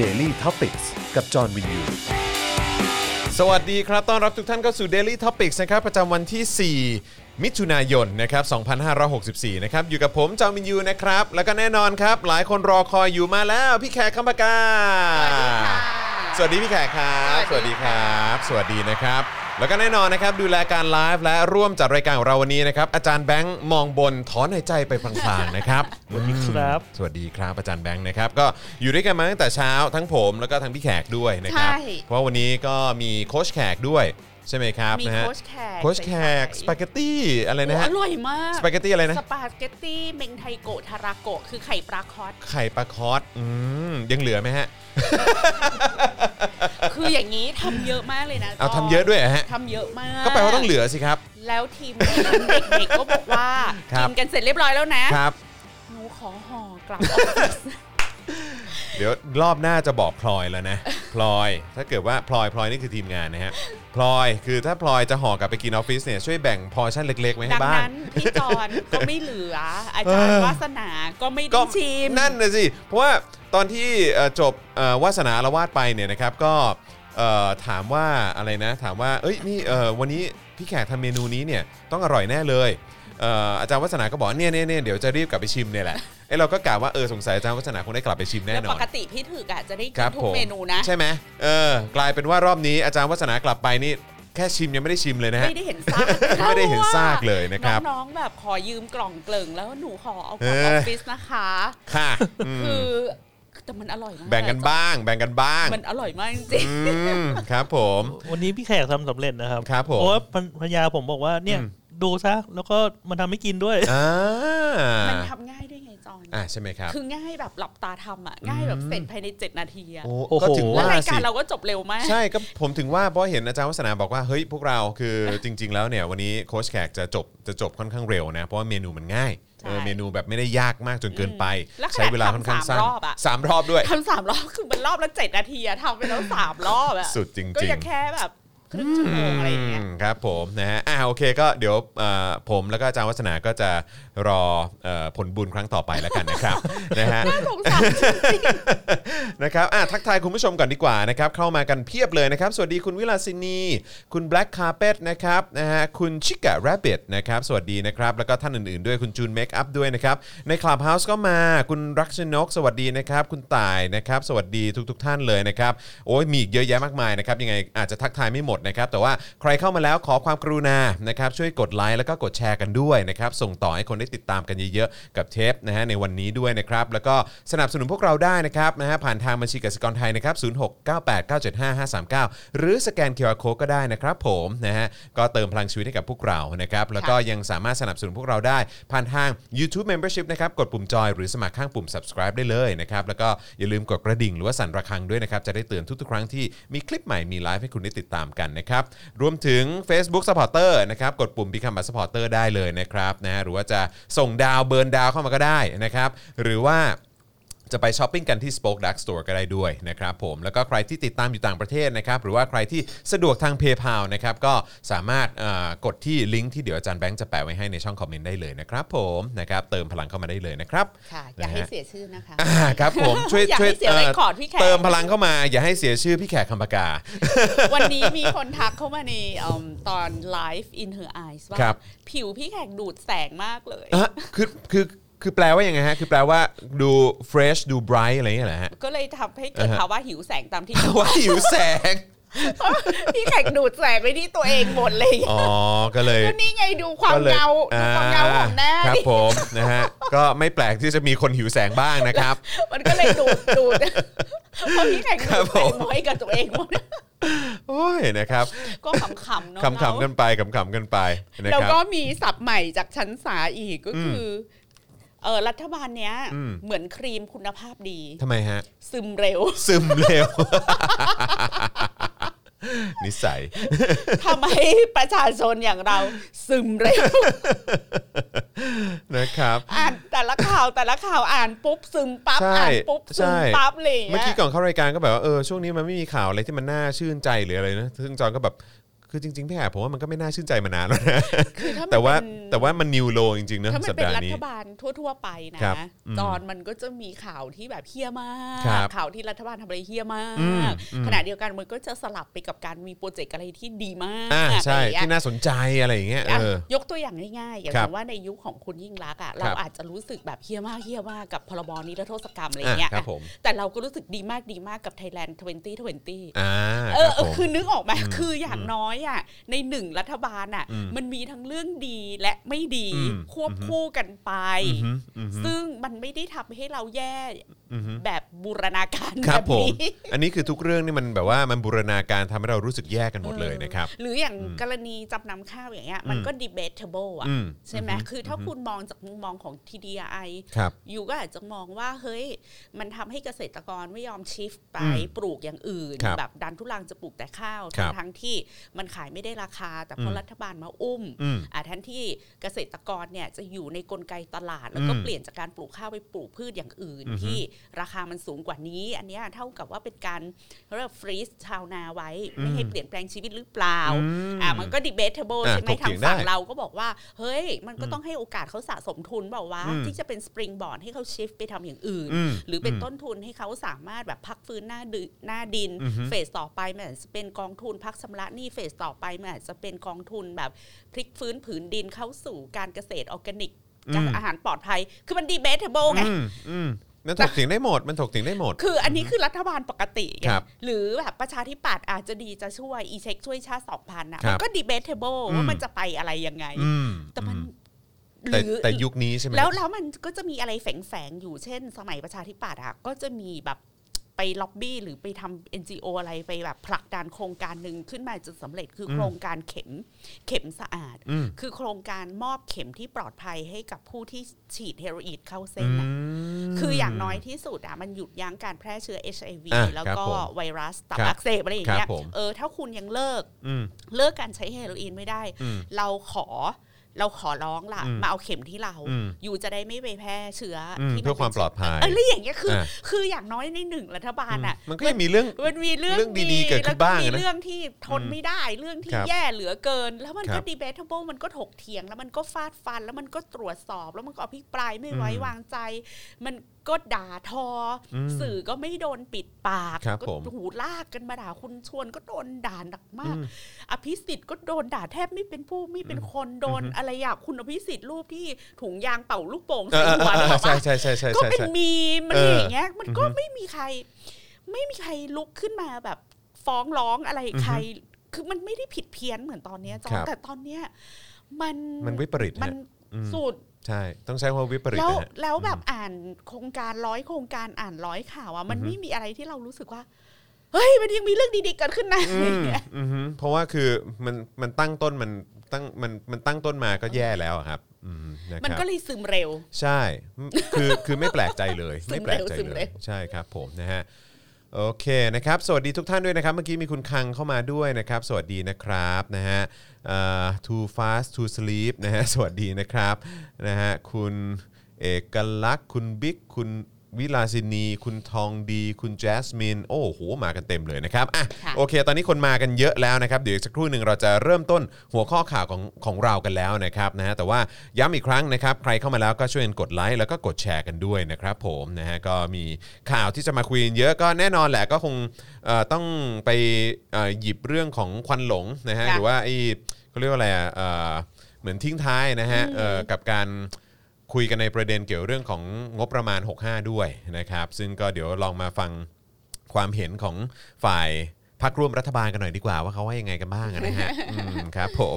Daily t o p i c กกับจอห์นวินยู สวัสดีครับ ต้อนรับทุกท่านเข้าสู่ Daily Topics นะครับ ประจำวันที่ 4 มิถุนายน นะครับ 2564 นะครับ อยู่กับผมจอมินยูนะครับ แล้วก็แน่นอนครับ หลายคนรอคอยอยู่มาแล้ว พี่แขกคำปากา สวัสดีพี่แขกครับ สวัสดีครับ สวัสดีนะครับ แล้วก็แน่นอนนะครับ ดูแลการไลฟ์และร่วมจัดรายการของเราวันนี้นะครับ อาจารย์แบงค์มองบนถอนหายใจไปพลางๆนะครับ สวัสดีครับ สวัสดีครับอาจารย์แบงค์นะครับก็อยู่ด้วยกันมาตั้งแต่เช้าทั้งผมแล้วก็ทั้งพี่แขกด้วยนะครับ ใช่ เพราะวันนี้ก็มีโค้ชแขกด้วยใช่ไหมครับ มี นะฮะ โค้ชแขก โค้ชแขกส ใส่ ปาเกตตี้อะไร โอ้ นะฮะ อร่อยมาก สปาเกตตี้อะไรนะ สปาเกตตี้เมงไทโกะทาราโกะคือไข่ปลาคอส ไข่ปลาคอสอืมยังเหลือไหมฮะ คืออย่างนี้ทำเยอะมากเลยนะ เอา ก็ ทำเยอะด้วยเหรอฮะ ทำเยอะมาก ก็แปลว่าต้องเหลือสิครับ แล้วทีมงานเด็กๆก็บอกว่า ครับ กินกันเสร็จเรียบร้อยแล้วนะ ครับ หนูขอห่อกลับออฟฟิศ เดี๋ยวรอบหน้าจะบอกพลอยแล้วนะ พลอย ถ้าเกิดว่าพลอยพลอยนี่คือทีมงานนะฮะพลอยคือถ้าพลอยจะห่อกลับไปกินออฟฟิศเนี่ยช่วยแบ่งพอร์ชั่นเล็กๆไว้ให้ ดัง บ้าง นั้นพี่จอนก็ไม่เหลือ อาจารย์วาสนาก็ไม่ได้ชิม นั่นนะสิ เพราะว่าตอนที่เอ่อจบเอ่อวาสนาละวาดไปเนี่ยนะครับก็เอ่อถามว่าอะไรนะ ถามว่าเอ้ยนี่เอ่อวันนี้พี่แขกทำเมนูนี้เนี่ยต้องอร่อยแน่เลยเอ่ออาจารย์วัฒนาก็บอกเนี่ยเนี่ยเนี่ยเดี๋ยวจะรีบกลับไปชิมเนี่ยแหละไอ้ยเราก็กะว่าเออสงสัยอาจารย์วัฒนาคงได้กลับไปชิมแน่ แล้นวป อน กติพี่ถึกอ่ะจะได้ ค กิ รั น บ ทุ ผ ก ม เมนูนะ ใช่ไหมเออกลายเป็นว่ารอบนี้อาจารย์วัฒนากลับไปนี่แค่ชิมยังไม่ได้ชิมเลยนะฮะ ไม่ได้เห็นซาก ไม่ได้เห็นซากเลยนะครับ น้องๆแบบขอยืมกล่องเกลิงแล้วหนูขอเอากลับออฟฟิศนะคะ ค่ะอืม คือแต่มันอร่อยมาก แบ่งกันบ้าง แบ่งกันบ้าง มันอร่อยมากจริง อืมครับผม วันนี้พี่แขกทำสำเร็จนะครับ ครับผม เพราะว่าภรภรรยาผมบอกว่าเนี่ย อืม ดูซะแล้วก็มันทำให้กินด้วย อ่า ๆมัน ม ทำง่ายด้วยไงจอน อ่าใช่ไหมครับ คือง่ายแบบหลับตาทำอ่ะง่ายแบบเสร็จภายใน 7 นาทีอ่ะ โอ้โห ก็ถึง แล้ว่ารวาย สิ การเราก็จบเร็วมาก ใช่ก็ผมถึงว่าเพราะเห็นอาจารย์วัฒนาบอกว่าเฮ้ยพวกเรา คือ จริง ๆ แล้วเนี่ยวันนี้โค้ชแขกจะจบจะจบค่อนข้างเร็วนะเพราะว่าเมนูมันง่าย ใช่ เออเมนูแบบไม่ได้ยากมากจนเกินไป แล้วขนาด ใช้เวลาค่อนข้างสั้น ทำสามรอบอะ สามรอบด้วย ทำสามรอบคือมันรอบละเจ็ดนาทีอะทำไปแล้วสามรอบอะ สุดจริงๆ ก็ยังแค่แบบครึ่งชั่วโมงอะไรอย่างเงี้ย อืมครับผมนะฮะอ่าโอเคก็เดี๋ยวเอ่อผมแล้วก็อาจารย์วัฒนาก็จะรอเอ่อผลบุญครั้งต่อไปแล้วกันนะครับ นะฮะ น่าสงสารจริง นะครับอ่ะทักทายคุณผู้ชมก่อนดีกว่านะครับ เข้ามากันเพียบเลยนะครับ สวัสดีคุณวิลาสินี คุณ Black Carpet นะครับ นะฮะ คุณชิกะ Rabbit นะครับ สวัสดีนะครับ แล้วก็ท่านอื่นๆด้วย คุณจูน Make Up ด้วยนะครับ ใน Clubhouse ก็มา คุณรักชนก สวัสดีนะครับ คุณต่ายนะครับ สวัสดีทุก ๆ ท่านเลยนะครับ โอ้ยมีอีกเยอะแยะมากมายนะครับ ยังไงอาจจะทักทายไม่หมดนะครับ แต่ว่าใครเข้ามาแล้วขอความกรุณา นะครับ ช่วยกดไลค์แล้วก็กดแชร์กันด้วยนะครับ ส่งต่อให้คนได้ติดตามกันเยอะๆ กับเทปนะฮะในวันนี้ด้วยนะครับ แล้วก็สนับสนุนพวกเราได้นะครับนะฮะผ่านทางบัญชีกสิกรไทยนะครับ 0698975539 หรือสแกน QR Code ก็ได้นะครับผมนะฮะก็เติมพลังชีวิตให้กับพวกเรานะครับ แล้วก็ยังสามารถสนับสนุนพวกเราได้ ผ่านทาง YouTube Membership นะครับกดปุ่มจอยหรือสมัครข้างปุ่ม subscribe ได้เลยนะครับ แล้วก็อย่าลืมกดกระดิ่งหรือว่าสั่นระฆังด้วยนะครับ จะได้เตือนทุกๆครั้งที่มีคลิปใหม่มีไลฟ์ให้คุณได้ติดตามกันนะครับ รวมถึง Facebook Supporter นะครับกดปุ่ม Become a Supporter ได้เลยนะครับนะฮะหรือว่าจะส่งดาวเบิร์นดาวเข้ามาก็ได้นะครับหรือว่า จะไปช้อปปิ้งกันที่ Spoke Dark Store ก็ได้ด้วยนะครับผมแล้วก็ใครที่ติดตามอยู่ต่างประเทศนะครับ หรือว่าใครที่สะดวกทาง PayPal นะครับ ก็สามารถเอ่อกดที่ลิงก์ที่เดี๋ยวอาจารย์แบงค์จะแปะไว้ให้ในช่องคอมเมนต์ได้เลยนะครับผมนะครับเติมพลังเข้ามาได้เลยนะครับ ๆค่ะ อย่าให้เสียชื่อนะคะ อ่าครับ ผมช่วย อยาก ช่วย ให้เสีย เอ่อ record พี่แขก เติมพลังเข้ามา อย่าให้เสียชื่อพี่แขกคำปากา วันนี้มีคนทักเข้ามาในเอิ่มตอน Life in her eyes ว่า ครับ ผิวพี่แขกดูดแสงมากเลย อ่ะคือคือคือแปลว่ายังไงฮะคือแปลว่าดู fresh ดู bright อะไรอย่างเงี้ยเหรอฮะ ก็เลยทำให้เกิดภาวะหิวแสงตามที่ ว่าหิวแสง พี่แขกดูดแสงไปที่ตัวเองหมดเลย อ๋อก็เลย ก็นี่ไงดูความ ก็ลย เงาดูความเงาของหน้า ครับ ดิ ผม นะฮะ ก็ไม่แปลกที่จะมีคนหิวแสงบ้างนะครับ มันก็เลยดูดดูด เพราะพี่แขก ครั ดู บ ด ผ แส ม งน้อยกับตัวเองหมด โอ้ยนะครับ ก็ขำๆเนาะ ขำๆกันไปขำๆกันไปนะ แล้ว ครับ ก็มีศัพท์ใหม่จากชั้นสาอีกก็คืออเออรัฐบาลเนี้ย อืม เหมือนครีมคุณภาพดี ทำไมฮะ ซึมเร็ว ซึมเร็ว นิสัย ทำให้ประชาชนอย่างเราซึมเร็ว นะครับ อ่านแต่ละข่าวแต่ละข่าวอ่านปุ๊บซึมปั๊บ ใช่ อ่านปุ๊บซึ ใช่ มปั๊บเลยางงี้ย เมื่อกี้ก่อนเข้ารายการก็แบบว่าเออช่วงนี้มันไม่มีข่าวอะไรที่มันน่าชื่นใจหรืออะไรนะซึ่งจอนก็แบบ คือจริงๆพี่แอบผมว่ามันก็ไม่น่าชื่นใจมานานแล้ว นะ คือถ้ามัน แต่ว่า เป็น แต่ว่ามันนิวโลจริงๆนะ ถ้ามัน สัป เป็น ดาห์ รั นี้ ฐบาลทั่ว ๆ ไปนะครับ อืม ตอนมันก็จะมีข่าวที่แบบเฮี้ยมา ครับ ก ข่าวที่รัฐบาลทำอะไรเฮี้ยมา อืม ก อืม ขณะเดียวกันมันก็จะสลับไปกับการมีโปรเจกต์อะไรที่ดีมาก อ่าใช่ อะไรอย่าง ที่ เงี้ย น่าสนใจอะไรอย่างเงี้ยเออ ะยกตัวอย่างง่ายๆ อย่าง ครับ เช่นว่าในยุคของคุณยิ่งรักษณ์อ่ะ ครั เรา บ อาจจะรู้สึกแบบเฮี้ยมากเฮี้ยมากกับพรบนิรโทษกรรมอะไร อ่ะ เงี้ย ครับผม แต่เราก็รู้สึกดีมากดีมากกับ Thailand 2020 อ่าคเออ รับ เอ ผ อ ม คือนึกออกไหม อืม คืออย่างน้อยอ่ะในหนึ่งรัฐบาลอ่ะ อืม มันมีทั้งเรื่องดีและไม่ดี อืม ควบคู่กันไป อือฮึอือฮึ ซึ่งมันไม่ได้ทำให้เราแย่ อือฮึ แบบบูรณาการ ค แบ รับบ ผม นี้ อันนี้คือทุกเรื่องนี่มันแบบว่ามันบูรณาการทำให้เรารู้สึกแย่กันหมดเลยนะครับ หรืออย่าง อืม กรณีจำนำข้าวอย่างเงี้ยมัน อืม ก็ debatable อ่ะ อืม ใช่ไหม อืฮึ คือถ้าคุณมองจากมุมมองของ TDI ครับ อยู่ก็อาจจะมองว่าเฮ้ย มันทำให้เกษตรกรไม่ยอมชิฟไป อืม ปลูกอย่างอื่น ครับ แบบดันทุลังจะปลูกแต่ข้าว ครับ ทั้งๆที่มันขายไม่ได้ราคา แต่พออ ม รัฐบาลมาอุ้ม อืม อ่าแทนที่เกษตรกรเนี่ยจะอยู่ในกลไกตลาด แล้วก็ อืม เปลี่ยนจากการปลูกข้าวไปปลูกพืชอย่างอื่น อือฮึ ที่ราคามันสูงกว่านี้ อันเนี้ยเท่ากับว่าเป็นการเรียกฟรีซชาวนาไว้ อืม ไม่ให้เปลี่ยนแปลงชีวิตหรือเปล่า อื อ่ามันก็ดิเบตเทเบิล อ่ะ ใช่ไหม ถกเถี ทาง ง ได้ ฝั่งเราก็บอกว่า เฮ้ย มันก็ อืม ต้องให้โอกาสเขาสะสมทุนเปล่าวะ อืม ที่จะเป็นสปริงบอร์ดให้เขาชิฟไปทำอย่างอื่น ม หรือเป็นต้นทุนให้เขาสามารถแบบพักฟื้นหน้าดินหน้าดิน อือฮึ เฟสต่อไปมันอาจจะเป็นกองทุนพักชำระหนี้เฟสต่อไปมันอาจจะเป็นกองทุนแบบพลิกฟื้นผืนดินเข้าสู่การเกษตรออร์แกนิก อืม กับอาหารปลอดภัย คือมันดีเบตเทเบิลไง อืมอืมมันถกเถียงได้หมดมันถกเถียงได้หมด คืออันนี้คือรัฐบาลปกติไง ครับ หรือแบบประชาธิปัตย์อาจจะดีจะช่วย อีเช็คช่วยชาติสองพันอ่ะ ครับ มันก็ดีเบตเทเบิล อืม ว่ามันจะไปอะไรยังไง อืม แต่มัน อื ห แต่ รือ แต่ยุคนี้ใช่ไหม แล้วแล้วมันก็จะมีอะไรแฝงๆอยู่เช่น สมัยประชาธิปัตย์อ่ะก็จะมีแบบไปล็อบบี้หรือไปทำ NGO อะไรไปแบบผลักดันโครงการหนึ่งขึ้นมาจนสำเร็จคือ อืม โครงการเข็มเข็มสะอาด อืม คือโครงการมอบเข็มที่ปลอดภัยให้กับผู้ที่ฉีดเฮโรอีนเข้าเส้ อื น ม น่ะคืออย่างน้อยที่สุดอ่ะมันหยุดยั้งการแพร่เชื้อ HIV อ่ะ แล้ว ครับ ก็ ผม ไวรัสตับ ครับ อักเสบอะไรอย่างคเงี้รั ย บผม เออถ้าคุณยังเลิก อืม เลิกการใช้เฮโรอีนไม่ได้ อืม เราขอเราขอร้องล่ะ อืม มาเอาเข็มที่เรา อืม อยู่จะได้ไม่ไปแพร่เชื้อ อืม ที่น เพื่อความปลอดภัย เออแล้วอย่างเงี้ยคืออา คืออย่างน้อยในหนึ่งรัฐบาลอ่ะ มันก็ยังมีเรื่อง มันมีเรื่อง เรื่องดีๆเกิดขึ้น แล้วก็ บ้าง มี อะนะ เรื่องที่ทนไม่ได้เรื่องที่ ครับ แย่เหลือเกิน แล้วมัน ครั ก็ บ ดีเบตเทเบิลมันก็ถกเถียง แล้วมันก็ฟาดฟัน แล้วมันก็ตรวจสอบ แล้วมันก็อภิปรายไม่ไว้ อืม วางใจ มันก็ด่าทออ ม สื่อก็ไม่โดนปิดปาก ครับ ก็ ผม หูลากกันมาด่าคุณชวนก็โดนด่าหนักมา อื ก ม อภิสิทธิ์ก็โดนด่าแทบไม่เป็นผู้ไม่เป็นคนโดน อือฮึ อะไรอย่างคุณอภิสิทธิ์รูปที่ถุงยางเป่าลูกโป่ง เออเออใส่หัว เอ หรือ อ เป ใช่ ล่า ใช่ใช่ใช่ ก็ ใช่ เป็น ใช่ มีมอะไรอย่างเงี้ยมันก็ อือฮึ ไม่มีใคร ไม่มีใครลุกขึ้นมาแบบฟ้องร้องอะไรใคร คือมันไม่ได้ผิดเพี้ยนเหมือนตอนเนี้ยจอ ครั น บ แต่ตอนเนี้ยมัน มันวิปริต มั ฮะ น อืม สุด ใช่ต้องใช้คำว่าวิปริต แล้ว นะฮะ แล้วแบบอ่านโครงการร้อยโครงการอ่านร้อยข่าวอ่ะมัน อือฮึ ไม่มีอะไรที่เรารู้สึกว่าเฮ้ยมันยังมีเรื่องดีๆเกิดขึ้นนะ อืมอือฮึเพราะว่าคือมันมันตั้งต้นมันตั้งมันมันตั้งต้นมาก็แย่แล้วอะครับอืมนะครับ มันก็เลยซึมเร็ว ใช่คือ คือไม่แปลกใจเลย ซึมไม่แปเร็วลกใจ ซึม เล เร็ ยว ใช่ครับผมนะฮะ โอเคนะครับ สวัสดีทุกท่านด้วยนะครับ เมื่อกี้มีคุณคังเข้ามาด้วยนะครับ สวัสดีนะครับนะฮะเอ่อ too fast to sleep นะฮะ สวัสดีนะครับนะฮะ คุณเอกลักษณ์ คุณบิ๊ก คุณวิลาสินี คุณทองดี คุณแจสมิน โอ้โห มากันเต็มเลยนะครับอ่ะ ค่ะ โอเค ตอนนี้คนมากันเยอะแล้วนะครับ เดี๋ยวอีกสักครู่หนึ่งเราจะเริ่มต้นหัวข้อข่าวของของเรากันแล้วนะครับนะฮะ แต่ว่าย้ำอีกครั้งนะครับ ใครเข้ามาแล้วก็ช่วยกันกดไลค์แล้วก็กดแชร์กันด้วยนะครับผมนะฮะ ก็มีข่าวที่จะมาคุยกันเยอะก็แน่นอนแหละก็คงเอ่อต้องไปเอ่อหยิบเรื่องของควันหลงนะฮะ ค่ะ หรือว่าไอ้เขาเรียกว่าอะไรอ่ะเอ่อเหมือนทิ้งท้ายนะฮะเอ่อกับการ คุยกันในประเด็นเกี่ยวเรื่องของงบประมาณ 65 ด้วยนะครับ ซึ่งก็เดี๋ยวลองมาฟังความเห็นของฝ่ายพักร่วมรัฐบาลกันหน่อยดีกว่าว่าเขาว่ายังไงกันบ้างอะ นะฮะ อืมครับผม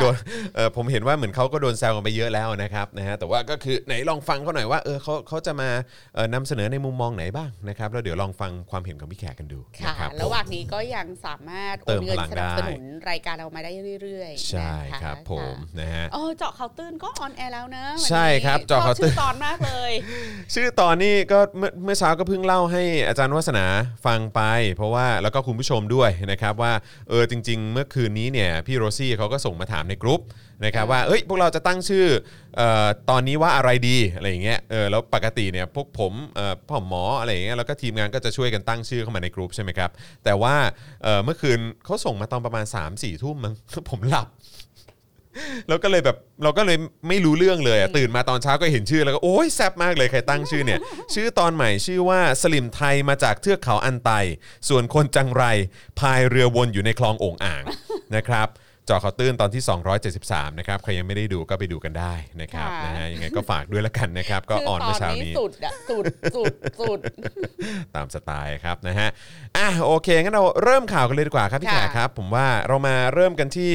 โดนเอ่อผมเห็นว่าเหมือนเขาก็โดนแซวกันไปเยอะแล้วนะครับนะฮะแต่ว่าก็คือไหนลองฟังเขาหน่อยว่าเออเขาเขาจะมาเอ่อนำเสนอในมุมมองไหนบ้างนะครับแล้วเดี๋ยวลองฟังความเห็นของพี่แขกกันดู ค่ะ นะครับผม ระหว่างนี้ก็ยังสามารถโอ เติ น ม เงิน พลัง สนับส ได้ นุนรายการเรามาได้เรื่อยๆ ใช่ นะคะ ครับผม ค่ะ นะฮะ เออเจาะเขาตื่นก็ออนแอร์แล้วนะวันนี้ ใช่ครับเจาะข่าวตื้น ชบชื่อตอนมากเลย ชื่อตอนนี้ก็เมื่อเมื่อเช้าก็เพิ่งเล่าให้อาจารย์วัฒนาฟังไป เพราะว่า ว่าแล้วก็คุณผู้ชมด้วยนะครับว่าเออจริง ๆ เมื่อคืนนี้เนี่ยพี่โรซี่เขาก็ส่งมาถามในกรุ๊ปนะครับว่าเอ้ยพวกเราจะตั้งชื่อเอ่อตอนนี้ว่าอะไรดีอะไรอย่างเงี้ยเออแล้วปกติเนี่ยพวกผมเอ่อพ่อหมออะไรอย่างเงี้ยแล้วก็ทีมงานก็จะช่วยกันตั้งชื่อเข้ามาในกรุ๊ปใช่ไหมครับแต่ว่าเอ่อเมื่อคืนเขาส่งมาตอนประมาณ3ามสี่ทุ่มมั้ง ผมหลับ แล้วก็เลยแบบเราก็เลยไม่รู้เรื่องเลยอะตื่นมาตอนเช้าก็เห็นชื่อแล้วก็โอ้ยแซ่บมากเลยใครตั้งชื่อเนี่ย ชื่อตอนใหม่ชื่อว่าสลิมไทยมาจากเทือกเขาอันไต ส่วนคนจังไรพายเรือวนอยู่ในคลองโอ่ง อ่าง นะครับจอเขาวตื้นตอนที่ 273 นะครับ ใครยังไม่ได้ดูก็ไปดูกันได้นะครับ ค่ะ นะฮะยังไงก็ฝากด้วยละกันนะครับ ก็อ่อนเมื่อเช้านี้ สุดอะสุดสุดสุด ตามสไตล์ครับนะฮะ อ่ะโอเค งั้นเราเริ่มข่าวกันเลยดีกว่าครับพี่ ค่ะ แขกครับ ผมว่าเรามาเริ่มกันที่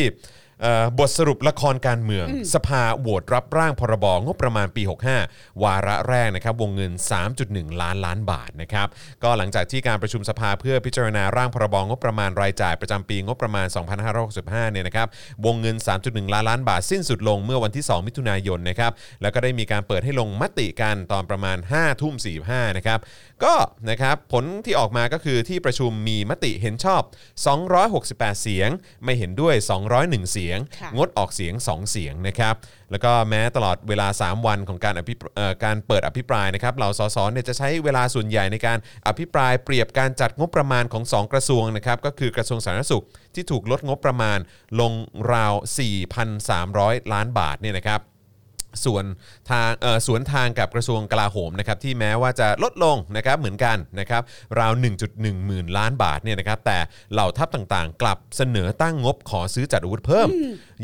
เอ่อบทสรุปละครการเมือง สภาโหวตรับร่างพรบงบประมาณปี 65 วาระแรกนะครับ วงเงิน 3.1 ล้านล้านบาทนะครับ ก็หลังจากที่การประชุมสภาเพื่อพิจารณาร่างพรบงบประมาณรายจ่ายประจำปีงบประมาณ 2565 เนี่ยนะครับ วงเงิน 3.1 ล้านล้านบาทสิ้นสุดลงเมื่อวันที่ 2 มิถุนายนนะครับ แล้วก็ได้มีการเปิดให้ลงมติกันตอนประมาณ 5 ทุ่ม 45 นะครับ ก็นะครับผลที่ออกมาก็คือที่ประชุมมีมติเห็นชอบ 268 เสียง ไม่เห็นด้วย 201 เสียง ค่ะ งดออกเสียง 2 เสียงนะครับ แล้วก็แม้ตลอดเวลา 3 วันของการอภิปรเอ่อการเปิดอภิปรายนะครับเหล่าสสเนี่ยจะใช้เวลาส่วนใหญ่ในการอภิปรายเปรียบการจัดงบประมาณของ 2 กระทรวงนะครับ ก็คือกระทรวงสาธารณสุขที่ถูกลดงบประมาณลงราว 4,300 ล้านบาทเนี่ยนะครับ ส่วนทางเอ่อสวนทางกับกระทรวงกลาโหมนะครับที่แม้ว่าจะลดลงนะครับเหมือนกันนะครับราว 1.1 หมื่นล้านบาทเนี่ยนะครับแต่เหล่าทัพต่างๆ กลับเสนอตั้งงบขอซื้อจัดอาวุธเพิ่ม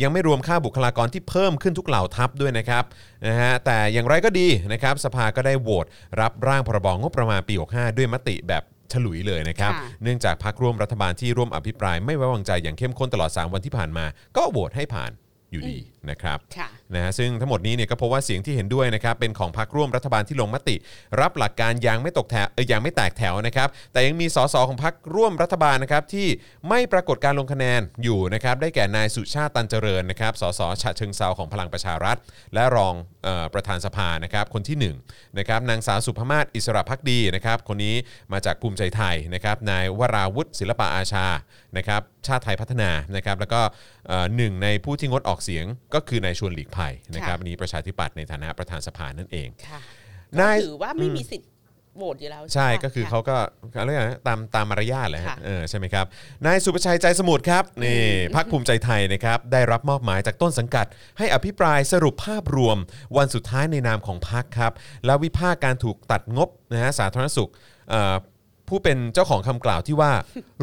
ยังไม่รวมค่าบุคลากรที่เพิ่มขึ้นทุกเหล่าทัพด้วยนะครับนะฮะแต่อย่างไรก็ดีนะครับสภาก็ได้โหวตรับร่างพรบงบประมาณปี 65 ด้วยมติแบบฉลุยเลยนะครับ ค่ะ เนื่องจากพักร่วมรัฐบาลที่ร่วมอภิปรายไม่ไว้วางใจอย่างเข้มข้นตลอด 3 วันที่ผ่านมา ก็โหวตให้ผ่านอยู่ดีนะครับ ค่ะ นะฮะซึ่งทั้งหมดนี้เนี่ยก็พบว่าเสียงที่เห็นด้วยนะครับเป็นของพรรคร่วมรัฐบาลที่ลงมติ รับหลักการยางไม่ตกแถวเออยางไม่แตกแถวนะครับแต่ยังมีสสของพรรคร่วมรัฐบาลนะครับที่ไม่ปรากฏการลงคะแนนอยู่นะครับได้แก่นายสุชาติตันเจริญนะครับสสฉะเชิงเซาของพลังประชารัฐ และรองเออประธานสภานะครับคนที่หนึ่งนะครับนางสาวสุภมาศอิสระพักดีนะครับคนนี้มาจากภูมิใจไทยนะครับนายวราวุฒิศิลปะอาชานะครับชาติไทยพัฒนานะครับแล้วก็เอ่อหนึ่งในผู้ที่งดออกเสียงก็คือนายชวนหลีกภัย นะครับ ค่ะ อันนี้ประชาธิปัตย์ในฐานะประธานสภานั่นเอง ค่ะ นาย ก็ถือว่าไม่มีสิทธิ์โหวตอยู่แล้ว ใช่ ปะ ก็คือเขาก็อะไรยกนะตามตามมารยาทแหละฮะ ค่ะ เออใช่ไหมครับนายสุประชัยใจสมุทรครับนี่พักภูมิใจไทยนะครับได้รับมอบหมายจากต้นสังกัด ให้อภิปรายสรุปภาพรวม วันสุดท้ายในนามของพักครับ และวิพากษ์การถูกตัดงบนะฮะสาธารณสุขเอ่อผู้เป็นเจ้าของคำกล่าวที่ว่า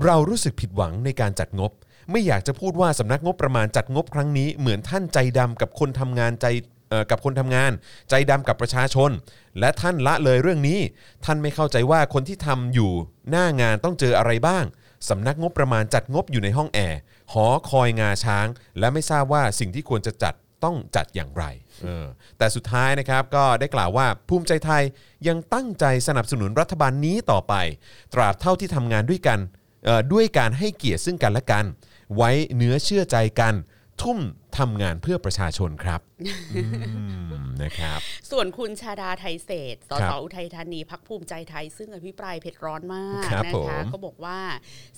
เรารู้สึกผิดหวังในการจัดงบ ไม่อยากจะพูดว่าสำนักงบประมาณจัดงบครั้งนี้เหมือนท่านใจดำกับคนทำงานใจ เอ่อกับคนทำงานใจดำกับประชาชน และท่านละเลยเรื่องนี้ ท่านไม่เข้าใจว่าคนที่ทำอยู่หน้างานต้องเจออะไรบ้างสำนักงบประมาณจัดงบอยู่ในห้องแอร์หอคอยงาช้าง และไม่ทราบว่าสิ่งที่ควรจะจัดต้องจัดอย่างไรเออแต่สุดท้ายนะครับก็ได้กล่าวว่าภูมิใจไทยยังตั้งใจสนับสนุนรัฐบาลนี้ต่อไป ตราบเท่าที่ทำงานด้วยกันเอ่อด้วยการให้เกียรติซึ่งกันและกัน ไว้เนื้อเชื่อใจกัน ทุ่มทำงานเพื่อประชาชนครับ อืม นะครับ ส่วนคุณชาดาไทยเศรษฐ์ส ครั ส บ อุทัยธานีพักภูมิใจไทย ซึ่งอภิปรายเผ็ดร้อนมาก ครับ นะ ผม คะก็บอกว่า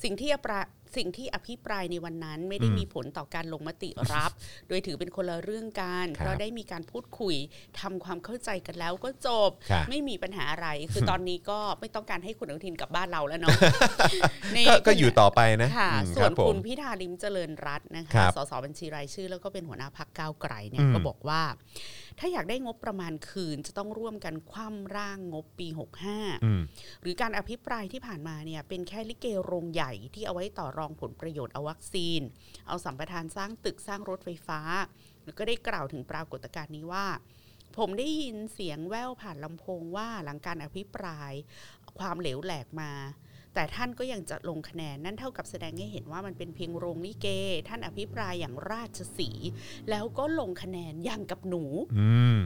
สิ่งที่อภิปราสิ่งที่อภิปรายในวันนั้น ไม่ได้มีผลต่อการลงมติรับ โดยถือเป็นคนละเรื่องกัน ครับ เพราะได้มีการพูดคุยทำความเข้าใจกันแล้วก็จบ ครับ ไม่มีปัญหาอะไร คือตอนนี้ก็ไม่ต้องการให้คุณอนุทินกลับบ้านเราแล้วเนาะ ใน ก็ก็อยู่ต่อไปนะ ค่ะ อืม ส่วน รับผม คุณพิธาลิมเจริญรัตน์นะ ครั คะ บ สสบัญชีรายชื่อ แล้วก็เป็นหัวหน้าพักก้าวไกลเนี่ อื ย ม ก็บอกว่า ถ้าอยากได้งบประมาณคืนจะต้องร่วมกันคว่ำร่างงบปี อืม 65 หรือการอภิปรายที่ผ่านมาเนี่ยเป็นแค่ลิเกโรงใหญ่ที่เอาไว้ต่อรองผลประโยชน์เอาวัคซีน เอาสัมปทานสร้างตึกสร้างรถไฟฟ้า แล้วก็ได้กล่าวถึงปรากฏการณ์นี้ว่า ผมได้ยินเสียงแว่วผ่านลำโพงว่าหลังการอภิปราย ความเหลวแหลกมา แต่ท่านก็ยังจะลงคะแนนนั่นเท่ากับแสดงให้เห็นว่ามันเป็นเพียงโรงลิเก ท่านอภิปรายอย่างราชสีห์แล้วก็ลงคะแนนอย่างกับหนู อืม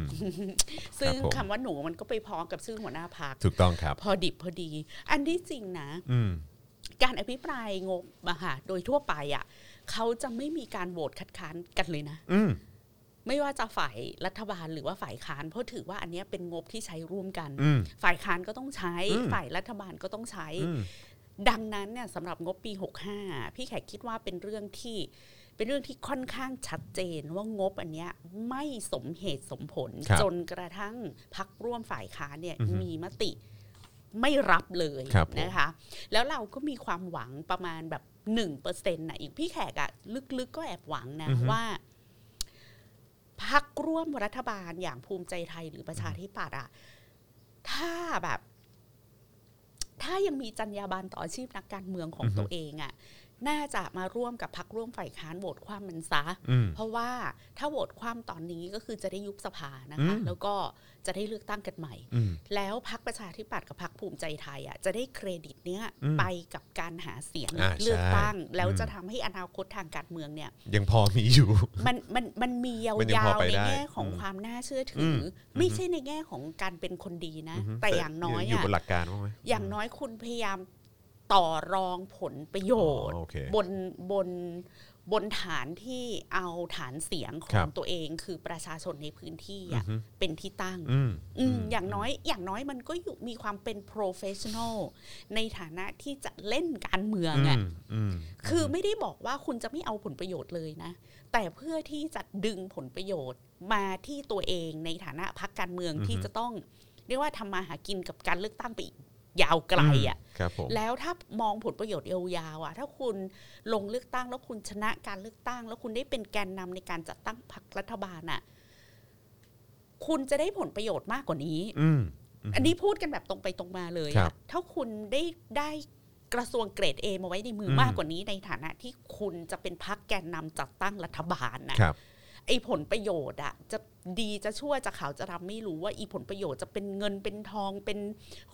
ซึ่ง ผม คำว่าหนูมันก็ไปพ้องกับชื่อหัวหน้าพัก ถูกต้องครับ พอดิบพอดี อันที่จริงนะ อืม การอภิปรายงบอะค่ะโดยทั่วไปอะเขาจะไม่มีการโหวตคัดค้านกันเลยนะ อืม ไม่ว่าจะฝ่ายรัฐบาลหรือว่าฝ่ายค้านเพราะถือว่าอันเนี้ยเป็นงบที่ใช้ร่วมกัน อืม ฝ่ายค้านก็ต้องใช้ อืม ฝ่ายรัฐบาลก็ต้องใช้ อืม ดังนั้นเนี่ยสำหรับงบปี 65 พี่แขกคิดว่าเป็นเรื่องที่เป็นเรื่องที่ค่อนข้างชัดเจนว่างบอันเนี้ยไม่สมเหตุสมผล ครับ จนกระทั่งพักร่วมฝ่ายค้านเนี่ย อือฮึ มีมติไม่รับเลย ครับผม นะคะ แล้วเราก็มีความหวังประมาณแบบ1%อร์เซ็นต์นะอีกพี่แขกอะลึกๆก็แอบหวังนะ อือฮึ ว่า พักร่วมรัฐบาลอย่างภูมิใจไทยหรือประชาธิปัตย์อะถ้าแบบ ถ้ายังมีจรรยาบรรณต่ออาชีพนักการเมืองของ อือฮึ ตัวเองอะน่าจะมาร่วมกับพักร่วมฝ่ายค้านโหวตความมันซะ อืม เพราะว่าถ้าโหวตความตอนนี้ก็คือจะได้ยุบสภานะคะ อืม แล้วก็จะได้เลือกตั้งกันใหม่ อืม แล้วพักประชาธิปัตย์กับพักภูมิใจไทยอ่ะจะได้เครดิตเนี้ย อืม ไปกับการหาเสียง อ่า เลือก ใช่ ตั้ง แล้ว อืม จะทำให้อนาคตทางการเมืองเนี่ย ยังพอมีอยู่ มันมันมันมียา มันยังพอ ว ไป ๆใน ได้ แง่ของ อืม ความน่าเชื่อ อื ถืมออไม่ใช่ในแง่ของการเป็นคนดีนะ ฮึ แต่อย่างน้อย อยู่ อ่ะ บนหลักการบ้างไหม อย่างน้อยคุณพยายามต่อรองผลประโย อ๋อ ชน์ โอเค บนบนบนฐานที่เอาฐานเสียงข ค อ รั ง บ ตัวเองคือประชาชนในพื้นที่ อื อ่ะ อฮึ เป็นที่ตั้ง อืม อืมอย่างน้อยอย่างน้อยมันก็อยู่มีความเป็น professional ในฐานะที่จะเล่นการเมืองอะ มอืม คือไม่ได้บอกว่าคุณจะไม่เอาผลประโยชน์เลยนะ แต่เพื่อที่จะดึงผลประโยชน์มาที่ตัวเองในฐานะพักการเมือง อือฮึ ที่จะต้องเรียกว่าทำมาหากินกับการเลือกตั้งไปอีกยาวไกลอ่ะ มครับผม แล้วถ้ามองผลประโยชน์ยาวๆอ่ะถ้าคุณลงเลือกตั้งแล้วคุณชนะการเลือกตั้ง แล้วคุณได้เป็นแกนนำในการจัดตั้งพรรครัฐบาลอ่ะ คุณจะได้ผลประโยชน์มากกว่านี้ อืมม อันนี้พูดกันแบบตรงไปตรงมาเลย ครั อะ บ ถ้าคุณได้ได้กระทรวงเกรดเอมาไว้ในมืออ ม มากกว่านี้ในฐานะที่คุณจะเป็นพักแกนนำจัดตั้งรัฐบาลนะครับ ไอ้ผลประโยชน์อะจะดีจะชั่วจะขาวจะดำไม่รู้ว่าอีผลประโยชน์จะเป็นเงินเป็นทองเป็น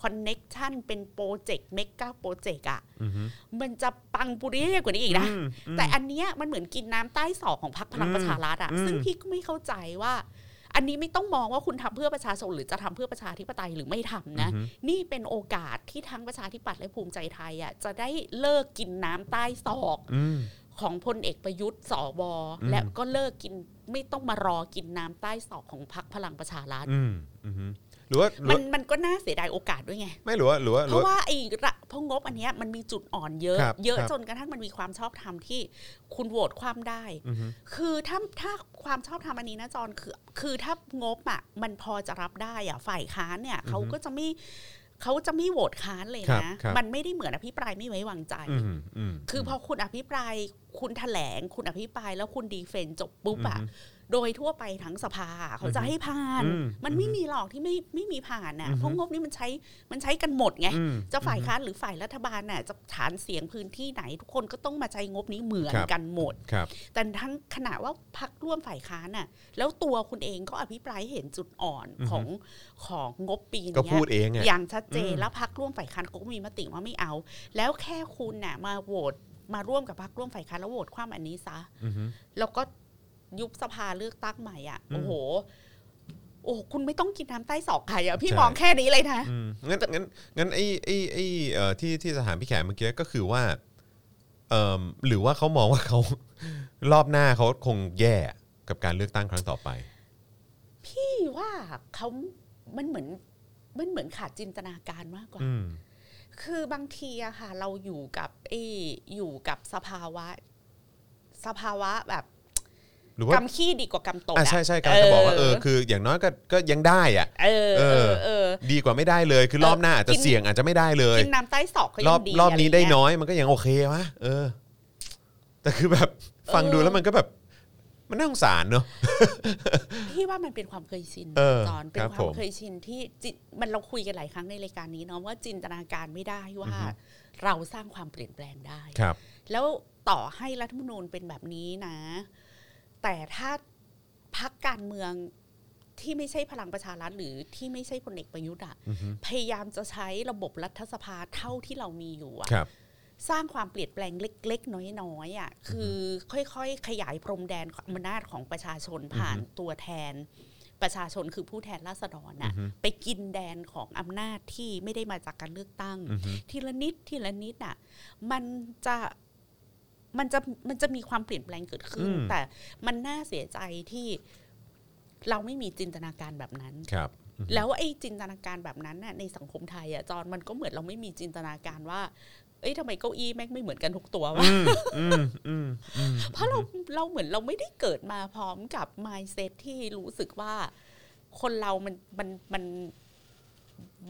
คอนเน็กชันเป็นโปรเจกต์เมกะโปรเจกต์อะ อือฮึ มันจะปังปุริเย่กว่านี้อีกนะ อืมอืม แต่อันเนี้ยมันเหมือนกินน้ำใต้ศอกของพรรคพลัง อืม ประชารัฐอะ อืม ซึ่งพี่ก็ไม่เข้าใจว่า อันนี้ไม่ต้องมองว่าคุณทำเพื่อประชาชนหรือจะทำเพื่อประชาธิปไตยหรือไม่ทำนะ อือฮึ นี่เป็นโอกาสที่ทั้งประชาธิปัตย์และภูมิใจไทยอ่ะจะได้เลิกกินน้ำใต้ศอก อืม ของพลเอกประยุทธ์สวและก็เลิกกินไม่ต้องมารอกินน้ำใต้ศอกของพรรคพลังประชารัฐ อืมอือฮึหรือว่าหรือ มัน ว่า มันก็น่าเสียดายโอกาสด้วยไง ไม่หรือว่าหรือว่าห เพ รือ ราะ ว่า ว่าไอ้ระเพราะงบอันเนี้ยมันมีจุดอ่อนเยอะ ครับ เยอะ ครับ จนกระทั่งมันมีความชอบธรรมที่คุณโหวตความได้ อือฮึ คือถ้าถ้าความชอบธรรมอันนี้นะจอนคือ คือถ้างบอ่ะมันพอจะรับได้อ่ะฝ่ายค้านเนี่ยเขาก็จะไม่เขาจะไม่โหวตค้านเลยนะ มันไม่ได้เหมือนอภิปรายไม่ไว้วางใจ อืมอืม คือพอคุณอภิปรายคุณแถลง คุณอภิปรายแล้วคุณดีเฟนจบปุ๊บอ่ะ อือฮึ โดยทั่วไปทั้งสภาเขาจะให้ผ่าน อืม มันไม่มีหรอกที่ไม่ไม่มีผ่านน่ะ อือฮึ เพราะงบนี่มันใช้มันใช้กันหมดไง อืม จะฝ่ายค้านหรือฝ่ายรัฐบาลน่ะจะฐานเสียงพื้นที่ไหน ทุกคนก็ต้องมาใช้งบนี้เหมือน ครับ กันหมด ครับ แต่ทั้งขณะว่าพักร่วมฝ่ายค้านน่ะ แล้วตัวคุณเองก็อภิปรายเห็นจุดอ่อน อือฮึ ของของงบปี ก็ เนี้ พู ย ดเองไง อย่างชัดเจน อืม แล้วพักร่วมฝ่ายค้านก็มีมติว่าไม่เอา แล้วแค่คุณน่ะมาโหวตมาร่วมกับพักร่วมฝ่ายค้านแล้วโหวตความอันนี้ซะ อือฮึ แล้วก็ยุบสภาเลือกตั้งใหม่อ่ะ อืม โอ้โห โอ้โหคุณไม่ต้องกินน้ำใต้ศอกใครอ่ะพี่ ใช่ มองแค่นี้เลยนะ อืมงั้นงั้นงั้นไอ้ไอ้ไอ้เอ่อที่ที่สถานพี่แขกเมื่อกี้ก็คือว่าเอ่อหรือว่าเขามองว่าเขา รอบหน้าเขาคงแย่กับการเลือกตั้งครั้งต่อไป พี่ว่าเขามันเหมือนมันเหมือนขาดจินตนาการมากกว่า อืม คือบางทีอะค่ะ เราอยู่กับไอ้อยู่กับสภาวะ สภาวะแบบ หรือว่าก ำขี้ดีกว่ากำตด อ่ะ อะ ใช่ใช่การจะบอกว่าเออคือ อย่างน้อยก็ก็ยังได้อ่ะ เออ เออ เออ ดีกว่าไม่ได้เลย คือ เออ รอบหน้าอาจจะ กิน เสี่ยงอาจจะไม่ได้เลย กินน้ำใต้ศอกเขา ร ยั อบ งดี รอบนี้ ะร ได้ เงี้ย น้อยมันก็ยังโอเควะเออ แต่คือแบบ ฟังดู เออ แล้วมันก็แบบ มันน่าสงสารเนอะ พี่ว่ามันเป็นความเคยชิน เออ จอนเป็น ครับ ค ผ วาม ม เคยชินที่จิตมันเราคุยกันหลายครั้งในรายการนี้เนาะว่าจินตนาการไม่ได้ว่า อือฮึ เราสร้างความเปลี่ยนแปลงได้ ครับ แล้วต่อให้รัฐธรรมนูญเป็นแบบนี้นะ แต่ถ้าพักการเมืองที่ไม่ใช่พลังประชารัฐหรือที่ไม่ใช่พลเอกประยุทธ์อะ อือฮึ พยายามจะใช้ระบบรัฐสภาเท่าที่เรามีอยู่อะ ครับ สร้างความเปลี่ยนแปลงเล็ก ๆ น้อยๆอะคือค่อยๆ ขยายพรมแดนอำนาจของประชาชนผ่านตัวแทน ประชาชนคือผู้แทนราษฎรน่ะ อือฮึ ไปกินแดนของอำนาจที่ไม่ได้มาจากการเลือกตั้ง อือฮึ ทีละนิดทีละนิดอ่ะมันจะมันจะมันจะมีความเปลี่ยนแปลงเกิดขึ้น อืม แต่มันน่าเสียใจที่เราไม่มีจินตนาการแบบนั้น ครับอือฮึ แล้วไอ้จินตนาการแบบนั้นน่ะในสังคมไทยอ่ะจอนมันก็เหมือนเราไม่มีจินตนาการว่า เ อ้ยทำไมเก้าอี้แม่งไม่เหมือนกันทุกตัววะ อืมอืมอืมอืม เพราะเราเราเหมือนเราไม่ได้เกิดมาพร้อมกับ mindset ที่รู้สึกว่า คนเรามันมันมัน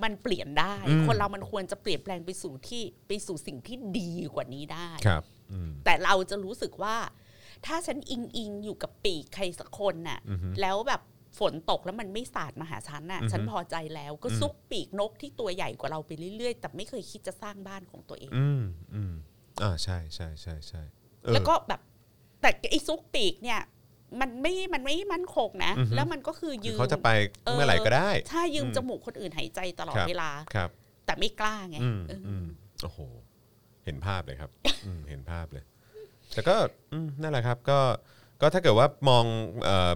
มันเปลี่ยนได้ อืม คนเรามันควรจะเปลี่ยนแปลงไปสู่ที่ไปสู่สิ่งที่ดีกว่านี้ได้ ครับอืม แต่เราจะรู้สึกว่า ถ้าฉันอิงอิงอยู่กับปีกใครสักคนน่ะ อือฮึ แล้วแบบฝนตกแล้วมันไม่สาดมาหาฉันน่ะ อือฮึ ฉันพอใจแล้วก็ อืม ซุกปีกนกที่ตัวใหญ่กว่าเราไปเรื่อยๆ แต่ไม่เคยคิดจะสร้างบ้านของตัวเอง อืมอืมอ่าใช่ใช่ใช่ใช่เออ แล้วก็แบบแต่ไอ้ซุกปีกเนี่ย มันไม่มันไม่มั่นคงนะ อือฮึ แล้วมันก็คือ คือ ยืม เขาจะไป เออ เมื่อไหร่ก็ได้ ใช่ยืม อืม จมูกคนอื่นหายใจตลอด ครับ เวลา ครับ แต่ไม่กล้าไง อืม เอออ อืมโอ้โห เห็นภาพเลยครับ อืมเห็นภาพเลย แต่ก็อืมนั่นแหละครับ ก็ ก็ถ้าเกิดว่ามองเอ่อ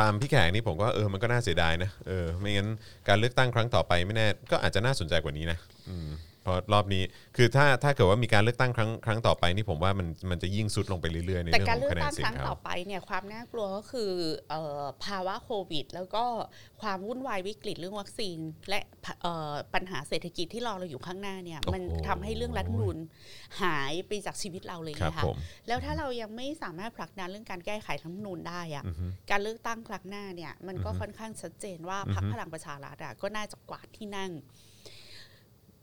ตามพี่แขกนี่ผมก็เออ มันก็น่าเสียดายนะ เออ ไม่งั้นการเลือกตั้งครั้งต่อไปไม่แน่ ก็อาจจะน่าสนใจกว่านี้นะ อืมเพราะรอบนี้ คือถ้า ถ้าเกิดว่ามีการเลือกตั้งครั้ง ครั้งต่อไปนี่ผมว่ามัน มันจะยิ่งสุดลงไปเรื่อยๆใน แต่ เรื่อง การ ข เลื อง อก คะแนน ตั้ง เสียงครั้งต่ เขา อไปเนี่ยความน่ากลัวก็คือเอ่อภาวะโควิด แล้วก็ความวุ่นวายวิกฤตเรื่องวัคซีน และเอ่อปัญหาเศรษฐกิจที่รอเราอยู่ข้างหน้าเนี่ย มัน โอ้โห ทำให้เรื่องรัฐธรรมนูญหายไปจากชีวิตเราเลย ครับ นะคะ ผม แล้วถ้าเรายังไม่สามารถผลักดันเรื่องการแก้ไขรัฐธรรมนูญได้อะ อือฮึ การเลือกตั้งครั้งหน้าเนี่ยมันก็ อือฮึ ค่อนข้างชัดเจนว่าพรรค อือฮึ พลังประชารัฐอะก็น่าจะกวาดที่นั่ง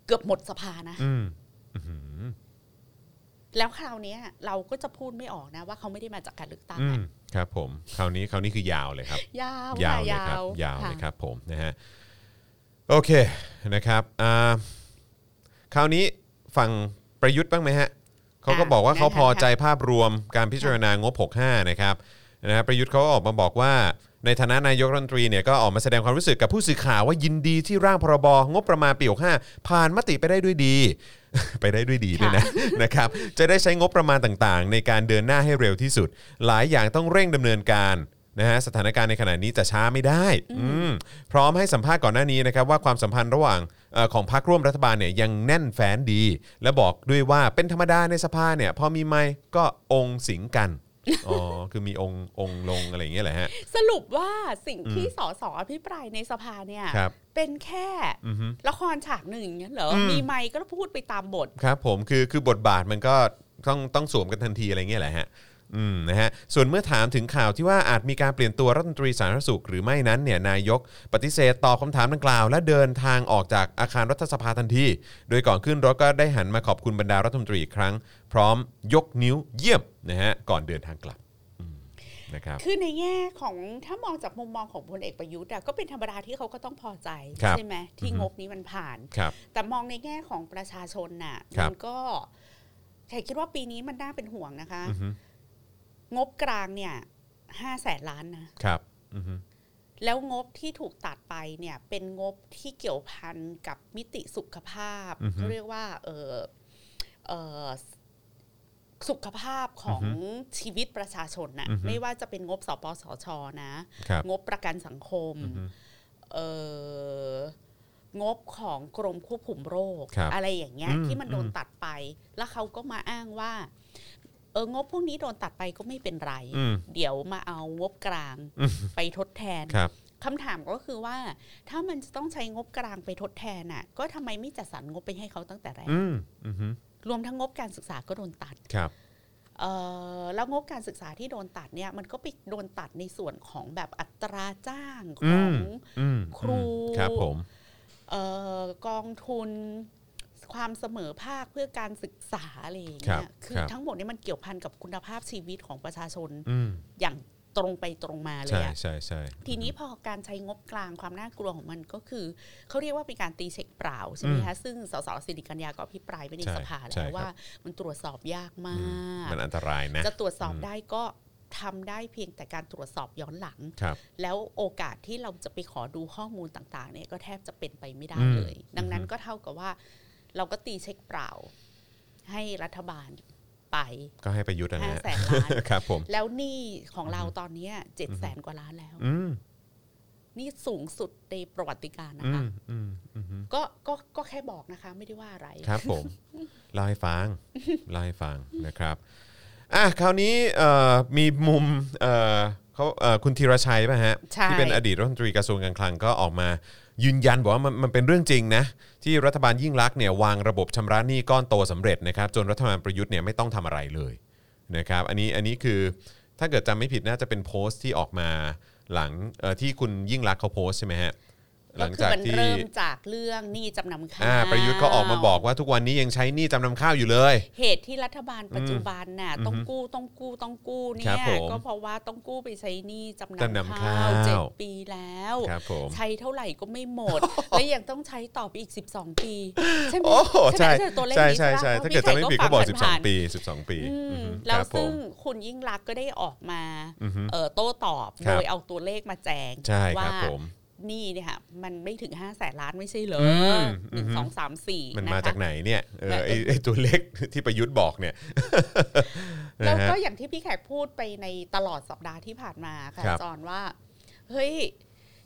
เกือบหมดสภานะ อืมอื้อหือ แล้วคราวเนี้ย เราก็จะพูดไม่ออกนะว่าเขาไม่ได้มาจากการเลือกตั้ง อื อะ มครับผม คราวนี้ คราวนี้คือยาวเลยครับ ยาวย าว ค่ะ เลยครับ ยาวเลยครับผมนะฮะโอเคนะครับอ่าคราวนี้ฝั่งประยุทธ์บ้างไหมฮะเขาก็บอกว่าเขาพอใจภาพรวมการพิจารณางบ 65 นะครับนะฮะประยุทธ์เขาก็ออกมาบอกว่า ในฐานะนายกรัฐมนตรีเนี่ยก็ออกมาแสดงความรู้สึกกับผู้สื่อข่าวว่ายินดีที่ร่างพรบงบประมาณปี65ผ่านมติไปได้ด้วยดี ไปได้ด้วยดีด้วยนะ นะครับ จะได้ใช้งบประมาณต่างๆ ในการเดินหน้าให้เร็วที่สุด หลายอย่างต้องเร่งดำเนินการนะฮะสถานการณ์ในขณะนี้จะช้าไม่ได้อืมพร้อมให้สัมภาษณ์ก่อนหน้านี้นะครับว่าความสัมพันธ์ระหว่างเอ่อของพรรคร่วมรัฐบาลเนี่ยยังแน่นแฟ้นดี และบอกด้วยว่าเป็นธรรมดาในสภาเนี่ยพอมีไม่ก็องค์สิงกันอ๋อ คือมีองค์องค์ลงอะไรอย่างเงี้ยแหละฮะ สรุปว่าสิ่งที่ อืม สสอภิปรายในสภาเนี่ย ครับ เป็นแค่ อือฮึ ละครฉากหนึ่งอย่างเงี้ยเหรอ อืม มีไมค์ก็พูดไปตามบท ครับผมคือคือบทบาทมันก็ต้องต้องสวมกันทันทีอะไรเงี้ยแหละฮะอืมนะฮะส่วนเมื่อถามถึงข่าวที่ว่าอาจมีการเปลี่ยนตัวรัฐมนตรีสาธารณสุขหรือไม่นั้นเนี่ยนายกปฏิเสธตอบคำถามดังกล่าว และเดินทางออกจากอาคารรัฐสภาทันที โดยก่อนขึ้นรถก็ได้หันมาขอบคุณบรรดารัฐมนตรีอีกครั้ง พร้อมยกนิ้วเยี่ยมนะฮะก่อนเดินทางกลับอืมนะครับ คือในแง่ของถ้ามองจากมุมมองของพลเอกประยุทธ์อะก็เป็นธรรมดาที่เขาก็ต้องพอใจ ครับ ใช่ไหมที่ อือฮึ งบนี้มันผ่าน ครับ แต่มองในแง่ของประชาชนน่ะ ครับ มันก็แขกคิดว่าปีนี้มันน่าเป็นห่วงนะคะ อือฮึ งบกลางเนี่ยห้าแสนล้านนะครับ อือฮึ แล้วงบที่ถูกตัดไปเนี่ย เป็นงบที่เกี่ยวพันกับมิติสุขภาพเขาเรียกว่า เออเออสุขภาพของชีวิตประชาชนน่ะไม่ว่าจะเป็นงบสปสชนะ ครับ งบประกันสังคม อือฮึ เอ่องบของกรมควบคุมโรค ครับ อะไรอย่างเงี้ย อืม ที่มันโดน อืม ตัดไป แล้วเขาก็มาอ้างว่าเอองบพวกนี้โดนตัดไปก็ไม่เป็นไร อืม เดี๋ยวมาเอางบกลาง อืม ไปทดแทน ครับ คำถามก็คือว่า ถ้ามันจะต้องใช้งบกลางไปทดแทนน่ะ ก็ทำไมไม่จัดสรรงบไปให้เขาตั้งแต่แรก อืมอือฮึ รวมทั้งงบการศึกษาก็โดนตัด ครับ เอ่อแล้วงบการศึกษาที่โดนตัดเนี่ย มันก็ไปโดนตัดในส่วนของแบบอัตราจ้างข อื อง มอืม ครู ครับผม เออกองทุนความเสมอภาคเพื่อการศึกษาอะไรอย่าง ครั เงี้ บ ยคือ ครับ ทั้งหมดนี้มันเกี่ยวพันกับคุณภาพชีวิตของประชาชน อืม อย่างตรงไปตรงมาเล ใช่ ยอะ ใช่ใช่ ทีนี้พอการใช้งบกลางความน่ากลัวของมันก็คือ เขาเรียกว่าเป็นการตีเช็คเปล่าใช่ไหมคะซึ่งสสสิริกัญญาก็พิปรายไปในสภาแล้วว่ามันตรวจสอบยากม อืม าก มันอันตรายนะ จะตรวจสอบ อืม ได้ก็ทำได้เพียงแต่การตรวจสอบย้อนหลัง ครับ แล้วโอกาสที่เราจะไปขอดูข้อมูลต่างๆเนี่ยก็แทบจะเป็นไปไม่ได้ อืม เลย ดังนั้น อือฮึ ก็เท่ากับว่า เราก็ตีเช็คเปล่า ให้รัฐบาลไป ก็ให้ประยุทธ์นะฮะ ห้าแสนล้าน ครับผม แล้วหนี้ของเรา อือฮึ ตอนเนี้ยเจ็ดแสนกว่าล้านแล้ว อืม หนี่สูงสุดในประวัติการนะ อื คะ มอืมอืมอืม ก็ก็ก็แค่บอกนะคะ ไม่ได้ว่าอะไร ครับผมเล่าให้ฟังเล่าให้ฟังนะครับอ่ะคราวนี้เอ่อมีมุมเอ่อเขาเอ่อคุณธีรชัยป่ะฮะ ใช่ ที่เป็นอดีตรัฐมนตรีกระทรวงการคลังก็ออกมา ยืนยันบอกว่ามันมันเป็นเรื่องจริงนะที่รัฐบาลยิ่งรักษณ์เนี่ยวางระบบชำระหนี้ก้อนโตสำเร็จนะครับจนรัฐบาลประยุทธ์เนี่ยไม่ต้องทำอะไรเลยนะครับอันนี้อันนี้คือถ้าเกิดจำไม่ผิดน่าจะเป็นโพสต์ที่ออกมาหลังเอ่อที่คุณยิ่งรักษณ์เขาโพสต์ใช่ไหมฮะห ก็ ลัง คือ จาก มัน ที่ เริ่มจากเรื่องหนี้จำนำข้าว อ่าประยุทธ์ก็ออกมาบอกว่าทุกวันนี้ยังใช้หนี้จำนำข้าวอยู่เลย เหตุที่รัฐบาลปัจจุบันน่ะต้องกู้ต้องกู้ต้องกู้เนี่ ครับ ย ผม ก็เพราะว่าต้องกู้ไปใช้หนี้จำจำนำ นำ ข้า ข้าว ว เจ็ดปีแล้ว ครับผม ใช้เท่าไหร่ก็ไม่หม ด และยังต้องใช้ต่อไปอีก 12 ปี ใช่ไหม โอ้โห ใช่ ใช่ ไหมตัวเลข ใช่ นี้ ใช่ ปะ ใช่ พระ ถ้าเกิดจำไม่ผิดก็บอก ผ่าน12ๆปี 12 ปี อืม อือฮึ แล้ คว รับผ ซึ่ง ม คุณยิ่งรักษณ์ก็ได้ออกมา อือฮึ เอ่อโต้ตอบ ครั โด บ ยเอาตัวเลขมาแจง ใช่ค ว่า รับผม นี่เนี่ยค่ะมันไม่ถึง5้าแสนล้านไม่ใช่เหรอ อืม หนึ่ง อือฮึ สองสามสี่ มัน นะ มา คะ จากไหนเนี่ยเออ และ ไอ้ไอ้ตัวเลข ที่ประยุทธ์บอกเนี่ย แล้ว นะฮะ ก็อย่างที่พี่แขกพูดไปในตลอดสัปดาห์ที่ผ่านมาค่ะ ครับ จอนว่า เฮ้ย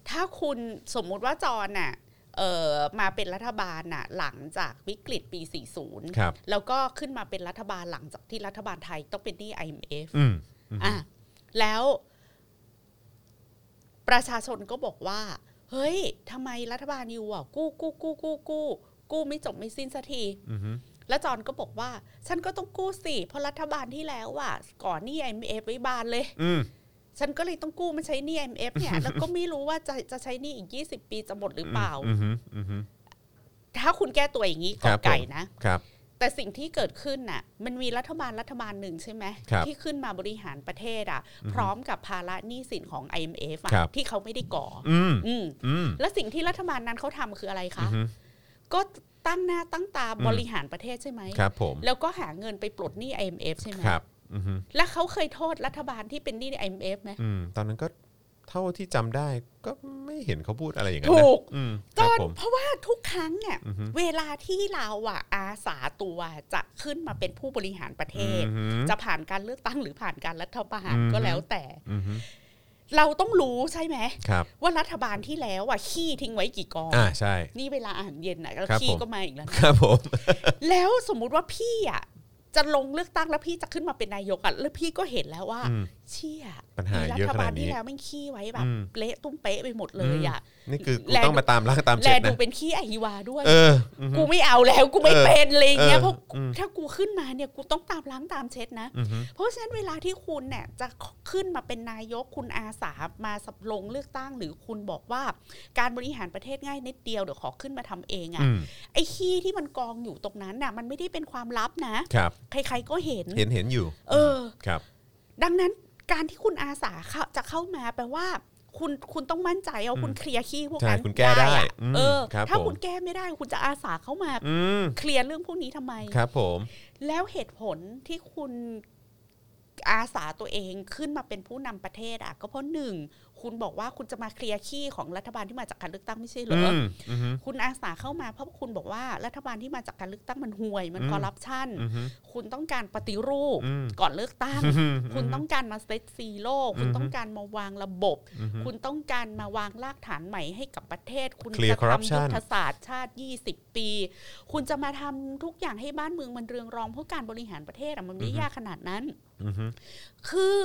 ถ้าคุณสมมุติว่าจอนน่ะเออมาเป็นรัฐบาลน่ะหลังจากวิกฤตปี ครับ 40 แล้วก็ขึ้นมาเป็นรัฐบาลหลังจากที่รัฐบาลไทยต้องเป็นหนี้ IMF อืมอืม อ่ะแล้วประชาชนก็บอกว่า เฮ้ยทำไมรัฐบาลยูอ่ะกู้กู้กู้กู้กู้กู้ไม่จบไม่สิ้นสักที อือฮึ แล้วจอนก็บอกว่า ฉันก็ต้องกู้สิ เพราะรัฐบาลที่แล้วอ่ะก่อนหนี้ IMF ไว้บานเลย อืม ฉันก็เลยต้องกู้มาใช้หนี้ IMF เนี่ย แล้วก็ไม่รู้ว่าจะจะใช้หนี้อีก 20 ปีจะหมดหรือเปล่า อือฮึอือฮึ ถ้าคุณแก้ตัวอย่างนี้ ค ก็ รับผม ไก่นะ ครับ แต่สิ่งที่เกิดขึ้นน่ะ มันมีรัฐบาลรัฐบาลหนึ่งใช่ไหม ครับ ที่ขึ้นมาบริหารประเทศอ่ะ พร้อมกับภาระหนี้สินของ IMF อ่ะ ครับ ที่เขาไม่ได้ก่ออ อืม อืม อืม แล้วสิ่งที่รัฐบาลนั้นเขาทำคืออะไร อื คะ อฮึ ก็ตั้งหน้าตั้งตาบริหารประเทศใช่ไหม ครับผม แล้วก็หาเงินไปปลดหนี้ IMF ใช่ไหม ครับอือฮึ แล้วเขาเคยโทษรัฐบาลที่เป็นหนี้ IMF ไหม อืมตอนนั้นก็เท่าที่จำได้ก็ไม่เห็นเขาพูดอะไรอย่างนั้น ถู นะ ก อืมค ก็ รับผม เพราะว่าทุกครั้งเนี่ย อือฮึ เวลาที่เราอะอาสาตัวจะขึ้นมาเป็นผู้บริหารประเท อื ศ อฮึ จะผ่านการเลือกตั้งหรือผ่านการรัฐประหาร อืม ก็แล้วแต่ อือฮึ เราต้องรู้ใช่ไหม ครับ ว่ารัฐบาลที่แล้วอะขี้ทิ้งไว้กี่กอง อ่าใช่ นี่เวลาอาหารเย็นอะแล้ว ครับ ขี้ ผม ก็มาอีกแล้วนะครับ ผม แล้วสมมุติว่าพี่อะจะลงเลือกตั้งแล้วพี่จะขึ้นมาเป็นนายกอะแล้วพี่ก็เห็นแล้วว่า อืม เชี่ย ปัญหาเยอะ รัฐ ข บา นา ล ดนี้ ที่แล้วไม่งขี้ไว้แบ อื บ ม เละตุ้มเป๊ะไปหมดเลยอะ นี่คือกู แล ต้อง ดู มาตามล่างตาม แล เช็ด ดู นะ เป็นขี้อหิวาด้วย เอออือฮึ กูไม่เอาแล้วกูไม่ เออ เป็นอะไรอย่างเงี้ย เออ เพราะ อืม ถ้ากูขึ้นมาเนี่ยกูต้องตามล้างตามเช็ดนะ อือฮึ เพราะฉะนั้นเวลาที่คุณเนี่ยจะขึ้นมาเป็นนายกคุณอาสามาสับลงเลือกตั้ง หรือคุณบอกว่าการบริหารประเทศง่ายนิดเดียวเดี๋ยวขอขึ้นมาทำเองอะ่ะ อืม ไอ้ขี้ที่มันกองอยู่ตรงนั้นน่ะมันไม่ได้เป็นความลับนะ ครับ ใครๆก็เห็น เห็นเห็นอยู่ เออ ครับ ดังนั้นการที่คุณอาสาเข้าจะเข้ามาแปลว่า คุณคุณต้องมั่นใจเอาคุณเคลียร์ขี้พวก ใช่ นั้น คุณแก้ได้ อะ อืม เออ ครับ ถ้า ผม คุณแก้ไม่ได้ คุณจะอาสาเข้ามา อืม เคลียร์เรื่องพวกนี้ทำไม ครับผม แล้วเหตุผลที่คุณอาสาตัวเองขึ้นมาเป็นผู้นำประเทศอ่ะ ก็เพราะหนึ่งคุณบอกว่าคุณจะมาเคลียร์ขี้ของรัฐบาลที่มาจากการเลือกตั้งไม่ใช่เหรออ มอือฮึ คุณอาสาเข้ามาเพราะคุณบอกว่ารัฐบาลที่มาจากการเลือกตั้งมันห่วย มัน อืม คอร์รัปชัน อือฮึ คุณต้องการปฏิรูป อืม ก่อนเลือกตั้ง อือฮึ คุณต้องการมาเซตซีโร่คุณ อือฮึ ต้องการมาวางระบบ อือฮึ คุณต้องการมาวางรากฐานใหม่ให้กับประเทศ คุณ Clear จะทำ corruption ยุทธศาสตร์ชาติ 20 ปี คุณจะมาทำทุกอย่างให้บ้านเมืองมันเรืองรองเพราะการบริหารประเทศอะมันไม่ได้ยากขนาดนั้น อือฮึ คือ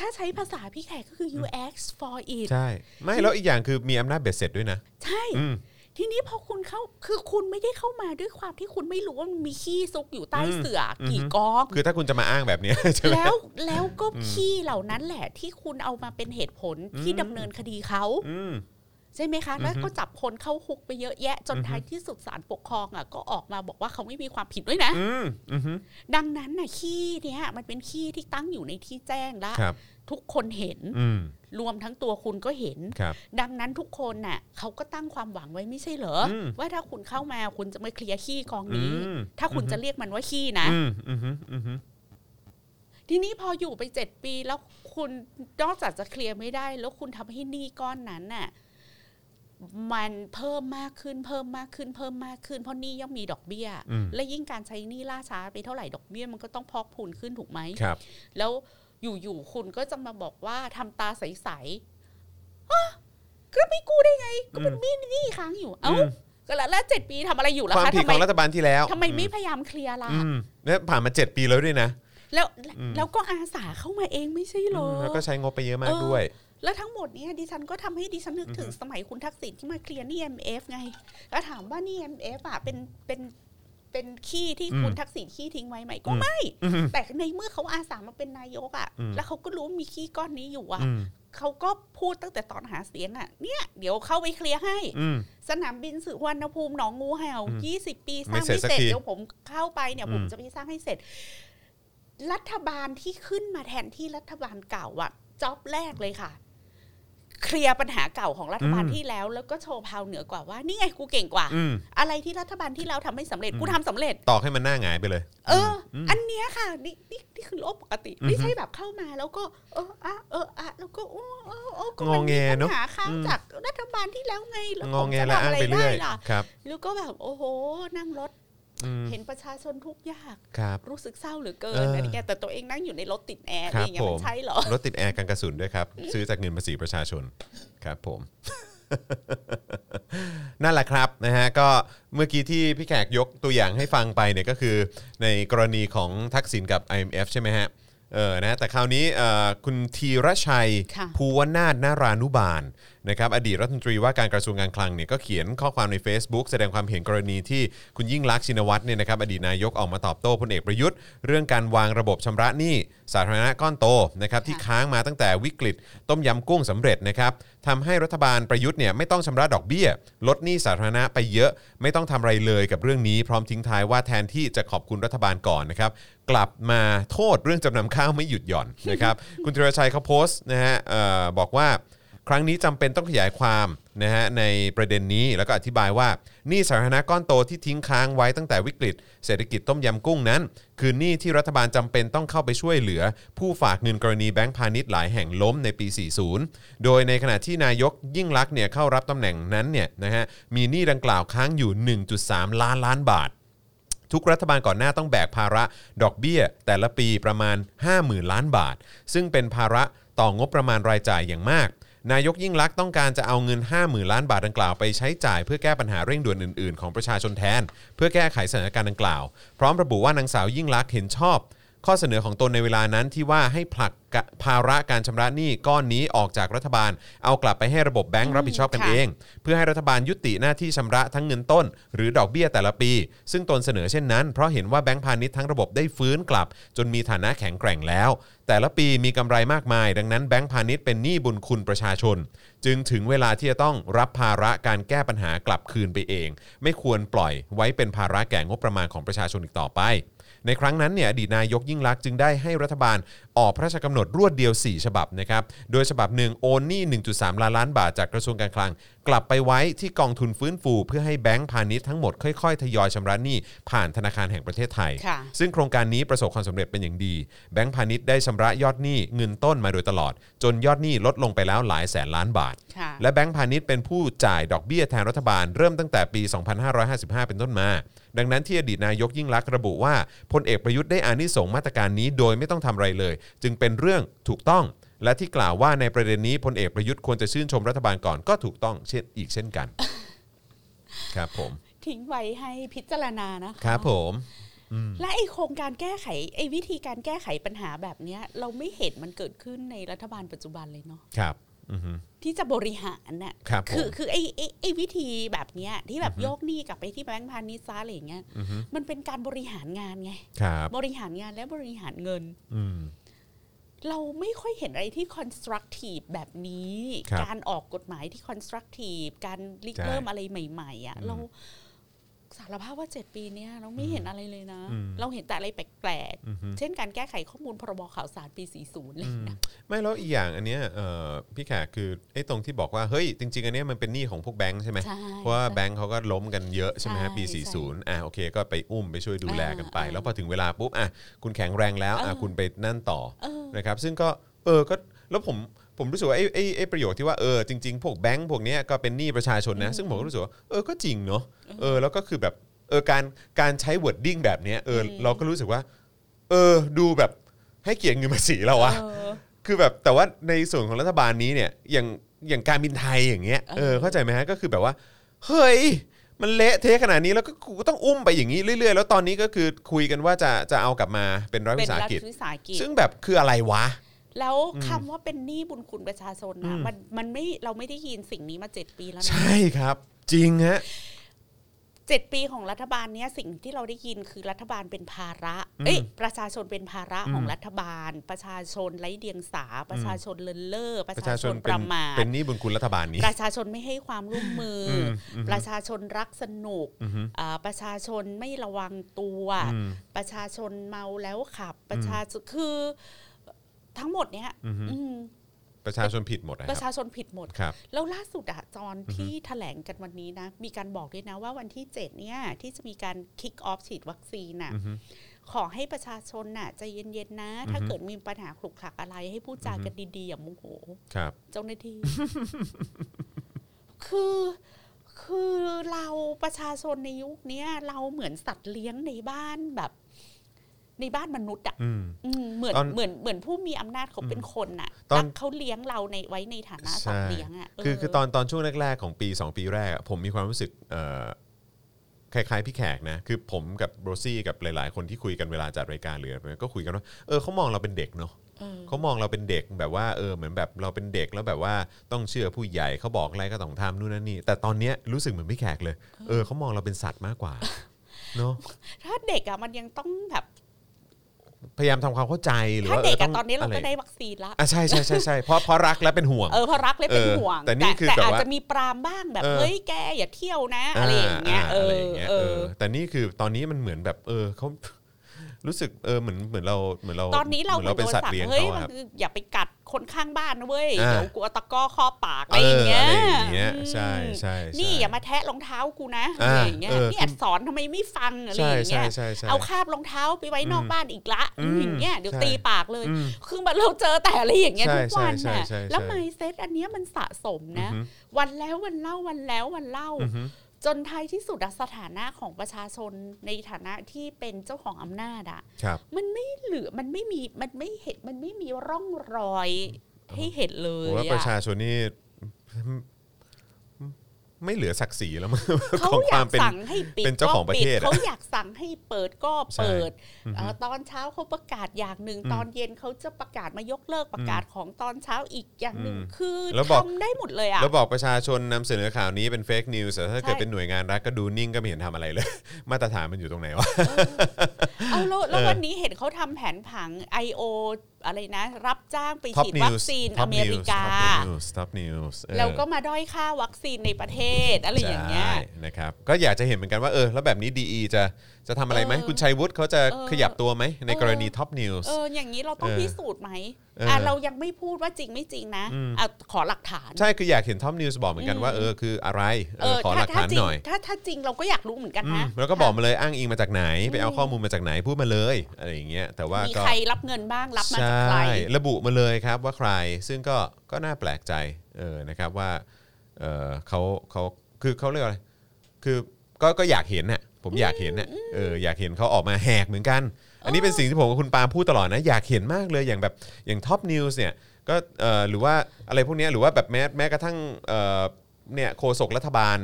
ถ้าใช้ภาษาพี่แขกก็คือ you ask for it ใช่ ไม่แล้วอีกอย่างคือมีอำนาจเบ็ดเสร็จด้วยนะ ใช่ อืม ทีนี้พอคุณเข้าคือคุณไม่ได้เข้ามาด้วยความที่คุณไม่รู้ว่ามันมีขี้ซุกอยู่ใต้ อืม เสื่ออ อ กี่ ฮึ กอง คือถ้าคุณจะมาอ้างแบบเนี้ย ใช่ไหม แล้วแล้วก็ขี้เหล่านั้นแหละ ที่คุณเอามาเป็นเหตุผลที่ดำเนินคดีเขา อืม ใช่ไหมคะ อือฮึ แล้วก็จับคนเข้าคุกไปเยอะแยะ จน อือฮึ ท้ายที่สุดศาลปกครองอ่ะก็ออกมาบอกว่าเขาไม่มีความผิดด้วยนะ อืมอือฮึ ดังนั้นน่ะขี้เนี่ยมันเป็นขี้ที่ตั้งอยู่ในที่แจ้งและ ครับ ทุกคนเห็น อืม รวมทั้งตัวคุณก็เห็น ครับ ดังนั้นทุกคนน่ะเขาก็ตั้งความหวังไว้ไม่ใช่เหรออ ม ว่าถ้าคุณเข้ามาคุณจะมาเคลียร์ขี้กอง อื นี้ ม ถ้าคุณจะเรียกมันว่าขี้นะ อืมอือฮึอือฮึ ทีนี้พออยู่ไปเจ็ดปีแล้วคุณนอกจากจะเคลียร์ไม่ได้ แล้วคุณทำให้หนี้ก้อนนั้นน่ะมันเพิ่มมากขึ้นเพิ่มมากขึ้นเพิ่มมากขึ้นเพราะหนี้ย่อมมีดอกเบี้ย อืม และยิ่งการใช้หนี้ล่าช้าไปเท่าไหร่ดอกเบี้ยมันก็ต้องพอกพูนขึ้นถูกไหม ครับ แล้วอยู่ๆคุณก็จะมาบอกว่าทำตาใสๆอ๋อก็ไม่กู้ได้ไง ก็เป็นหนี้หนี้ค้างอยู่ เอ้า อืม ก็แล้วแล้วเจ็ดปีทำอะไรอยู่ล่ะ ความ คะ ผิดขทำไม องรัฐบาลที่แล้ว ทำไมไม่พยายามเคลียร์ล่ะ อืมเนี่ยผ่านมาเจ็ดปีแล้วด้วยนะ แล้วแล้วก็อาสาเข้ามาเองไม่ใช่เหรอ อืมแล้วก็ใช้งบไปเยอะมา เอก อ ด้วย และทั้งหมดเนี้ดิฉันก็ทำให้ดิฉันนึกถึงสมัยคุณทักษิณที่มาเคลียร์หนี่ MF ไง แล้วถามว่าหนี่ MF อ่ะเป็นเป็นเป็นขี้ที่ อืม คุณทักษิณขี้ทิ้งไว้ไหมก็ อืม ไม่ อืม แต่ในเมื่อเขาอาสามาเป็นนายกอ่ะ อืม แล้วเขาก็รู้ว่ามีขี้ก้อนนี้อยู่อ่ะ อืม เขาก็พูดตั้งแต่ตอนหาเสียงอ่ะเนี่ยเดี๋ยวเข้าไปเคลียร์ให้ อืม สนามบินสุวรรณภูมิหนองงูเห่า อืม 20 ปีส ไม่ ร้าง เสร็จ ไม่ สัก เสร็จ ที เดี๋ยวผมเข้าไปเนี่ย อืม ผมจะไปสร้างให้เสร็จ รัฐบาลที่ขึ้นมาแทนที่รัฐบาลเก่าอะจ็อบแรกเลยค่ะ เคลียร์ปัญหาเก่าของรัฐบาลที่แล้ว แล้วก็โชว์พาวเหนือกว่าว่า นี่ไงกูเก่งกว่า อืม อะไรที่รัฐบาลที่แล้วทำไม่สำเร็จ อืม กูทำสำเร็จ ตอกให้มันหน้าหงายไปเลย เอออ ม อันเนี้ยค่ะนี่นี่นี่คือโลกปกติ อือฮึ ไม่ใช่แบบเข้ามาแล้วก็ เอออะเอออะแล้วก็โอ้โอ้โอ้ก็มัน งอแง มี เน ปั อะ ญหาค้าง อืม จากรัฐบาลที่แล้วไงแล้ว ง ผ อ ม แง จะ และ ทำ อ้างอะไร ไป ได้ เรื่อย ล่ะ ครับ แล้วก็แบบโอ้โห นั่งรถ อืม เห็นประชาชนทุกข์ยาก ครับ รู้สึกเศร้าเหลือเกิน เอออ อะไรเงี้ยแต่ตัวเองนั่งอยู่ในรถติดแอร์อะ ครั ไร บ เงี้ยมั ผม นใช่เหรอ รถติดแอร์กันกระสุนด้วยครับ ซื้อจากเงินภาษีประชาชนครับผม นั่นแหละครับนะฮะก็เมื่อกี้ที่พี่แขกยกตัวอย่างให้ฟังไปเนี่ยก็คือ ในกรณีของทักษิณกับ IMF ใช่ไหมฮะเออนะแต่คราวนี้เอ่อคุณธีรชัย ค่ะ ภูวนาถนารานุบาลนะครับอดีตรัฐมนตรีว่าการกระทรวงการคลังเนี่ยก็เขียนข้อความใน Facebook แสดงความเห็นกรณีที่คุณยิ่งลักษณ์ชินวัตรเนี่ยนะครับอดีตนายกออกมาตอบโต้พลเอกประยุทธ์ เรื่องการวางระบบชำระหนี้สาธารณะก้อนโตนะครับที่ค้างมาตั้งแต่วิกฤต ต้มยำกุ้งสำเร็จนะครับทำให้รัฐบาลประยุทธ์เนี่ยไม่ต้องชำระดอกเบี้ย ลดหนี้สาธารณะไปเยอะ ไม่ต้องทำอะไรเลยกับเรื่องนี้พร้อมทิ้งท้ายว่าแทนที่จะขอบคุณรัฐบาลก่อนนะครับ กลับมาโทษเรื่องจำนำข้าวไม่หยุดหย่อน นะครับ คุณธีรชัยเขาโพสต์นะฮะเอ่อบอกว่าครั้งนี้จำเป็นต้องขยายความนะฮะในประเด็นนี้แล้วก็อธิบายว่าหนี้สาธารณะก้อนโตที่ทิ้งค้างไว้ตั้งแต่วิกฤต เศรษฐกิจต้มยำกุ้งนั้น คือหนี้ที่รัฐบาลจำเป็นต้องเข้าไปช่วยเหลือ ผู้ฝากเงินกรณีแบงก์พาณิชย์หลายแห่งล้มในปี 40 โดยในขณะที่นายกยิ่งลักษณ์เนี่ยเข้ารับตำแหน่งนั้นเนี่ยนะฮะมีหนี้ดังกล่าวค้างอยู่ 1.3 ล้านล้านบาท ทุกรัฐบาลก่อนหน้าต้องแบกภาระดอกเบี้ย แต่ละปีประมาณ 50,000 ล้านบาท ซึ่งเป็นภาระต่องบประมาณรายจ่ายอย่างมาก นายกยิ่งลักษณ์ต้องการจะเอาเงิน 50,000 ล้านบาทดังกล่าวไปใช้จ่ายเพื่อแก้ปัญหาเร่งด่วนอื่นๆ ของประชาชนแทน เพื่อแก้ไขสถานการณ์ดังกล่าว พร้อมระบุว่านางสาวยิ่งลักษณ์เห็นชอบ ข้อเสนอของตนในเวลานั้นที่ว่าให้ผลักกะภาระการชำระหนี้ก้อนนี้ออกจากรัฐบาล เอากลับไปให้ระบบแบงค์รับผิดชอบกัน ค่ะ เอง เพื่อให้รัฐบาลยุติหน้าที่ชำระทั้งเงินต้น หรือดอกเบี้ยแต่ละปี ซึ่งตนเสนอเช่นนั้น เพราะเห็นว่าแบงก์พาณิชย์ทั้งระบบได้ฟื้นกลับ จนมีฐานะแข็งแกร่งแล้ว แต่ละปีมีกำไรมากมาย ดังนั้นแบงก์พาณิชย์เป็นหนี้บุญคุณประชาชน จึงถึงเวลาที่จะต้องรับภาระการแก้ปัญหากลับคืนไปเอง ไม่ควรปล่อยไว้เป็นภาระแก่งบประมาณของประชาชนอีกต่อไป ในครั้งนั้นเนี่ยอดีตนายกยิ่งลักษณ์จึงได้ให้รัฐบาลออกพระราชกำหนดรวดเดียว 4 ฉบับนะครับ โดยฉบับหนึ่งโอนหนี้ 1.3 ล้านล้านบาทจากกระทรวงการคลัง กลับไปไว้ที่กองทุนฟื้นฟู เพื่อให้แบงก์พาณิชย์ทั้งหมดค่อยๆ ทยอยชำระหนี้ผ่านธนาคารแห่งประเทศไทย ค่ะ ซึ่งโครงการนี้ประสบความสำเร็จเป็นอย่างดี แบงก์พาณิชย์ได้ชำระยอดหนี้เงินต้นมาโดยตลอด จนยอดหนี้ลดลงไปแล้วหลายแสนล้านบาท ค่ะ และแบงก์พาณิชย์เป็นผู้จ่ายดอกเบี้ยแทนรัฐบาลเริ่มตั้งแต่ปี 2555 เป็นต้นมา ดังนั้นที่อดีตนายกยิ่งลักษณ์ระบุว่าพลเอกประยุทธ์ได้อานิสงส์มาตรการนี้โดยไม่ต้องทำอะไรเลย จึงเป็นเรื่องถูกต้อง และที่กล่าวว่าในประเด็นนี้พลเอกประยุทธ์ควรจะชื่นชมรัฐบาลก่อนก็ถูกต้องเช่นอีกเช่นกัน ครับผม ทิ้งไว้ให้พิจารณานะะ ครับผม และไอโครงการแก้ไขไอวิธีการแก้ไขปัญหาแบบเนี้ย เราไม่เห็นมันเกิดขึ้นในรัฐบาลปัจจุบันเลยเนาะ ครับอือฮึ ที่จะบริหารน่ะ ครับผม อคือไอไอ้ไอวิธีแบบเนี้ยที่แบบโยกหนี้กลับไปที่แบงก์พาณิชย์ซะอะไรอย่างเงี้ย อือฮึ มันเป็นการบริหารงานไง ครับ บริหารงานและบริหารเงิน อืม เราไม่ค่อยเห็นอะไรที่ constructive แบบนี้ ครับ การออกกฎหมายที่ constructive การริ ใช่ เริ่มอะไรใหม่ๆอ่ะ อืม เราสารภาพว่าเจ็ดปีเนี้ยเราไม่เห็นอะไรเลยนะ อืม เราเห็นแต่อะไรแปลก อือฮึ ๆ เช่นการแก้ไขข้อมูลพรบข่าวสารปี 40อะไรอย่างเลยนะ ไม่แล้วอีกอย่างอันเนี้ยเอ่อพี่แขกคือไอ้ตรงที่บอกว่าเฮ้ยจริง ๆ อันเนี้ยมันเป็นหนี้ของพวกแบงค์ใช่ไหม ใช่ เพราะว่าแบงค์เขาก็ล้มกันเยอะใช่ไหมฮะปี ใช่ 40 อ่ะโอเคก็ไปอุ้มไปช่วยดูแลกันไป อ่า แล้วพอถึงเวลาปุ๊บอ่ะคุณแข็งแรงแล้วอ่ะ เออ คุณไปนั่นต่อ เออ นะครับซึ่งก็เออก็แล้วผมผมรู้สึกว่าไอ้ไอ้ไอ้ประโยคที่ว่าเออจริง ๆ พวกแบงค์พวกเนี้ยก็เป็นหนี้ประชาชนนะ ซึ่งผมก็รู้สึกว่าเออก็จริงเนาะเออแล้วก็คือแบบเออการการใช้ wording แบบเนี้ยเอออ ม เราก็รู้สึกว่า เออดูแบบให้เกียรติเงินภาษีเราอะ เออ คือแบบแต่ว่าในส่วนของรัฐบาลนี้เนี่ยอย่างอย่างการบินไทยอย่างเงี้ยเอ เอ อ อ เข้าใจไหมฮะก็คือแบบว่า เฮ้ย มันเละเทะขนาดนี้แล้วก็กูก็ต้องอุ้มไปอย่างนี้เรื่อย ๆ แล้วตอนนี้ก็คือคุยกันว่าจะจะเอากลับมาเป็นรัฐ เป็ วิ น สาห รัฐ กิจ วิสาหกิจ ซึ่งแบบคืออะไรวะ แล้วคำว่าเป็นหนี้บุญคุณประชาชนนะ อืม มันมันไม่เราไม่ได้ยินสิ่งนี้มาเจ็ดปีแล้วนะ ใช่ครับ จริงฮะ เจ็ดปีของรัฐบาลเนี้ยสิ่งที่เราได้ยินคือรัฐบาลเป็นภาระ เอ้ย อืม ประชาชนเป็นภาระของ อืม รัฐบาล ประชาชนไร้เดียงสา ประชาชนเลินเล่อป ประ ระชาชชาช น น เป็นประมาท เป็นหนี้บุญคุณรัฐบาลนี้ ประชาชนไม่ให้ความร่วมมืออ มอืม ประชาชนรักสนุก อือฮึ อ่าประชาชนไม่ระวังตัว อืม ประชาชนเมาแล้วขับ ประชาชนคือทั้งหมดเนี้ย อือฮึ อืม ประชาชนผิดหมดนะ ปครัระบ ชาชนผิดหมด ครับ แล้วล่าสุดอะจอนที่แถลงกันวันนี้นะ มีการบอกด้วยนะว่าวันที่ 7 เนี่ย ที่จะมีการคิกออฟฉีดวัคซีนน่ะ อือฮึ ขอให้ประชาชนน่ะใจเย็นๆนะ ถ้าเกิดมีปัญหาขลุกขลักอะไร ให้พูดจากันดีๆ อย่าโมโห ครับ เจ้าหน้าที่ คือคือเราประชาชนในยุคเนี้ยเราเหมือนสัตว์เลี้ยงในบ้านแบบ ในบ้านมนุษย์อะ อืม อืมเหมือน ตอน เหมือนเหมือนผู้มีอำนาจเขาเป็นคนน่ะ ตอน รักเขาเลี้ยงเราในไว้ในฐานะสัตว์เลี้ยงอะ คือ เ คือตอนตอนช่วงแรก ๆ ของปี 2 ปีแรกอะผมมีความรู้สึกเอ่อคล้ายๆพี่แขกนะ คือผมกับโรซี่กับหลาย ๆ คนที่คุยกันเวลาจัดรายการเรือไปก็คุยกันว่าเออเขามองเราเป็นเด็กเนาะ เออ เขามองเราเป็นเด็กแบบว่าเออเหมือนแบบเราเป็นเด็กแล้วแบบว่าต้องเชื่อผู้ใหญ่เขาบอกอะไรก็ต้องทำนู่นนั่นนี่แต่ตอนเนี้ยรู้สึกเหมือนพี่แขกเลยเออเขามองเราเป็นสัตว์มากกว่าเนาะ ถ้าเด็กอะมันยังต้องแบบ พยายามทำความเข้าใจหรือ ถ้า ว่า เด็ก ต้ อะ ง ตอนนี้เรา ะ ก็ ไร ได้วัคซีนละ อ่ะใช่ใช่ใช่ใช่เพราะเพราะรักและเป็นห่วง เออเพราะรักเลยเป็น เออ ห่วง แต่นี่คือแบบ อาจ ว่า จะมีปรามบ้างแบบ เออ เฮ้ยแกอย่าเที่ยวนะอะไรอย่างเงี้ยเอ ไร อ อย่างเงี้ย เอ เอ อ อแต่นี่คือตอนนี้มันเหมือนแบบ เออ เขา รู้สึกเออเหมือนเหมือนเราเหมือนเรา ตอนนี้เรา หมืเราเป็นสัตว์เลี้ยง เฮ้ย เขาอะครับมันคืออย่าไปกัดคนข้างบ้านนะเว้ย อ่า เดี๋ยวกลัวตะกร้อครอบปากอะ เอ ไรอ อย่าง เงี้ย อะไรอย่างเงี้ยใช่ อืม ใช่ใช่ นี่อย่ามาแทะรองเท้ากูนะ อ่า อะไรอย่างเงี้ย เออ นี่อัดสอนทำไมไม่ฟังอะไร ใช่ อย่าง ใช่ เงี้ย ใช่ใช่ เอาคาบรองเท้าไปไว้นอก อืม บ้านอีกละ อืม อย่างเงี้ยเดี๋ยว ใช่ ตีปากเลย อืม คือแบบเราเจอแต่อะไรอย่างเงี้ย ใช่ ทุกวัน ใช่ น่ะ ใช่ใช่ แล้ว ใช่ ไมเซ็ตอันเนี้ยมันสะสมนะ อือฮึ วันแล้ววันเล่าวันแล้ววันเล่า อือฮึ จนท้ายที่สุดอะสถานะของประชาชนในฐานะที่เป็นเจ้าของอำนาจอะ ครับ มันไม่เหลือมันไม่มีมันไม่เห็นมันไม่มีร่องรอยให้เห็นเล ผ ย มว่าประ อะ ชาชนนี่ไม่เหลือศักดิ์ศรีแล้วมั้ง เขา ของ อยาคาวก มเป็น สั่งให้ปิด เป็นเจ้าของประเทศอะ ก็ปิดเขาอยากสั่งให้เปิดก็เปิด อือฮึ เอ่อตอนเช้าเขาประกาศอย่างหนึ่ง อืม ตอนเย็นเขาจะประกาศมายกเลิกประกาศของตอนเช้าอีกอย่างหนึ่ง อืม คือ แล้วบอก ทำได้หมดเลยอะ แล้วบอกประชาชนนำเสนอข่าวนี้เป็นเฟกนิวส์แต่ถ้าเกิด ใช่ เป็นหน่วยงานรัฐก็ดูนิ่งก็ไม่เห็นทำอะไรเลย มาตรฐานมันอยู่ตรงไหนวะ เอาแล้วแล้ว เออ วันนี้เห็นเขาทำแผนผัง I.O. อะไรนะ รับจ้างไปฉีด Top วัค News ซีน Top อเมริกา News Top News เออ แล้วก็มาด้อยค่าวัคซีนในประเทศ อะไรอย่างเงี้ย ใช่นะครับก็อยากจะเห็นเหมือนกันว่าเออแล้วแบบนี้ดีจะจะทำอะไรไหม เออ คุณชัยวุฒิเขาจะ เออ ขยับตัวไหมใน เออ กรณีท็อปนิวส์ เอออย่างนี้เราต้อง เออ พิสูจน์ไหม เอออ่ อ่ะเรายังไม่พูดว่าจริงไม่จริงนะ อืม อ่ะขอหลักฐาน ใช่ คืออยากเห็นท็อปนิวส์บอกเหมือนกัน อืม ว่าเออคืออะไรเอ เอ อ อ ขอห ถ้า ลัก ถ้า ฐาน จหริง น่อย ถ้าถ้าจริงเราก็อยากรู้เหมือนกัน อืม นะ แล้วก็บอกมาเลยอ้างอิงมาจากไหน ไปเอาข้อมูลมาจากไหนพูดมาเลยอะไรอย่างเงี้ยแต่ว่า มี ก็ ใครรับเงินบ้างรับมาจากใคร ช่ระบุมาเลยครับว่าใครซึ่งก็ก็น่าแปลกใจเออนะครับว่าเออเขาเขาคือเขาเรียกว่าอะไรคือก็ก็อยากเห็นน่ะผมอยากเห็นน่ะเอออยากเห็นเขาออกมาแหกเหมือนกัน อันนี้เป็นสิ่งที่ผมกับคุณปาล์มพูดตลอดนะ อยากเห็นมากเลยอย่างแบบอย่างท็อปนิวส์เนี่ยก็เอ่อหรือว่าอะไรพวกเนี้ยหรือว่าแบบแม้แม้กระทั่งเอ่อเนี่ยโฆษกรัฐบาล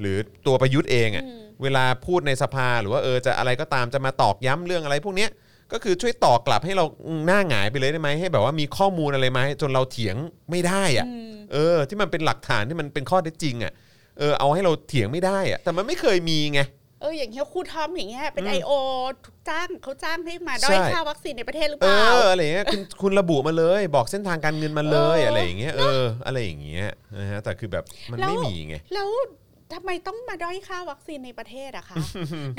หรือตัวประยุทธ์เองอะ่ะเวลาพูดในสภาหรือว่าเออจะอะไรก็ตามจะมาตอกย้ำเรื่องอะไรพวกเนี้ยก็คือช่วยตอกกลับให้เราหน้าหงายไปเลยได้ไหมให้แบบว่ามีข้อมูลอะไรไหมาให้จนเราเถียงไม่ได้อะ่ะเออที่มันเป็นหลักฐานที่มันเป็นข้อเท็จจริงอะ่ะเออเอาให้เราเถียงไม่ได้อะ่ะแต่มันไม่เคยมีไง เอออย่างเงี้ยครูทอมอย่างเงี้ยเป็น อืม I.O. ถูกจ้างเขาจ้างให้มาด้อย ใช่ ค่าวัคซีนในประเทศหรือ เอ เปล่า ออะไรอย่างเงี้ยคุณคุณระบุมาเลย บอกเส้นทางการเงินมาเลย เอออ อะไรอย่างเงี้ยเอออะไรอย่างเงี้ยนะฮะแต่คือแบบมัน แล้ว ไม่มีไง แล้วทำไมต้องมาด้อยค่าวัคซีนในประเทศ อะคะ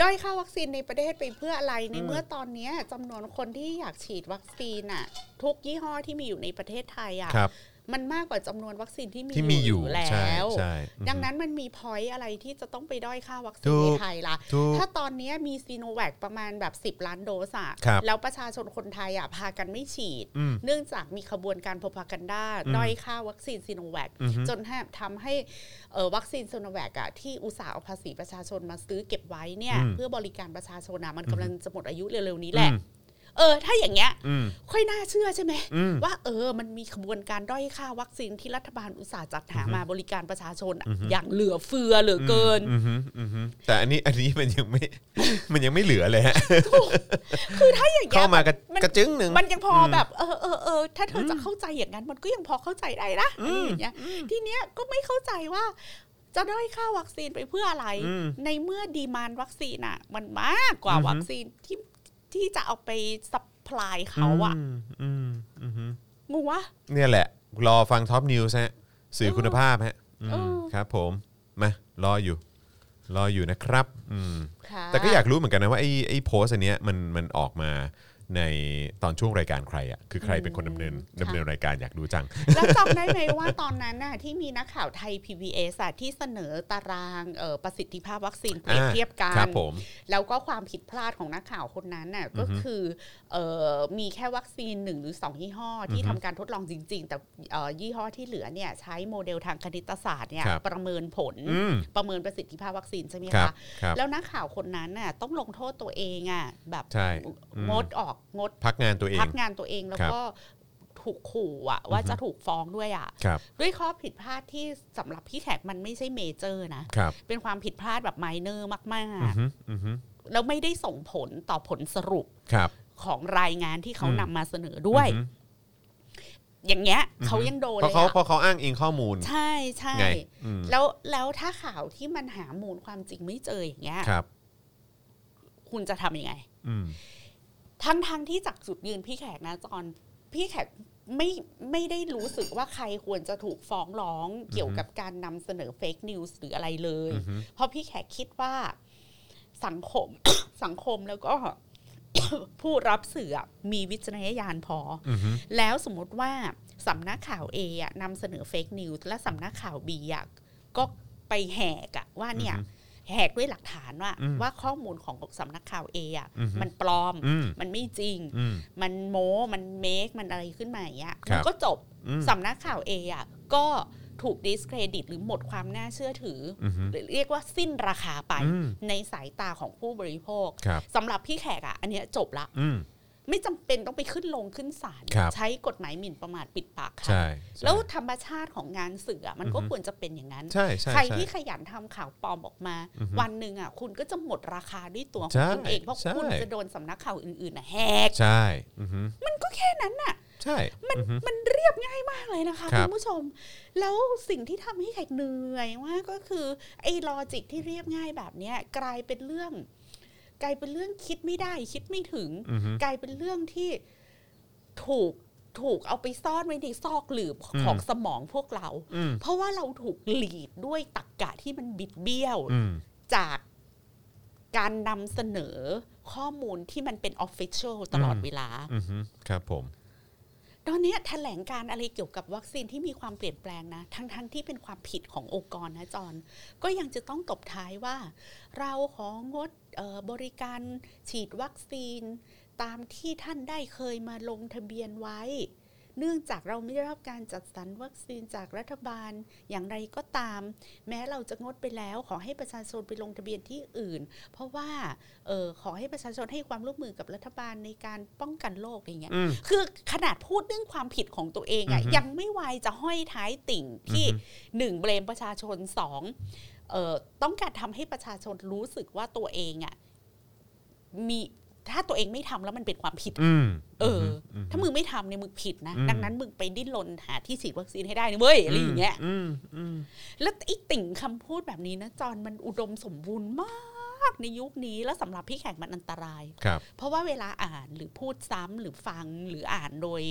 ด้อยค่าวัคซีนในประเทศไปเพื่ออะไรในเมื่อตอนเนี้ยจำนวนคนที่อยากฉีดวัคซีนอะทุกยี่ห้อที่มีอยู่ในประเทศไทยอะ ครับ มันมากกว่าจำนวนวัคซีนที่มี ที่มีอยู่ แล้ ใช่ ว ใช่ ดังนั้นมันมีพอยต์อะไรที่จะต้องไปด้อยค่าวัคซี ถูกนในไทยล่ะ ถูก ถ้าตอนเนี้ยมีซีโนแวคประมาณแบบ 10 ล้านโดสอะ ครับ แล้วประชาชนคนไทยอะพากันไม่ฉีด อืม เนื่องจากมีขบวนการพพากันด้า อืม ด้อยค่าวัคซีนซีโนแวค อือฮึ จนให้ทำให้เอ่อวัคซีนซีโนแวคอะที่อุตสาห์เอาภาษีประชาชนมาซื้อเก็บไว้เนี่ย อืม เพื่อบริการประชาชนอะมันกำลังจะหมดอายุเร็วๆนี้ อืม แหละ เออ ถ้าอย่างเงี้ย อืม ค่อยน่าเชื่อใช่ไหม อืม ว่าเออมันมีขบวนการด้อยค่าวัคซีนที่รัฐบาลอุตสาห์จัดหามาบริการประชาชนอะอย่างเหลือเฟือเหลือเกิน อืมอืมอืมอืมแต่อันนี้อันนี้มันยังไม่ มันยังไม่เหลือเลยฮะ คือถ้าอย่างเงี้ เข้าย มากระ มัน กระจึงหนึ่ง มันยังพอแบบ เออเออเออถ้าเธอจะเข้าใจอย่างนั้น มันก็ยังพอเข้าใจได้นะอะไรอย่างเงี้ยทีเนี้ยก็ไม่เข้าใจว่าจะด้อยค่าวัคซีนไปเพื่ออะไร อืม ในเมื่อดีมานวัคซีนอ่ะ มันมากกว่า อือฮึ วัคซีนที่ที่จะเอาไปสัพพลายเขาอ่ะ มอืมอืม งงวะ เนี่ยแหละ รอฟังท็อปนิวส์ฮะ สื่อคุณภาพฮะอืม เออ ครับผม มารออยู่ รออยู่นะครับอืม ค่ะ แต่ก็อยากรู้เหมือนกันนะว่าไอ้ไอ้โพสต์อันเนี้ยมันมันออกมาในตอนช่วงรายการใครอ่ะคือใครเป็นคนดำเนินดำเนินรายการอยากรู้จัง แล้วจำได้ไหมว่าตอนนั้นน่ะที่มีนักข่าวไทย PBS อะที่เสนอตารางเอ่อประสิทธิภาพวัคซีนเปรียบ อ่า เทียบกัน ครับผม แล้วก็ความผิดพลาดของนักข่าวคนนั้นน่ะก็คือเออมีแค่วัคซีน 1 หรือ 2 ยี่ห้ออืที่อฮึ ทำการทดลองจริง ๆ แต่เอ่อยี่ห้อที่เหลือเนี่ยใช้โมเดลทางคณิตศาสตร์เนี่ย ครับ ประเมินผล อืม ประเมินประสิทธิภาพวัคซีนใช่ไหม ครับ คะ ครับ แล้วนักข่าวคนนั้นน่ะต้องลงโทษตัวเองอ่ะแบบ ใช่อืม งดออกงด พักงานตัวเอง พักงานตัวเองแล้ว ครับ ก็ถูกขู่อ่ะว่า อือฮึ จะถูกฟ้องด้วยอ่ะ ครับ ด้วยข้อผิดพลาดที่สำหรับพี่แขกมันไม่ใช่เมเจอร์นะ ครับ เป็นความผิดพลาดแบบไมเนอร์มาก อือๆฮึอือฮึ แล้วไม่ได้ส่งผลต่อผลสรุป ครับ ของรายงานที่เขานำมาเสนอ อือฮึ ด้วย อย่างเงี้ยเขายังโดน เพ เล ราะ ย เขา อะ เพราะเขาอ้างอิงข้อมูล ใช่ใช่ ไงอืม แล้วแล้วถ้าข่าวที่มันหามูลความจริงไม่เจออย่างเงี้ย ครับ คุณจะทำยังไง อืม ทั้งทั้งที่จากจุดยืนพี่แขกนะจอนพี่แขกไม่ไม่ได้รู้สึกว่าใครควรจะถูกฟ้องร้องเกี่ยวกับการนำเสนอเฟกนิวส์หรืออะไรเลย อือฮึ เพราะพี่แขกคิดว่าสังคม สังคมแล้วก็ ผู้รับสื่ออะมีวิจารณญาณพอ อือฮึ แล้วสมมติว่าสำนักข่าว A อะนำเสนอเฟกนิวส์และสำนักข่าว B อะก็ไปแหกอะว่าเนี่ย แหกด้วยหลักฐานว่า ว่าข้อมูลของสำนักข่าว A อะมันปลอม อืม มันไม่จริง อืม มันโม้มันเมค มันอะไรขึ้นมาอย่างเงี้ย ครั มั บ นก็จบ อืม สำนักข่าวเออะก็ถูกดิสเครดิตหรือหมดความน่าเชื่อถืออ อฮึ หรือเรียกว่าสิ้นราคาไป อืม ในสายตาของผู้บริโภค ครับ สำหรับพี่แขกอะอันเนี้ยจบละ อืม ไม่จำเป็นต้องไปขึ้นลงขึ้นศาล ครับ ใช้กฎหมายหมิ่นประมาทปิดปากค่ะ ใช่ใช่ แล้วธรรมชาติของงานสื่ออะมันก็ควรจะเป็นอย่างนั้น ใช่ใช่ ใคร ใช่ ที่ขยันทำข่าวปลอมออกมา อือฮึ วันหนึ่งอ่ะคุณก็จะหมดราคาด้วยตัวข ใช่ องคุณเองเพราะ ใช่ คุณจะโดนสำนักข่าวอื่นๆน่ะแหก ใช่อือฮึ แค่นั้นน่ะ ใช่ มัน อือฮึ มันเรียบง่ายมากเลยนะคะ ครั คุ บ ณผู้ชม แล้วสิ่งที่ทำให้แขกเหนื่อยมากก็คือไอ้ลอจิกที่เรียบง่ายแบบเนี้ยกลายเป็นเรื่อง กลายเป็นเรื่องคิดไม่ได้ คิดไม่ถึง อือฮึ กลายเป็นเรื่องที่ถูกถูกเอาไปซ่อนไว้ในซอกหลืบของ อืม สมองพวกเรา อืม เพราะว่าเราถูกหลีดด้วยตรกกะที่มันบิดเบี้ยว อืม จากการนำเสนอข้อมูลที่มันเป็นออฟฟิเชียลตลอดเวลา อือฮึครับผม ตอนเนี้ยแถลงการอะไรเกี่ยวกับวัคซีนที่มีความเปลี่ยนแปลงนะ ทั้งๆทที่เป็นความผิดขององค์กรนะจอนก็ยังจะต้องตบท้ายว่า เราของงดเอ่อบริการฉีดวัคซีน ตามที่ท่านได้เคยมาลงทะเบียนไว้ เนื่องจากเราไม่ได้รับการจัดสรรวัคซีนจากรัฐบาลอย่างไรก็ตาม แม้เราจะงดไปแล้วขอให้ประชาชนไปลงทะเบียนที่อื่น เพราะว่าเออขอให้ประชาชนให้ความร่วมมือกับรัฐบาลในการป้องกันโรคอะไรเงี้ย อืม คือขนาดพูดเรื่องความผิดของตัวเองอะ อือฮึ ยังไม่ไวายจะห้อยท้ายติ่งที่ อือฮึ หนึ่งเบลมประชาชนสองเอ่อต้องการทำให้ประชาชนรู้สึกว่าตัวเองอะมีถ้าตัวเองไม่ทำแล้วมันเป็นความผิด อืม เอออ อืม ถ้ามึงไม่ทำเนี่ยมึงผิดนะ อืม ดังนั้นมึงไปดิ้นรนหาที่ฉีดวัคซีนให้ได้นะเว้ยอะไรอย่างเงี้ย อืมอืม แล้วไอ้ติ่งคำพูดแบบนี้นะจอนมันอุดมสมบูรณ์มากในยุคนี้แล้วสำหรับพี่แขกมันอันตราย ครับ เพราะว่าเวลาอ่านหรือพูดซ้ำหรือฟังหรืออ่านโดย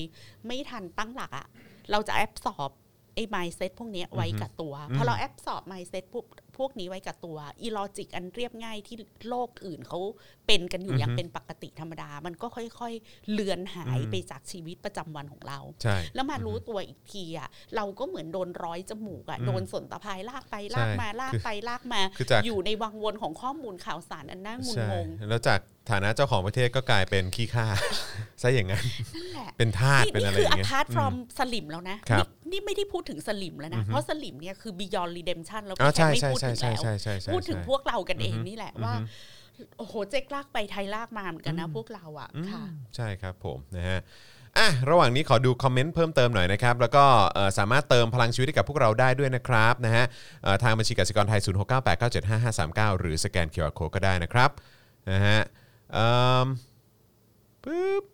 ไม่ทันตั้งหลักอะเราจะแอบสอบไอ้ไมเซ็ตพวกเนี้ยไว้กับตัว อืม พอเราแอบสอบไมเซ็ตพวกพวกนี้ไว้กับตัวอีลอจิกอันเรียบง่ายที่โลกอื่นเขาเป็นกันอยู่อย่างเป็นปกติธรรมดา มันก็ค่อยๆ เลือนหายไปจากชีวิตประจำวันของเรา ใช่ แล้วมารู้ตัวอีกทีอะเราก็เหมือนโดนร้อยจมูกอะ อืม โดนสนตะพายลากไปลากมา ใช่ ลาก คือ ไปลากมา คือจาก อยู่ในวังวนของข้อมูลข่าวสารอันน่างุน ใช่ งง แล้วจากฐานะเจ้าของประเทศก็กลายเป็นขี้ ข้า ซะอย่างนั้น นั่นแหละ เป็นทาส นี่ เป็นอะไร นี่ อ คื ย่าง อ เงี้ย apart อืม from สลิมแล้วนะ ครั นี่ บ นี่ไม่ได้พูดถึงสลิมแล้วนะ อือฮึ เพราะสลิมเนี่ยคือ beyond redemption แล้ว อ๋อ พี่แข ใช่ กไม่ ใช่ พูด ใช่ ถึง ใช่ แล้ว ใช่ใช่ใช่ พูดถึง ใช่ พวกเรากันเอง อือฮึ นี่แหละว่า อือฮึ โอ้โหเจ๊กลากไปไทยลากมาเหมือนกันนะพวกเราอ่ะค่ะ ใช่ครับผมนะฮะอ่ะระหว่างนี้ขอดูคอมเมนต์เพิ่มเติมหน่อยนะครับ แล้วก็เอ่อสามารถเติมพลังชีวิตให้กับพวกเราได้ด้วยนะครับนะฮะเอ่อทางบัญชีกสิกรไทย 0698975539 หรือสแกน QR Code ก็ได้นะครับนะฮะเอิ่มปึ๊บ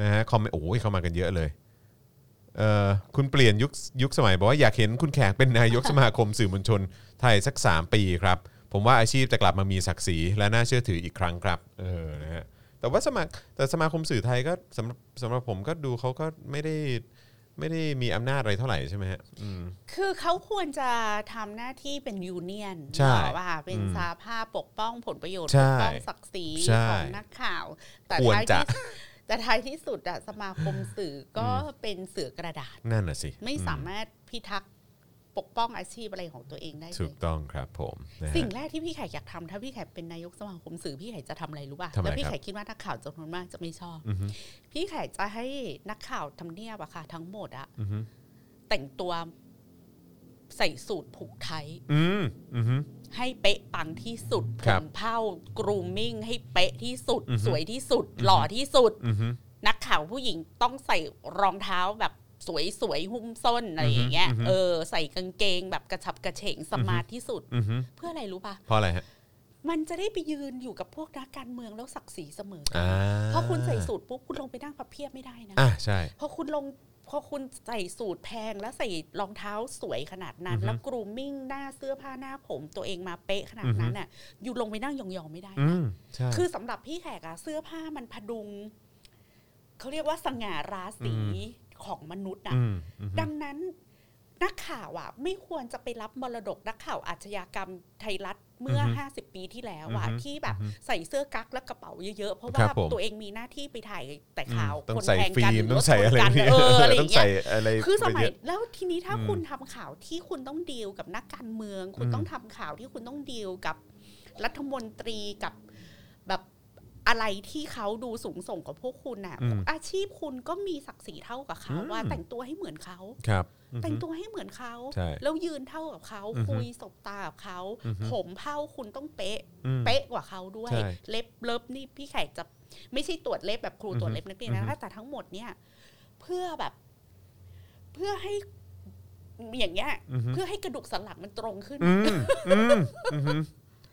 นะฮะคอมเมนต์โอ้ยเข้ามากันเยอะเลยเอ่อคุณเปลี่ยนยุคยุคสมัยบอกว่าอยากเห็นคุณแขกเป็นนายกสมาคมสื่อมวลชนไทยสัก 3 ปีครับ ผมว่าอาชีพจะกลับมามีศักดิ์ศรีและน่าเชื่อถืออีกครั้งครับเออนะฮะ แต่ว่าสมาแต่สมาคมสื่อไทยก็สำหรับสำหรับผมก็ดูเขาก็ไม่ได้ไม่ได้มีอำนาจอะไรเท่าไหร่ใช่ไหมฮะอืม คือเขาควรจะทำหน้าที่เป็นยูเนียน ใช่ หรอว่าเป็น อืม สาภาพปกป้องผลประโยชน์ ใช่ ปกป้องศักดิ์ศรี ใช่ ของนักข่าว แต่ ควร ท้าย จะ ที่แต่ท้ายที่สุดอะสมาคมสื่อก็เป็นเสือกระดาษ นั่นน่ะสิ ไม่สามารถพิทักษ์ปกป้องอาชีพอะไรของตัวเองได้ อืม เล ถูก ย ต้องครับผมนะฮะ สิ่งแรกที่พี่แขกอยากทำถ้าพี่แขกเป็นนายกสมาคมสื่อพี่แขกจะทำอะไรรู้ป่ะ ทำอะไร แล้วพี่ ครับ แขกคิดว่านักข่าวจำนวนมากจะไม่ชอบ อือฮึ พี่แขกจะให้นักข่าวทำเนียบอะค่ะ ทั้งหมดอะ อือฮึ แต่งตัวใส่สูทผูกไทย อืมอือฮึ ให้เป๊ะปังที่สุดผ ครับ มเผ้ากรูมมิ่งให้เป๊ะที่สุด อือฮึ สวยที่สุด หล่อที่สุด อือฮึ นักข่าวผู้หญิงต้องใส่รองเท้าแบบสวยๆ หุ้มส้นอะไรอย่างเงี้ย อือฮึอือฮึ เออใส่กางเกงแบบกระชับกระเฉงสมาร์ทที่สุด อือฮึ เพื่ออะไรรู้ปะ เพราะอะไรฮะ มันจะได้ไปยืนอยู่กับพวกนักการเมืองแล้วศักดิ์ศรีเสมอกัน อ่า เพราะคุณใส่สูทปุ๊บคุณลงไปนั่งพับเพียบไม่ได้นะ อ่าใช่ พอคุณลงพอคุณใส่สูตรแพงแล้วใส่รองเท้าสวยขนาดนั้น อือฮึ แล้วกรูมมิ่งหน้าเสื้อผ้าหน้าผมตัวเองมาเป๊ะขนาดนั้นน่ะ อยู่ลงไปนั่งยองๆไม่ได้ อื นะ มใช่ คือสำหรับพี่แขกอะเสื้อผ้ามันพดุงเขาเรียกว่าสง่าราศีของมนุษย์น่ะ มอือฮึ ดังนั้นนักข่าวอะไม่ควรจะไปรับมรดกนักข่าวอาชญากรรมไทยรัฐเมื่อ 50 ปีที่แล้วอะที่แบบใส่เสื้อกั๊กและกระเป๋าเยอะๆเพราะว่าตัวเองมีหน้าที่ไปถ่ายแต่ข่าว อืมต้อง คน ใส่ แทง ฟิ กัน ล์ม ห ต้อว่างใส่อะไร ชนกัน เนี่ย เอออะไรอ ต้อย่าง งเงี้ ใส่ ย อะไร คือสมัย ไปเะ แล้วทีนี้ถ้า อืม คุณทำข่าวที่คุณต้องดีลกับนักการเมือง คุณ อืม ต้องทำข่าวที่คุณต้องดีลกับรัฐมนตรีกับแบบอะไรที่เขาดูสูงส่งกว่าพวกคุณน่ะ อืม อาชีพคุณก็มีศักดิ์ศรีเท่ากับเขาว่า อืม แต่งตัวให้เหมือนเขา ครับอือฮึ แต่งตัวให้เหมือนเขา ใช่ แล้วยืนเท่ากับเขา อือฮึ คุยสบตากับเขา อือฮึ ผมเผ้าคุณต้องเป๊ะ อืม เป๊ะกว่าเขาด้วย ใช่ เล็บเล็บนี่พี่แขกจะไม่ใช่ตรวจเล็บแบบครู อือฮึ ตรวจเล็บนักเรียน อือฮึ นะแต่ทั้งหมดเนี่ย เพื่อแบบ เพื่อให้อย่างเงี้ย อือฮึ เพื่อให้กระดูกสันหลังมันตรงขึ้น อืมอืมอือฮึ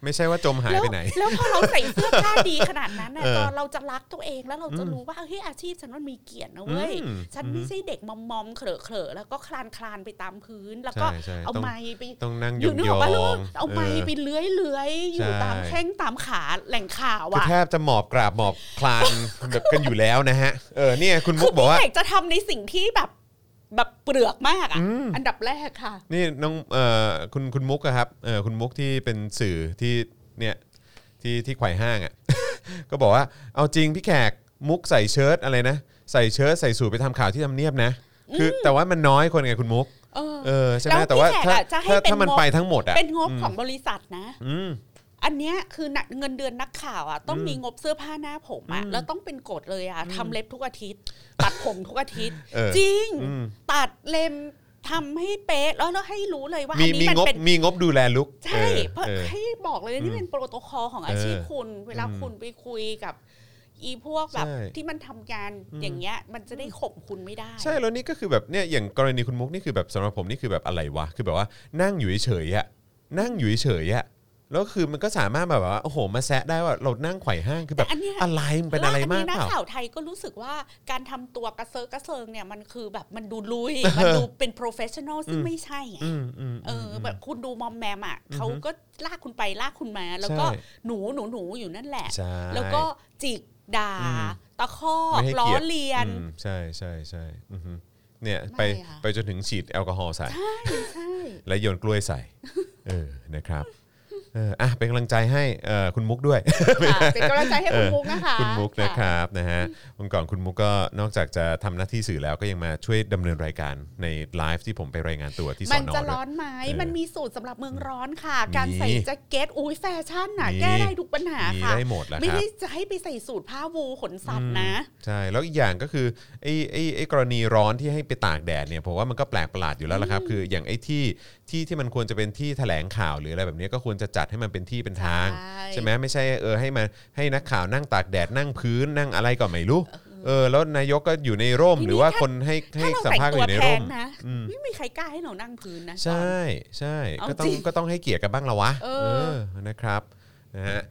ไม่ใช่ว่าจมหาย แล้ว ไปไหน แล้วพอเราใส่เสื้อผ้าดีขนาดนั้นน่ะ เออ ตอนเราจะรักตัวเองแล้วเราจะ อืม รู้ว่าเฮ้ยอาชีพฉันมันมีเกียรตินะเว้ย อืม ฉัน อื ไม่ ม ใช่เด็กมอมมอมๆเขลอเขลอๆแล้วก็คลานคลานๆไปตามพื้นแล้วก็ ใช่ใช่ เอา ต้อง ไม้ไป ต้องนั่งย อยู่นึกออกปะลู อก งๆ เอาไม้ เออ ไปเลื้อยเลื้อยๆอ ใช่ ยู่ตามแข้งตามขาแหล่งข่าว คือ อ่ะ แทบจะหมอบกราบหมอบคลาน แบบกันอยู่แล้วนะฮะ เออเนี่ยคุณมุกบอกว่า พี่เอกจะทำในสิ่งที่แบบแบบเปลือกมากอ่ะ อืม อันดับแรกค่ะ นี่น้องเอ่อคุณคุณมุกอะครับเออคุณมุกที่เป็นสื่อที่เนี่ยที่ที่ไขว่ห้างอะ ก็บอกว่าเอาจริงพี่แขกมุกใส่เชิ้ตอะไรนะ ใส่เชิ้ตใส่สูทไปทำข่าวที่ทำเนียบนะ คือแต่ว่ามันน้อยคนไงคุณมุก เออ เออใช่ไหม แล้ว แต่ว่า พี่แขก ถ้า อะจะให้ ถ้า เป็น ถ้ามัน งบ ไปทั้งหมดอะ เป็นงบของบริษัทนะ อืม อันเนี้ยคือหนักเงินเดือนนักข่าวอ่ะต้อง อืม มีงบเสื้อผ้าหน้าผมอ่ะ อืม แล้วต้องเป็นกฎเลยอ่ะทำเล็บทุกอาทิตย์ ตัดผมทุกอาทิตย์ เออ จริง อืม ตัดเล็มทำให้เป๊ะแล้วแล้วให้รู้เลยว่า มี อัน มี นี้มัน งบ เป็น มีงบดูแลลุก ใช่ ออ เพราะ เออ ให้บอกเลยนะนี่เป็นโปรโตคอลของอาชีพ เออ คุณ เวลา อืม คุณไปคุยกับ อีพวกแบบ ใช่ ที่มันทำงาน อืม อย่างเงี้ย มันจะได้ข่มคุณไม่ได้ ใช่แล้วนี่ก็คือแบบเนี่ยอย่างกรณีคุณมุกนี่คือแบบสำหรับผมนี่คือแบบอะไรวะคือแบบว่านั่งอยู่เฉยๆอะนั่งอยู่เฉยๆอะแล้วคือมันก็สามารถแบบว่าโอ้โหมาแซะได้ว่าเรานั่งไขว่ห้างคือแบบ แต่อันเนี้ย อะไรมึงเป็นอะไรมาก แล้วอันนี้นั เป ก ล่า ข่าวไทยก็รู้สึกว่าการทำตัวกระเซอะกระเซิงเนี่ยมันคือแบบมันดูลุ ย มันดูเป็น professional ซึ่ง อืม ไม่ใช่ไง อืมอืม เออ ม แบบคุณดูมอมแมมอ่ะเขาก็ลากคุณไปลากคุณมา แล้วก็ ใช่ หนูหนูหนูอยู่นั่นแหละ ใช่ แล้วก็จิกด่า อืม ตะคอก ไม่ให้ ล้อ เกียรติ เลียน อืมใช่ใช่ใช่อือฮึเนี่ย ไม่ ไป อะ ไปจนถึงฉีดแอลกอฮอล์ใส่ ใช่ใช่ และโยนกล้วยใส่ เออนะครับเอออ่ะเป็นกำลังใจให้เอ่อคุณมุกด้วย ค่ะเป็นกำลังใจให้คุณมุกนะคะ คุณมุกนะค ค่ะ รับนะฮะวันก่อนคุณมุกก็นอกจากจะทำหน้าที่สื่อแล้วก็ยังมาช่วยดำเนินรายการในไลฟ์ที่ผมไปรายงานตัวที่ส มัน อนอ จะ ด้ ร้ ว อย นไหม เออ มันมีสูตรสำหรับเมืองร้อนค่ะ การ มี ใส่แจ็คเก็ตอุ้ยแฟชั่นน่ะ มี แก้ได้ทุกปัญหา มี ค่ะ ได้หมดแล้วคไม่รับ ได้จะให้ไปใส่สูตรผ้าวูขนสัตว์นะ ใช่แล้วอีกอย่างก็คือไอ้ไอ้ไอ้กรณีร้อนที่ให้ไปตากแดดเนี่ยผมว่ามันก็แปลกประหลาดอยู่แล้วละครับ คืออย่างไอ้ที่ ที่ที่มันควรจะเป็นที่แถลงข่าวหรืออะไรแบบนี้ก็ควรจะจัดให้มันเป็นที่เป็นทาง ใช่ ใช่ไหมไม่ใช่เออให้มันให้นักข่าวนั่งตากแดดนั่งพื้นนั่งอะไรก็ไม่รู้เออแล้วนายกก็อยู่ในร่ม หรือว่าคนให้ให้ ถ้าเรา สัม แต่ง ภาษณ์ก็อตัว ยู่ใน แพ ร่ ง ม นะ อืม ไม่มีใครกล้าให้หนูนั่งพื้นนะ ใช่ใช่ เอา ก็ต้อ จ ง ริง ก็ต้องให้เกียรติกันบ้างละวะ เออ นะครับนะฮะ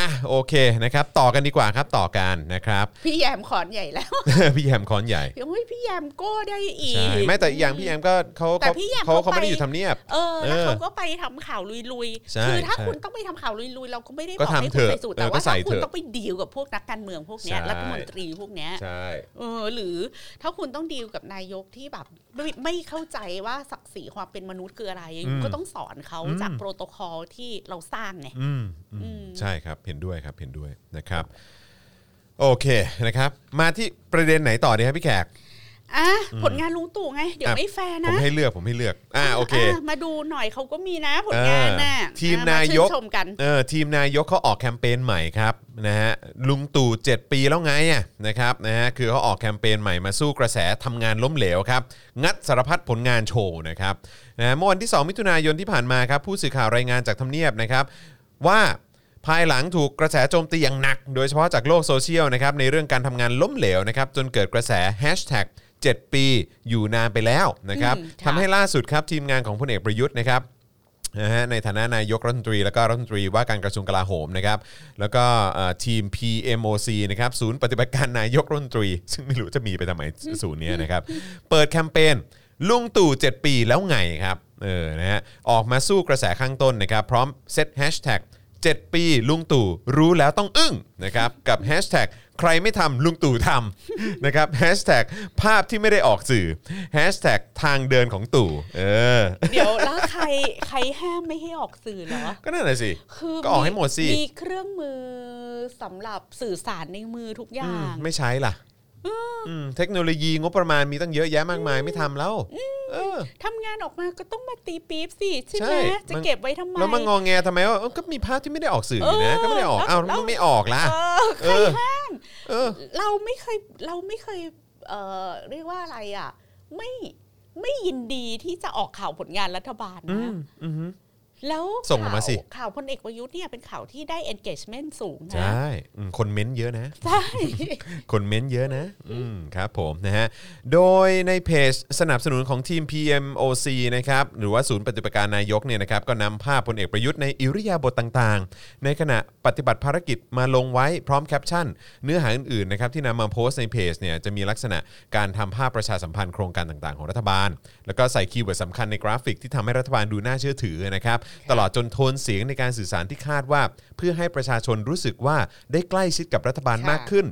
อ่ะโอเคนะครับ ต่อกันดีกว่าครับต่อกันนะครับ พี่แยมขอนใหญ่แล้ว พี่แยมคอนใหญ่ เดี๋ยวเฮ้ยพี่แยมโก้ได้อีก ใช่ไม่แต่อีกอย่างพี่แยมก็เขา แต่ เขา พี่แยม เขา เขา เขาไม่ได้ ไป อยู่ทำเนียบ เออแล้ว เออ เขาก็ไปทำข่าวลุย ใช่ ๆ คือถ้า ใช่ คุณต้องไปทำข่าวลุยๆ เราก็ไม่ได้ ก็ บอกให้ ทำเถคุอะณไปสู่ เอ แต่ อก็ ว่า ใส่ ถ้าคุณ เถอะ ต้องไปดีลกับพวกนักการเมืองพวกเนี้ย ใช่ รัฐมนตรีพวกเนี้ย ใช่ เออหรือถ้าคุณต้องดีลกับนายกที่แบบไม่ไม่เข้าใจว่าศักดิ์ศรีความเป็นมนุษย์คืออะไรคุณก็ต้องสอนเขาจากโปรโตคอลที่เราสร้างไง อืมอืม อืม ใช่ครับเห็นด้วยครับเห็นด้วยนะครับ โอเคนะครับ มาที่ประเด็นไหนต่อดีครับพี่แขก อ่ะผลงานลุงตู่ไง เดี๋ยว อ่ะ ไม่แฟผร์ม นะ ให้เลือกผมให้เลือกอ่าโอเค ะมาดูหน่อยเขาก็มีนะผลงานน่ะ เออทีม อ่ะ นายก ชื่ชมกัน เออทีมนายกเขาออกแคมเปญใหม่ครับนะฮะลุงตู่7ปีแล้วไงอ่ะนะครับนะฮะคือเขาออกแคมเปญใหม่มาสู้กระแสทำงานล้มเหลวครับ งัดสารพัดผลงานโชว์นะครับนะฮะเมื่อวันที่ 2 มิถุนายนที่ผ่านมาครับ ผู้สื่อข่าวรายงานจากทำเนียบนะครับ ว่าภายหลังถูกกระแสโจมตีอย่างหนัก โดยเฉพาะจากโลกโซเชียลนะครับในเรื่องการทำงานล้มเหลวนะครับจนเกิดกระแสแฮชแท็ก7ปีอยู่นานไปแล้วนะครับ อืมค่ะ ทำให้ล่าสุดครับทีมงานของพลเอกประยุทธ์นะครับ นะฮะในฐานะนายกรัฐมนตรี แล้วก็รัฐมนตรีว่าการกระทรวงกลาโหมนะครับแล้วก็เอ่อทีม PMOC นะครับศูนย์ปฏิบัติการนายกรัฐมนตรี ซึ่งไม่รู้จะมีไปทำไมศูนย์เนี้ย นะครับ เปิดแคมเปญลุงตู่ 7 ปีแล้วไงครับเออนะฮะออกมาสู้กระแสข้างต้นนะครับ พร้อมเซตแฮชแท็ก7ปีลุงตู่รู้แล้วต้องอึ้งนะครับกับแฮชแท็กใครไม่ทำลุงตู่ทำ นะครับแฮชแท็กภาพที่ไม่ได้ออกสื่อแฮชแท็กทางเดินของตู่เออ เดี๋ยวแล้วใครใครห้ามไม่ให้ออกสื่อเหรอ ก็นั่นแหละสิ คือ ก็ออกให้หมดสิ มีเครื่องมือสำหรับสื่อสารในมือทุกอ อื ย่าม ง ไม่ใช้ล่ะอืมเทคโนโลยีงบประมาณมีตั้งเยอะแยะมากมายไม่ทำแล้วเออ ทำงานออกมาก็ต้องมาตีปี๊บสิ ใช่ไห ใช่ ม มัน จะเก็บไว้ทำไม แล้วมางองแงทำไมว่าเอ้าก็มีภาพที่ไม่ได้ออกสื่ออยู่นะ เออ ก็ไม่ได้ออก แล้ว อ้าวแล้ว แล้ว มึงไม่ออกล่ะ เออเออใครห้าม เออ เราไม่เคยเราไม่เคยเอ่อเรียกว่าอะไรอ่ะ ไม่ไม่ยินดีที่จะออกข่าวผลงานรัฐบาล อื นะ มอือหือ แล้ว ส่งออกมาสิ ข่วข่าวพลเอกประยุทธ์เนี่ยเป็นข่าวที่ได้ engagement สูง ใช นะ ่อืมคนเม้นต์เยอะนะ ใช่ คนเม้นต์เยอะนะ อืมครับผมนะฮะ โดยในเพจสนับสนุนของทีม PMOC นะครับ หรือว่าศูนย์ปฏิบัติการนายกเนี่ยนะครับ ก็นำภาพพลเอกประยุทธ์ในอิริยาบถต่างๆ ในขณะปฏิบัติภารกิจมาลงไว้พร้อมแคปชั่น เนื้อหาอื่นๆนะครับที่นำมาโพสต์ในเพจเนี่ยจะมีลักษณะการทำภาพประชาสัมพันธ์โครงการต่างๆของรัฐบาล แล้วก็ใส่คีย์เวิร์ดสำคัญในกราฟิกที่ทำให้รัฐบาลดูน่าเชื่อถือนะครับ ตลอดจนโทนเสียงในการสื่อสารที่คาดว่า เพื่อให้ประชาชนรู้สึกว่าได้ใกล้ชิดกับรัฐบาล ค่ะ มากขึ้น ขึ้น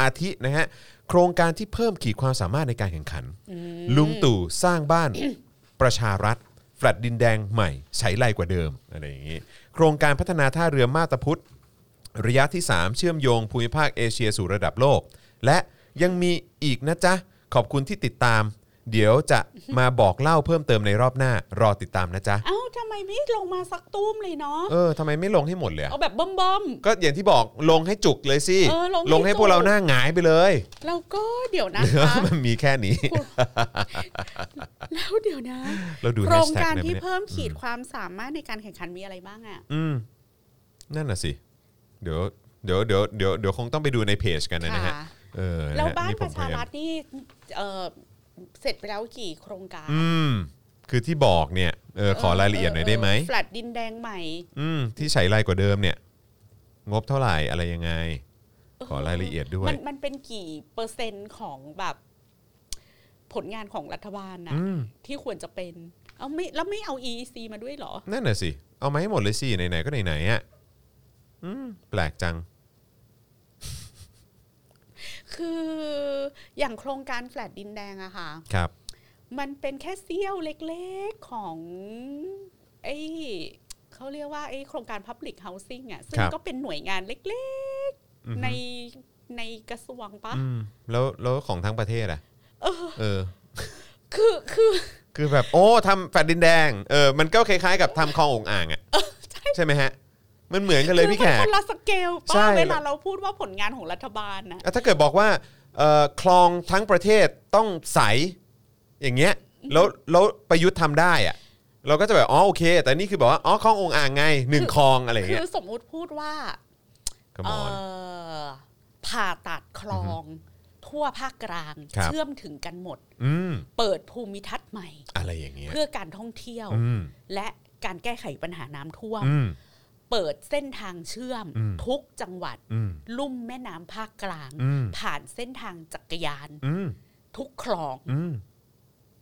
อาทินะฮะโครงการที่เพิ่มขีดความสามารถในการแข่งขัน ลุงตู่สร้างบ้าน ประชารัฐแฟลตดินแดงใหม่ใช้ไล่กว่าเดิมอะไรอย่างนี้ โครงการพัฒนาท่าเรือมาตาพุธ ระยะที่ 3 เชื่อมโยงภูมิภาคเอเชียสู่ระดับโลก และยังมีอีกนะจ๊ะ ขอบคุณที่ติดตาม เดี๋ยวจะมาบอกเล่าเพิ่มเติมในรอบหน้ารอติดตามนะจ๊ะ เอ้าทำไมไม่ลงมาสักตุ้มเลยเนาะ เออทำไมไม่ลงให้หมดเลยอะ เอาแบบเบิ่ม ก็อย่างที่บอกลงให้จุกเลยสิ เออลงให้ ลงให้พวกเรา จุก หน้าหงายไปเลย ๆแล้วก็เดี๋ยวนะคะ มันมีแค่นี้ แล้วเดี๋ยวนะ เราดู โค แฮ ร ช ง แท็ก การ ได้ไหม ที่ เนี่ย เพิ่มขีดความสามารถในการแข่งขันมีอะไรบ้างอะ อืมนั่นน่ะสิ เดี๋ยวเดี๋ยวเดี๋ยวเดี๋ยวเดี๋ยวคงต้องไปดูในเพจกันนะฮะ ค่ะ เออนะฮะ แล้วบ้าน นี่ผประ ม ชา พยยม รัฐนี่เอ่อเสร็จไปแล้วกี่โครงการ อืม คือที่บอกเนี่ยเออขอรายละเอียดหน่อยได้ไหม แฟลตดินแดงใหม่ อืม ที่ใช้ไลายกว่าเดิมเนี่ย งบเท่าไหร่อะไรยังไง ขอรายละเอียดด้วย มันมันเป็นกี่เปอร์เซ็นต์ของแบบ ผลงานของรัฐบาลนะ อืม ที่ควรจะเป็น เอาไม่แล้วไม่เอา EEC มาด้วยเหรอ นั่นน่ะสิ เอามาให้หมดเลยสิ ไหนๆก็ไหนๆอ่ะอืม แปลกจัง คืออย่างโครงการแฟลตดินแดงอะค่ะ ครับ มันเป็นแค่เสี้ยวเล็กๆของไอ้เขาเรียกว่าไอ้โครงการ Public Housing อ่ะซึ่ง ครับ ก็เป็นหน่วยงานเล็ก อือ ๆ ฮึ ในในกระทรวงปะ อืมแล้วแล้วของทั้งประเทศอ่ะเออ คือคือ คือแบบโอ้ทำแฟลตดินแดงเออมันก็คล้ายๆกับทำคลององอ่างอะใช่ไหมฮะ มันเหมือนกันเลยพี่แข คือมัน ก คนละสเกล ใช่ ป้าเวลาเราพูดว่าผลงานของรัฐบาลนะ อ่ะถ้าเกิดบอกว่าเอ่อคลองทั้งประเทศต้องใสอย่างเงี้ยแล้วแล้วประยุทธ์ทำได้อะ เราก็จะแบบอ๋อโอเค แต่นี่คือแบบว่าอ๋อคลององอ่างไงหนึ่งคลองอะไรอย่าง คื เงี้ย อสมมุติพูดว่า ก็ม เอ่ อน อผ่าตัดคลองทั่วภาคกลาง ครับ เชื่อมถึงกันหมด อืม เปิดภูมิทัศน์ใหม่ อะไรอย่างเงี้ย เพื่อการท่องเที่ยว อืม และการแก้ไขปัญหาน้ำท่วม อืม เปิดเส้นทางเชื่อม อืม ทุกจังหวัด อืม ลุ่มแม่น้ำภาคกลาง อืม ผ่านเส้นทางจักรยาน อืม ทุกคลอง อืม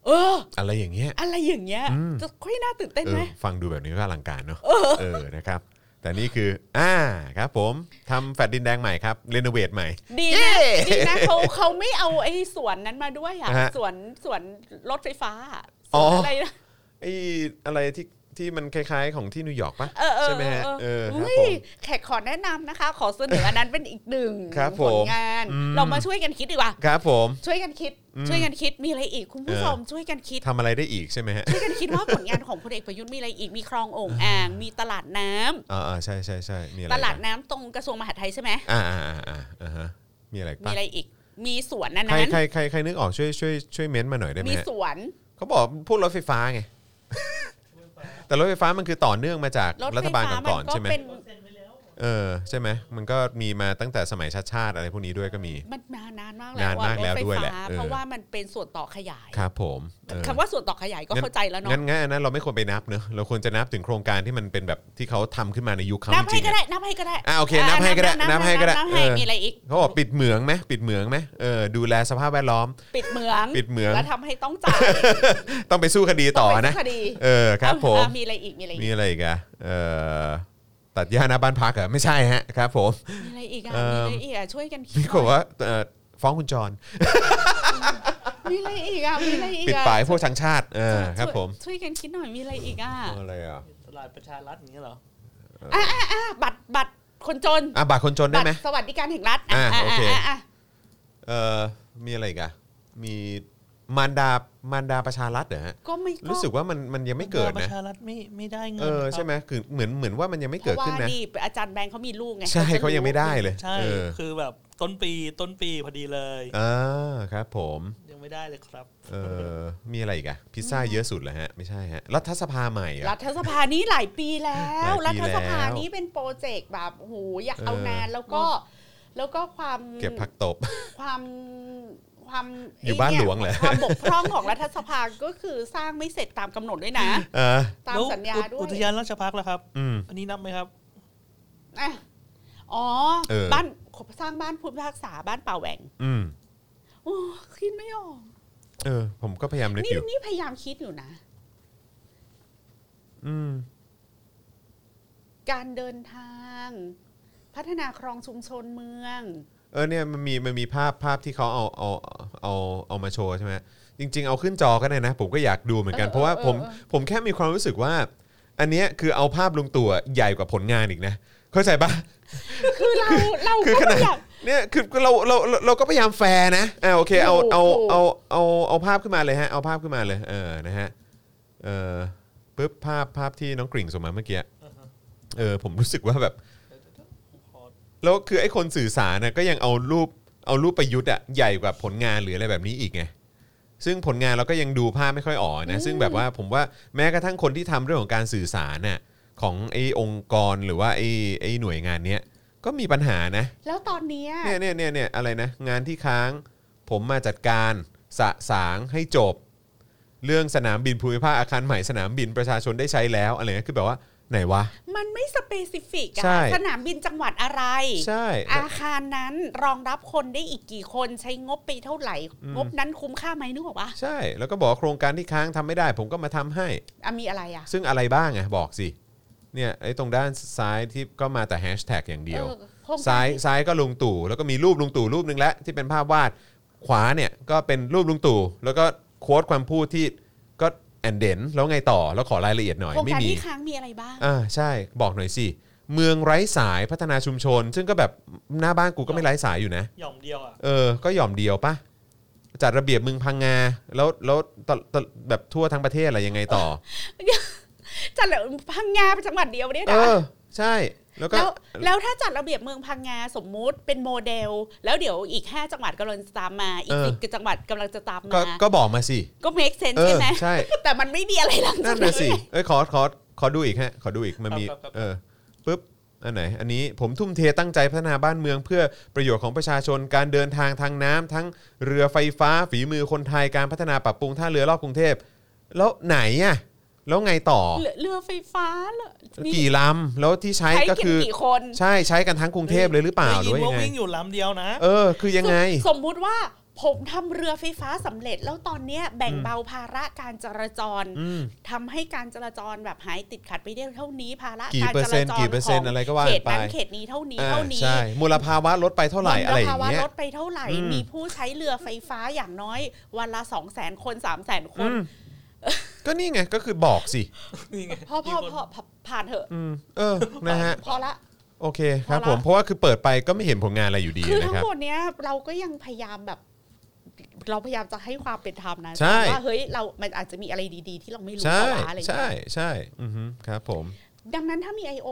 เออ อะไรอย่างเงี้ย อะไรอย่างเงี้ย อืม จะค่อยน่าตื่นเต้น เอ ไหม อฟังดูแบบนี้ก็อลังการเนอะเออนะครับ แต่นี่คือ อ่าครับผมทำแฟลตดินแดงใหม่ครับ รีโนเวทใหม่ ดีนะดีนะเขาเขาไม่เอาไอ้สวนนั้นมาด้วยอ่ะ ฮะ สวนสวนรถไฟฟ้าอะส อ๋อ วน อ อะไรนะ ไอ้อะไรที่ที่มันคล้าย ๆ ของที่นิวยอร์กปะ เออเออ ใช่ไหมฮะเออครับ เฮ้ย ผม แขกขอแนะนำนะคะ ขอเสนออันนั้นเป็นอีกหนึ่ง ครับผ ผม ลงาน อืม เรามาช่วยกันคิดดีกว่า ครับผม ช่วยกันคิด อืม ช่วยกันคิดมีอะไรอีกคุณผู้ เออ ชมช่วยกันคิด ทำอะไรได้อีกใช่ไหมฮะ ช่วยกันคิดว่าผลงานของพลเอกประยุทธ์มีอะไรอีกมีคลองโอ่งอ่าง มีตลาดน้ำ อ่าอ่าใช่ใช่ใช่มีอะไร ตลาดน้ำตรงกระทรวงมหาดไทยใช่ไหม อ่าอ่าอ่าอ่าอ่าฮะมีอะไร มี ปะ อะไรอีก มีสวนนั้น ใครใครใครใครนึกออกช่วยช่วยช่วยเม้นต์มาหน่อยได้ไหม มี ฮะ สวน เขาบอกพูดรถไฟฟ้าไง แต่รถไฟฟ้ามันคือต่อเนื่องมาจาก รถ รั ไฟ ฐบาล ฟ้ามั ก่อน น ๆ ก็ ใช่ไหม เป็น เออใช่ไหมมันก็มีมาตั้งแต่สมัยชาติชาติอะไรพวกนี้ด้วยก็มี มันนานนานมาก นานมากแล้ว อะรถไฟ ด้วยแหละ ฟ้า เออ เพราะว่ามันเป็นส่วนต่อขยาย ครับผมเออ คำว่าส่วนต่อขยายก็เข้าใจแล้วเนาะ งั้นงั้นอันนั้นเราไม่ควรไปนับเนอะเราควรจะนับถึงโครงการที่มันเป็นแบบที่เขาทำขึ้นมาในยุคเขา นับ จ ให้ ริงๆ ก็ได้ อะ นับให้ก็ได้ อ่ะโอเคนับให้ก็ได้นับให้ก็ได้ นับให้ เออ มีอะไรอีก เขาบอกปิดเหมืองไหมปิดเหมืองไหมเออดูแลสภาพแวดล้อม ปิดเหมือง ปิดเหมือง แล้วทำให้ต้องจ่าย ต้องไปสู้คดีต่อนะ ไปสู้คดี เออครับผม อ่ะมีอะไรอีกมีอะไรอีก มีอะไรอีกอะเออตัดหญ้าหน้าบ้านพักเหรอไม่ใช่ฮะครับผม มีอะไรอีกอ่ะ เอิ่มมีอะไรอีกอ่ะช่วยกันคิด นี่บอกว่าเออฟ้องคุณจร มีอะไรอีกอ่ะมีอะไรอีกอ่ะ ปิดป่ายพวกชังชาติเออครับผม ช่วยช่วยกันคิดหน่อยมีอะไรอีกอ่ะ อะไรอ่ะ ตลาดประชารัฐอย่างเงี้ยเหรอ อ่ะบัตรบัตรคนจน อ่ะบัตรคนจนได้ บัต ไหม รสวัสดิการแห่งรัฐอ่ะ อ่ะ อ่ะ โอเค อ่ะอ่ะ เอ่อมีอะไรอีกันมีมารดามารดาประชารัฐเหรอฮะ ก็ไม่ก็ รู้สึกว่ามันมันยังไม่เกิด ป นะ ระชารัฐไม่ไม่ได้เงิน เออ ครับ ใช่ไหมคือเหมือนเหมือนว่ามันยังไม่ เพ เกิด ราะว่า ขึ้นนะ นี่อาจารย์แบงค์เขามีลูกไง ใช่เขายังไม่ได้เลย ใช่ เออ คือแบบต้นปีต้นปีพอดีเลย อ่าครับ ผม ยังไม่ได้เลยครับ เออมีอะไรอีกันพิซซ่าเยอะสุดเหรอฮะไม่ใช่ฮะรัฐสภาใหม่เหร รั อ่ะ ฐสภานี้หลายปีแล้ว หลา รั ยปี ฐสภา แล้ว นี้เป็นโปรเจกต์แบบโอ้โหอยากเอา เออ นานแล้วก็ แล้วก็ความ เก็บผักตบ ความความ อยู่บ้านหลวงเหรอ ไอ้นี่ยความบกพร่องของรัฐสภาก็คือสร้างไม่เสร็จตามกำหนดด้วยนะ เออ ตาม แล้ว สัญญา อุ ด้วย อุทยานราชพักษ์ล่ะครับ อืม อันนี้นับไหมครับ อ่ะอ๋อ เออ บ้านสร้างบ้านพุทธภาคษาบ้านป่าแหว่ง อืม โอ้คิดไม่ออก เออ ผมก็พยายามนึก นี่ อยู่ นี่พยายามคิดอยู่นะ อืม การเดินทาง พัฒนาครองชุมชนเมือง เออเนี่ยมันมีมันมีภาพภาพที่เขาเอาเอาเอาเอามาโชว์ใช่ไหมจริง ๆ เอาขึ้นจอก็ได้นะ ผมก็อยากดูเหมือนกัน เออ เพราะว่า เออ ผม เออ ผมแค่มีความรู้สึกว่า อันเนี้ยคือเอาภาพลุงตู่อะใหญ่กว่าผลงานอีกนะ เข้าใจปะ คือ เราเรา คือ ก็ ข พ นาด ยายาม เนี่ยคือเราเราเราเราก็พยายามแฟร์นะอ่าโอเคเอา ถูก เอา ถูก เอาเอาเอาภาพขึ้นมาเลยฮะเอาภาพขึ้นมาเลยเออนะฮะเออปึ๊บภาพภาพที่น้องกริ่งส่งมาเมื่อกี้เออผมรู้สึกว่าแบบ แล้วคือไอ้คนสื่อสารนะก็ยังเอารูปเอารูปประยุทธ์อะใหญ่กว่าผลงานหรืออะไรแบบนี้อีกไงซึ่งผลงานเราก็ยังดูภาพไม่ค่อยออกนะซึ่งแบบว่าผมว่าแม้กระทั่งคนที่ทำเรื่องของการสื่อสารน่ะของไอ้องค์กรหรือว่าไอ้ไอ้หน่วยงานเนี้ยก็มีปัญหานะ แล้วตอนเนี้ย เนี่ยเนี่ยเนี่ยเนี่ยอะไรนะงานที่ค้างผมมาจัดการสะสางให้จบ เรื่องสนามบินภูมิภาคอาคารใหม่สนามบินประชาชนได้ใช้แล้วอะไรเงี้ยคือแบบว่าไหนวะ มันไม่สเปซิฟิกอะ ใช่ สนามบินจังหวัดอะไร ใช่ อาคารนั้นรองรับคนได้อีกกี่คนใช้งบไปเท่าไหร่ อืม งบนั้นคุ้มค่าไหมนึกออกปะ ใช่ แล้วก็บอกว่าโครงการที่ค้างทำไม่ได้ ผมก็มาทำให้ อ่ะมีอะไรอ่ะ ซึ่งอะไรบ้างอ่ะบอกสิเนี่ยไอ้ตรงด้านซ้ายที่ก็มาแต่แฮชแท็กอย่างเดียว ออโครงกร ซ้ายซ้ายก็ลุงตู่แล้วก็มีรูปลุงตู่รูปหนึ่งแล้วที่เป็นภาพวาดขวาเนี่ยก็เป็นรูปลุงตู่แล้วก็โค้ดความพูดที่ก็แอนเดนแล้วไงต่อแล้วขอรายละเอียดหน่อย โครง ไม่ การ มี ที่ค้างมีอะไรบ้าง อ่าใช่บอกหน่อยสิเมืองไร้สายพัฒนาชุมชน ซึ่งก็แบบหน้าบ้านกูก็ไม่ไร้สายอยู่นะ หย่อมเดียวอ่ะ เออ ก็หย่อมเดียวปะจัดระเบียบเมืองพังงาแล้วแล้วตตแบบทั่วทั้งประเทศอะไรยังไงต่อ จัดเลยพังงาเป็นจังหวัดเดียวเนี่ย เอ นะ อ ใช่แล้วก็ แล้วแล้วถ้าจัดระเบียบเมืองพังงาสมมุติเป็นโมเดล แล้วเดี๋ยวอีก 5 จังหวัดกำลังจะตามมา อีกสิบจังหวัดกำลังจะตาม ก็ มา ก็บอกมาสิ ก็ make sense เออ ใช่ไหม ใช่ แต่มันไม่มีอะไรหลังจา นั่ ก น นั้ น่ะ น สิ เลย เอ้ยขอขอขอดูอีกฮะขอดูอีกมันมี ครับครับ เออปุ๊บอันไหนอันนี้ผมทุ่มเทตั้งใจพัฒนาบ้านเมืองเพื่อประโยชน์ของประชาชนการเดินทางทางน้ำทั้งเรือไฟฟ้าฝีมือคนไทยการพัฒนาปรับปรุงท่าเรือรอบกรุงเทพแล้วไหนอ่ะแล้วไงต่อ เรือเรือไฟฟ้าเหรอนี่ กี่ลำแล้วที่ใช้ ใช้ ก็ กิน คือ กี่คน ใช่ใช้กันทั้งกรุงเทพเลยหรือเปล่าหรือว่า ยิ ยังงไง วิ่งอยู่ลำเดียวนะ เออ คือยังไง สมมุติว่าผมทำเรือไฟฟ้าสำเร็จแล้วตอนเนี้ยแบ่งเบาภาระการจราจร อืม ทำให้การจราจรแบบหายติดขัดไปได้เท่านี้ภาระ กี่ การ เปอ จ ร์เซ็ ราน ต์ จร กี่เปอร์เซ็นต์ ขง อะไรก็ว่ากัน เขตนั้น ไป เขตนี้เท่านี้เท่านี้ ใช่มลภาวะลดไปเท่าไหร่อะไรอ มล ย่าง ภาวะ เงี้ย ลดไปเท่าไหร่ อืม มีผู้ใช้เรือไฟฟ้าอย่างน้อย วันละสองแสนคนสามแสนค อื น มก็นี่ไงก็คือบอกสิ นี่ไง พอพอ มีคน พอพอผ่านเถอะ อืมเออนะฮะ พอละ โอเคครับ พอละ ผมเพราะว่าคือเปิดไปก็ไม่เห็นผลงานอะไรอยู่ดี คือ นะ ทั้ง ครับ หมดเนี้ยเราก็ยังพยายามแบบ เราพยายามจะให้ความเป็นธรรมนะ ใช่ ว่าเฮ้ยเรา มันอาจจะมีอะไรดีๆ ที่เราไม่รู้ ใช่ ภาวะอะไรอย่าง ใช่ เงี้ย ใช่อือฮึครับ ผม ดังนั้นถ้ามี IO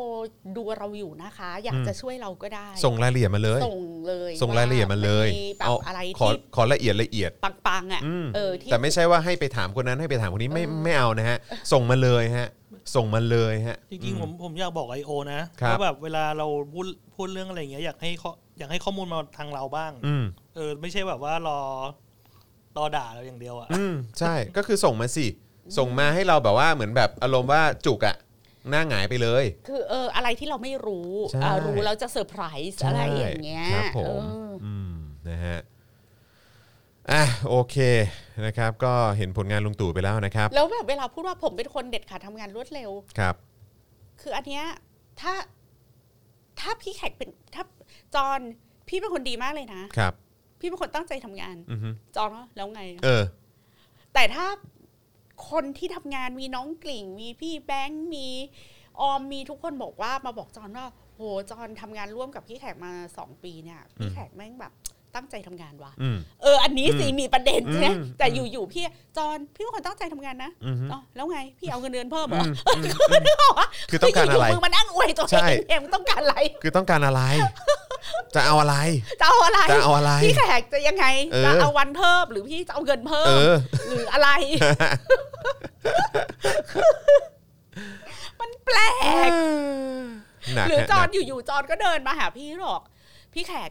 ดูเราอยู่นะคะ อยาก อืม จะช่วยเราก็ได้ ส่งรายละเอียดมาเลย ส่งเลย ส่งรายละเอียดมาเลย ว่นแบบอะไร ขอ ที่ ขอละเอียดละเอียด ปังๆอ่ะ อืม เออที่ แต่ไม่ใช่ว่าให้ไปถามคนนั้นให้ไปถามคนนี้ไม่ไม่เอานะฮะ ส่งมาเลยฮะ ส่งมาเลยฮะ จริงๆผมผมอยากบอกไอโอนะครับ ว่าแบบเวลาเราพูดพูดเรื่องอะไรอย่างเงี้ยอยากให้ข้ออยากให้ข้อมูลมาทางเราบ้าง อืม เออไม่ใช่แบบว่ารอรอด่าเราอย่างเดียวอะ อืมใช่ ก็คือส่งมาสิ ส่งมาให้เราแบบว่าเหมือนแบบอารมณ์ว่าจุกอะหน้าหงายไปเลย คือเอออะไรที่เราไม่รู้ ใช่ อ่ารู้แล้วจะเซอร์ไพรส์อะไรอย่างเงี้ย ใช่ครับผม เออ อืมนะฮะอ่ะโอเคนะครับ ก็เห็นผลงานลุงตู่ไปแล้วนะครับ แล้วแบบเวลาพูดว่าผมเป็นคนเด็ดขาดทำงานรวดเร็ว ครับ คืออันเนี้ยถ้าถ้าพี่แขกเป็นถ้าจอนพี่เป็นคนดีมากเลยนะ ครับ พี่เป็นคนตั้งใจทำงาน อือฮึ จอนว่าแล้วไง เออ แต่ถ้าคนที่ทำงานมีน้องกลิ่ง มีพี่แบงค์มีออมมีทุกคนบอกว่ามาบอกจอนว่าโหจอนทำงานร่วมกับพี่แขกมาสองปีเนี่ยพี่แขกแม่งแบบตั้งใจทำงานว่ะ อืม เออ อันนี้สิ อืม มีประเด็นใช่ไหม อืม แต่อยู่ๆพี่จอนพี่เป็นคนตั้งใจทำงานนะ อือฮึ อ๋อแล้วไง พี่เอาเงินเดือนเพิ่มเหรอ อืม บอกว่า คือต้องการอะไร ยู่ๆมึงมานั่งอวยตัวเอ ใช่ งเองมึงต้องการอะไร คือต้องการอะไร จะเอาอะไร จะเอาอะไร จะเอาอะไร พี่แขกจะยังไง เออ จะเอาวันเพิ่มหรือพี่จะเอาเงินเพิ่ เอ ม อ หรืออะไร มันแปลก หนัก หรือ ฮะ จอ ห น นัก อยู่ๆจอนก็เดินมาหาพี่หรอก พี่แขก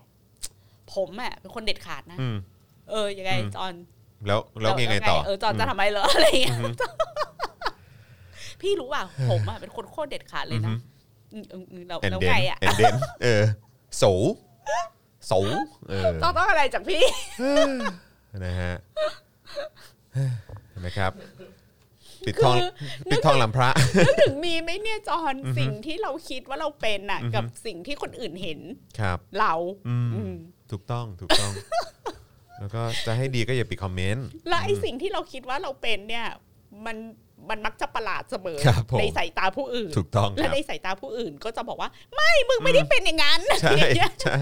ผมอ่ะเป็นคนเด็ดขาดนะ อืม เออ ยังไง อืม จอน แล้วแล้วยังไงต่อ เออจอนจะทำไมเหรอ อะไรอย่างเงี้ยพี่รู้ป่ะผมอ่ะเป็นคนโคตรเด็ดขาดเลยนะอืมอืมอืมแล้ว เอน แล้ว เดน ไงอ่ะ เอนเดนเออโสโสเออ ต้องต้องอะไรจากพี่ นะฮะ นะครับ ปิดทอง คือ ปิดทองหลังพระ นึกถึงมีไหมเนี่ยจอนสิ่งที่เราคิดว่าเราเป็นน่ะ กับสิ่งที่คนอื่นเห็น ครับ เรา อืม อืม ถูกต้องถูกต้อง แล้วก็จะให้ดีก็อย่าปิดคอมเมนต์ และไอสิ่งที่เราคิดว่าเราเป็นเนี่ย มันมันมักจะประหลาดเสมอ ครับผม ในสายตาผู้อื่น ถูกต้องค และ รับ ในสายตาผู้อื่นก็จะบอกว่า ไม่มึงไม่ได้เป็นอย่างนั้น ใช่ อย่างเงี้ย ใช่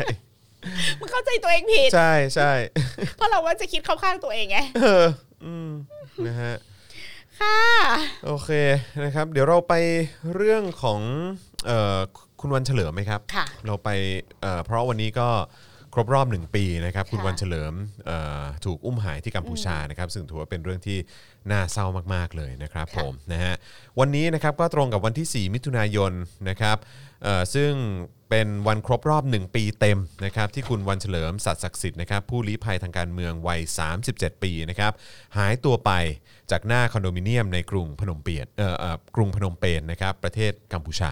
มึงเข้าใจตัวเองผิด ใช่ใช่ เพราะเราว่าจะคิดเข้าข้างตัวเองไง เอออืมนะฮะ ค่ะ โอเคนะครับ เดี๋ยวเราไปเรื่องของเอ่อคุณวันเฉลิมไหมครับ ค่ะ เราไปเอ่อเพราะวันนี้ก็ครบรอบหนึ่งปีนะครับ คุณ ค่ะ วันเฉลิมเอ่อถูกอุ้มหายที่กัมพูชานะครับ ซึ่งถือว่าเป็นเรื่องที่น่าเศร้ามาก ๆ เลยนะครับผค่ะมนะฮะวันนี้นะครับก็ตรงกับวันที่ 4 มิถุนายนนะครับเอ่อซึ่งเป็นวันครบรอบ 1 ปีเต็มนะครับ ที่คุณวันเฉลิมสัตย์ศักดิ์สิทธิ์นะครับผู้ลี้ภัยทางการเมืองวัย 37 ปีนะครับหายตัวไปจากหน้าคอนโดมิเนียมในกรุงพนมเปญเอ่อเอ่อกรุงพนมเปญนะครับประเทศกัมพูชา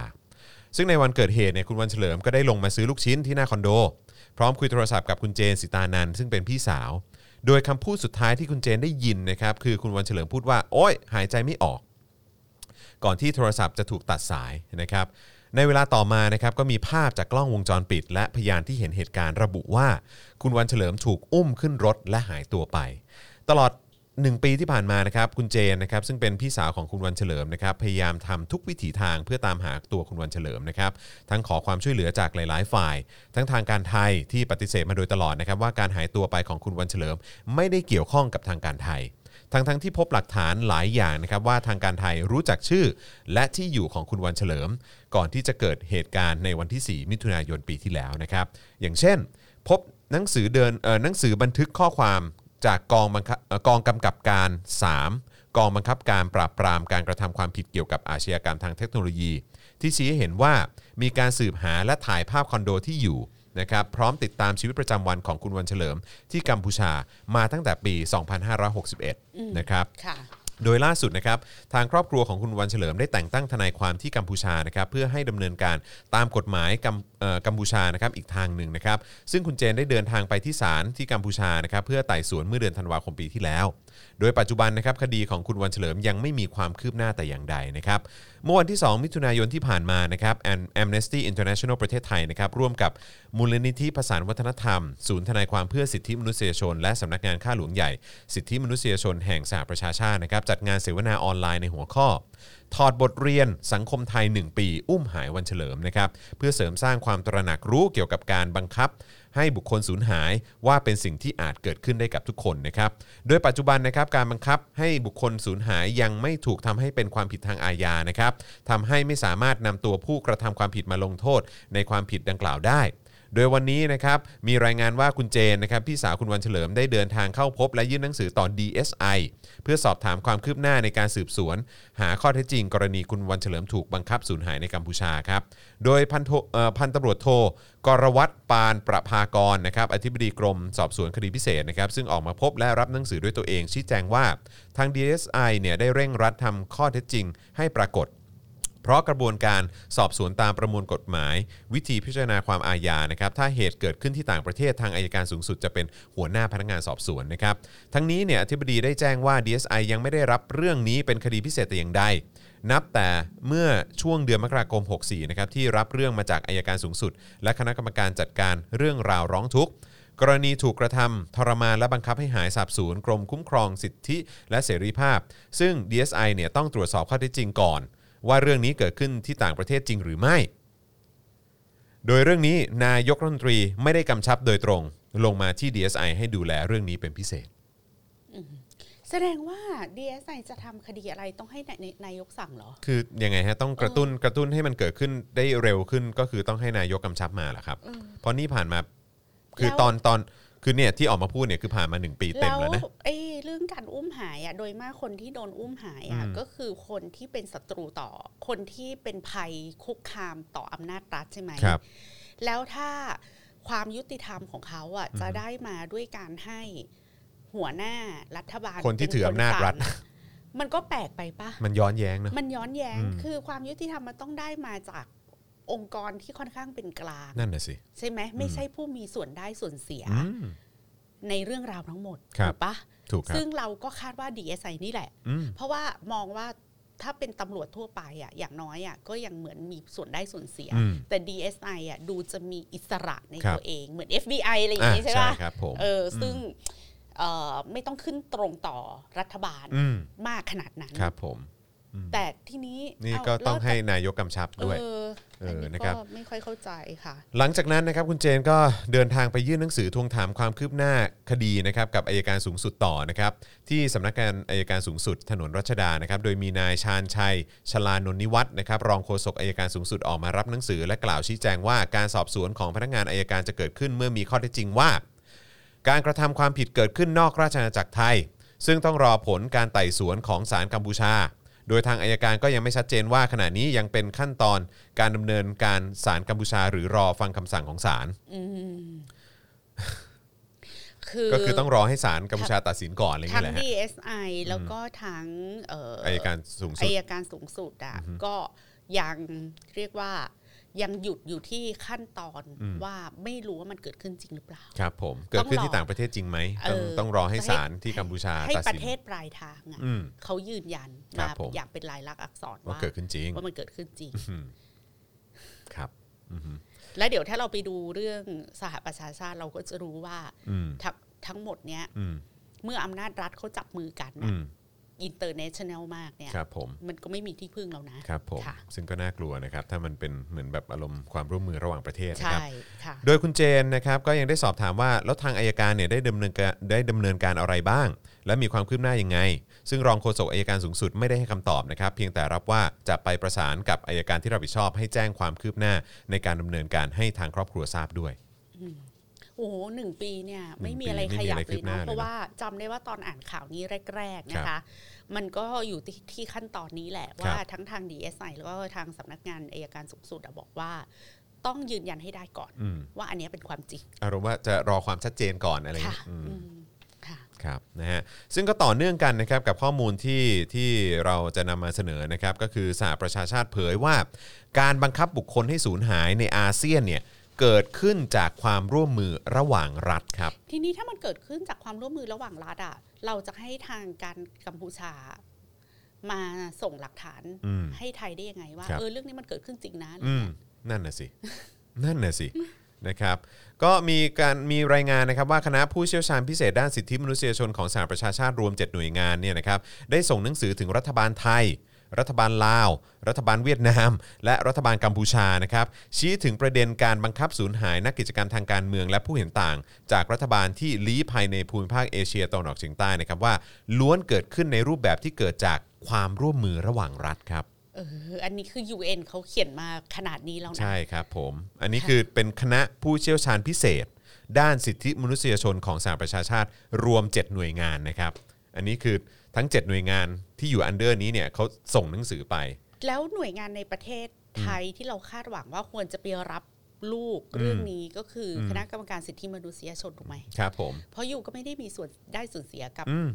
ซึ่งในวันเกิดเหตุเนี่ยคุณวันเฉลิมก็ได้ลงมาซื้อลูกชิ้นที่หน้าคอนโด พร้อมคุยโทรศัพท์กับคุณเจนสิตานันซึ่งเป็นพี่สาว โดยคำพูดสุดท้ายที่คุณเจนได้ยินนะครับคือคุณวันเฉลิมพูดว่า โอ๊ย หายใจไม่ออก ก่อนที่โทรศัพท์จะถูกตัดสายนะครับ ในเวลาต่อมานะครับก็มีภาพจากกล้องวงจรปิด และพยานที่เห็นเหตุการณ์ระบุว่า คุณวันเฉลิมถูกอุ้มขึ้นรถและหายตัวไป ตลอด 1 ปีที่ผ่านมานะครับคุณเจนนะครับซึ่งเป็นพี่สาวของคุณวันเฉลิมนะครับพยายามทำทุกวิถีทางเพื่อตามหาตัวคุณวันเฉลิมนะครับทั้งขอความช่วยเหลือจากหลายๆ ฝ่าย ทั้งทางการไทยที่ปฏิเสธมาโดยตลอดนะครับว่าการหายตัวไปของคุณวันเฉลิม ไม่ได้เกี่ยวข้องกับทางการไทย ทั้งทั้งๆที่พบหลักฐานหลายอย่างนะครับว่าทางการไทยรู้จักชื่อ และที่อยู่ของคุณวันเฉลิม ก่อนที่จะเกิดเหตุการณ์ในวันที่ 4 มิถุนายนปีที่แล้วนะครับ อย่างเช่น พบหนังสือเดินเอ่อหนังสือบันทึกข้อความจากกองบังคับเอ่อกองกำกับการ 3 กองบังคับการปราบปรามการกระทำความผิดเกี่ยวกับอาชญากรรมทางเทคโนโลยี ที่ชี้ให้เห็นว่ามีการสืบหาและถ่ายภาพคอนโดที่อยู่นะครับพร้อมติดตามชีวิตประจำวันของคุณวันเฉลิม ที่กัมพูชามาตั้งแต่ปี 2561 นะครับ ค่ะ โดยล่าสุดนะครับทางครอบครัวของคุณวันเฉลิมได้แต่งตั้งทนายความที่กัมพูชานะครับเพื่อให้ดำเนินการตามกฎหมายกัมเอ่อกัมพูชานะครับอีกทางหนึ่งนะครับซึ่งคุณเจนได้เดินทางไปที่ศาลที่กัมพูชานะครับเพื่อไต่สวนเมื่อเดือนธันวาคมปีที่แล้ว โดยปัจจุบันนะครับคดีของคุณวันเฉลิมยังไม่มีความคืบหน้าแต่อย่างใดนะครับเมื่อวันที่ 2 มิถุนายนที่ผ่านมานะครับ Amnesty International ประเทศไทยนะครับร่วมกับมูลนิธิประสานวัฒนธรรม ศูนย์ทนายความเพื่อสิทธิมนุษยชน และสำนักงานข้าหลวงใหญ่ สิทธิมนุษยชนแห่งสหประชาชาตินะครับจัดงานเสวนาออนไลน์ในหัวข้อ ถอดบทเรียนสังคมไทย 1 ปี อุ้มหายวันเฉลิมนะครับเพื่อเสริมสร้างความตระหนักรู้เกี่ยวกับการบังคับ ให้บุคคลสูญหายว่าเป็นสิ่งที่อาจเกิดขึ้นได้กับทุกคนนะครับโดยปัจจุบันนะครับการบังคับให้บุคคลสูญหายยังไม่ถูกทำให้เป็นความผิดทางอาญานะครับทำให้ไม่สามารถนำตัวผู้กระทำความผิดมาลงโทษ ในความผิดดังกล่าวได้ โดยวันนี้นะครับมีรายงานว่าคุณเจนนะครับพี่สาวคุณวันเฉลิมได้เดินทางเข้าพบและยื่นหนังสือต่อ DSI เพื่อสอบถามความคืบหน้าในการสืบสวน หาข้อเท็จจริงกรณีคุณวันเฉลิมถูกบังคับสูญหายในกัมพูชาครับโดยพันโทเอ่อพันตำรวจโทกรวัตรปานประภากรนะครับอธิบดีกรมสอบสวนคดีพิเศษนะครับซึ่งออกมาพบและรับหนังสือด้วยตัวเอง ชี้แจงว่าทาง DSI เนี่ยได้เร่งรัดทำข้อเท็จจริงให้ปรากฏ เพราะกระบวนการสอบสวนตามประมวลกฎหมาย วิธีพิจารณาความอาญานะครับ ถ้าเหตุเกิดขึ้นที่ต่างประเทศทางอายการสูงสุดจะเป็นหัวหน้าพนักงานสอบสวนนะครับ ทั้งนี้เนี่ยอธิบดีได้แจ้งว่า DSI ยังไม่ได้รับเรื่องนี้เป็นคดีพิเศษแต่อย่างใด นับแต่เมื่อช่วงเดือนมกราคม 64 นะครับที่รับเรื่องมาจากอายการสูงสุด และคณะกรรมการจัดการเรื่องราวร้องทุกข์ กรณีถูกกระทำทรมานและบังคับให้หายสาบสูญกรมคุ้มครองสิทธิและเสรีภาพ ซึ่ง DSI เนี่ยต้องตรวจสอบข้อเท็จจริงก่อน ว่าเรื่องนี้เกิดขึ้นที่ต่างประเทศจริงหรือไม่ โดยเรื่องนี้นายกรัฐมนตรีไม่ได้กำชับโดยตรง ลงมาที่ DSI ให้ดูแลเรื่องนี้เป็นพิเศษ แสดงว่า DSI จะทำคดีอะไรต้องให้นายนายกสั่งเหรอ คือยังไงฮะต้องกระตุ้นกระตุ้นให้มันเกิดขึ้นได้เร็วขึ้นก็คือต้องให้นายกกำชับมาแหละครับ เพราะนี่ผ่านมาคือ แล้ว ตอนตอนคือเนี่ยที่ออกมาพูดเนี่ยคือผ่านมาหนึ่งปีเต็มแล้วนะ ไอ้เรื่องการอุ้มหายอ่ะโดยมากคนที่โดนอุ้มหายอ่ะ อืม ก็คือคนที่เป็นศัตรูต่อคนที่เป็นภัยคุกคามต่ออำนาจรัฐใช่ไหม ครับ แล้วถ้าความยุติธรรมของเขาอ่ะจะได้มาด้วยการให้หัวหน้ารัฐบาล คนที่ถืออำนาจรัฐ เป็คนสั่งมันก็แปลกไปปะ มันย้อนแย้งเนอะ มันย้อนแย้ง อืม คือความยุติธรรมมันต้องได้มาจากองค์กรที่ค่อนข้างเป็นกลาง นั่นน่ะสิ ใช่ไหมไม่ใช่ผู้มีส่วนได้ส่วนเสีย อืม ในเรื่องราวทั้งหมด ครับ ถูกปะ ถูกครับ ซึ่งเราก็คาดว่า DSI นี่แหละ อืม เพราะว่ามองว่าถ้าเป็นตำรวจทั่วไปอ่ะอย่างน้อยอ่ะก็ยังเหมือนมีส่วนได้ส่วนเสีย อืม แต่ DSI อ่ะดูจะมีอิสระใน ครับ ตัวเอง เหมือน FBI อะไรอย่างนี้ อ่ะ ใช่ปะ ครับผม เออซึ่งเอ่อไม่ต้องขึ้นตรงต่อรัฐบาล อืม มากขนาดนั้น ครับผม แต่ที่นี้ นี่ เา ก็ต้อง แล้ว ให้นายกกำชับด้วย เออ เออ อันนี้ นะครับ ก็ไม่ค่อยเข้าใจค่ะ หลังจากนั้นนะครับคุณเจนก็เดินทางไปยื่นหนังสือทวงถามความคืบหน้าคดีนะครับกับอายการสูงสุดต่อนะครับที่สำนักงานอายการสูงสุด ถนนรัชดานะครับโดยมีนายชาญชัย ชลานนท์นิวัฒน์นะครับรองโฆษกอายการสูงสุดออกมารับหนังสือ และกล่าวชี้แจงว่าการสอบสวนของพนักงานอายการจะเกิดขึ้นเมื่อมีข้อเท็จจริงว่า การกระทำความผิดเกิดขึ้นนอกราชอาณาจักรไทย ซึ่งต้องรอผลการไต่สวนของศาลกัมพูชา โดยทางอายการก็ยังไม่ชัดเจนว่าขณะนี้ยังเป็นขั้นตอนการดำเนินการศาลกัมพูชา หรือรอฟังคำสั่งของศาล คือ ก็คือต้องรอให้ศาลกัมพูชาตัดสินก่อนอะไรอย่าง ทั้ เงี้ยงแหละฮะ DSI แล้วก็ทั้งเอ่ออ อายการสูงสุ อา ด ยการสูงสุดอ่ะก็ยังเรียกว่ายังหยุดอยู่ที่ขั้นตอน อืม ว่าไม่รู้ว่ามันเกิดขึ้นจริงหรือเปล่า ครับผม เกิดขึ้นที่ต่างประเทศจริงไหมต้อง เออ ต้องรอให้ศาลที่กัมพูชา ให้ ตัดสิประ น เทศปลายทางอ่ะ อืม เขายืนยัน ครั มา บผม อย่างเป็นลายลักษณ์อักษร ว่า ว่า เกิดขึ้นจริง ว่ามันเกิดขึ้นจริง อืมครับอืม แล้วเดี๋ยวถ้าเราไปดูเรื่องสหประชาชาติเราก็จะรู้ว่า อืม ทั้งทั้งหมดเนี้ย อืม เมื่ออำนาจรัฐเขาจับมือกัน อืม อินเตอร์เนชั่นแนลมากเนี่ย ครับผม มันก็ไม่มีที่พึ่งแล้วนะ ครับผม ค่ะ ซึ่งก็น่ากลัวนะครับ ถ้ามันเป็นเหมือนแบบอารมณ์ความร่วมมือระหว่างประเทศนะคใช่รับ ค่ะ โดยคุณเจนนะครับก็ยังได้สอบถามว่า แล้วทางอายการเนี่ยได้ดำเนินการได้ดำเนินการอะไรบ้าง และมีความคืบหน้ายังไง ซึ่งรองโฆษกอายการสูงสุดไม่ได้ให้คำตอบนะครับ เพียงแต่รับว่าจะไปประสานกับอายการที่รับผิดชอบให้แจ้งความคืบหน้าในการดำเนินการให้ทางครอบครัวทราบด้วย โอ้โหหนึ่งปีเนี่ย หนึ่ ไม่ ง มีอะไร ปีไม่ ข มี ยับ อะไร เล คื ย บหน้าเลเนาะย เพราะว่าจำได้ว่าตอนอ่านข่าวนี้แรก ๆ นะ ครั คะ บ มันก็อยู่ที่ที่ขั้นตอนนี้แหละ ค ว่า รับ ทั้งทางดีเอสไอแล้วก็ทางสำนักงานอายการสูงสุดอะบอกว่า ต้องยืนยันให้ได้ก่อน อืม ว่าอันเนี้ยเป็นความจริง อารมณ์ว่าจะรอความชัดเจนก่อนอะไรอย่าง ค่ะ เงี้ยอืม อืมค่ะ ครับนะฮะซึ่งก็ต่อเนื่องกันนะครับกับข้อมูลที่ที่เราจะนำมาเสนอนะครับก็คือสหประชาชาติเผยว่า การบังคับบุคคลให้สูญหายในอาเซียนเนี่ยเกิดขึ้นจากความร่วมมือระหว่างรัฐครับ ทีนี้ถ้ามันเกิดขึ้นจากความร่วมมือระหว่างรัฐอ่ะ เราจะให้ทางการกัมพูชา มาส่งหลักฐาน อืม ให้ไทยได้ยังไงว่า ครับ เออเรื่องนี้มันเกิดขึ้นจริงนะ อืมนั่นน่ะสิ นั่นน่ะสินะครับ ก็มีการมีรายงานนะครับว่าคณะผู้เชี่ยวชาญพิเศษด้านสิทธิมนุษยชนของสหประชาชาติรวม 7 หน่วยงานเนี่ยนะครับได้ส่งหนังสือถึงรัฐบาลไทย รัฐบาลลาว รัฐบาลเวียดนาม และรัฐบาลกัมพูชานะครับชี้ถึงประเด็นการบังคับสูญหายนักกิจกรรมทางการเมืองและผู้เห็นต่าง จากรัฐบาลที่ลี้ภัยในภูมิภาคเอเชียตะวันออกเฉียงใต้นะครับว่าล้วนเกิดขึ้นในรูปแบบที่เกิดจากความร่วมมือระหว่างรัฐครับ เออ อันนี้คือ UN เขาเขียนมาขนาดนี้แล้วนะ ใช่ครับผม อันนี้คือเป็นคณะผู้เชี่ยวชาญพิเศษ ด้านสิทธิมนุษยชนของสหประชาชาติรวม 7 หน่วยงานนะครับ อันนี้คือทั้ง 7 หน่วยงานที่อยู่อันเดอร์นี้เนี่ยเขาส่งหนังสือไป แล้วหน่วยงานในประเทศไทยที่เราคาดหวังว่าควรจะไปรับลูกเรื่องนี้ก็คืออ ม คณะกรรมการสิทธิมนุษยชนถูกไหม ครับผม เพราะอยู่ก็ไม่ได้มีส่วนได้ส่วนเสียกับ อืม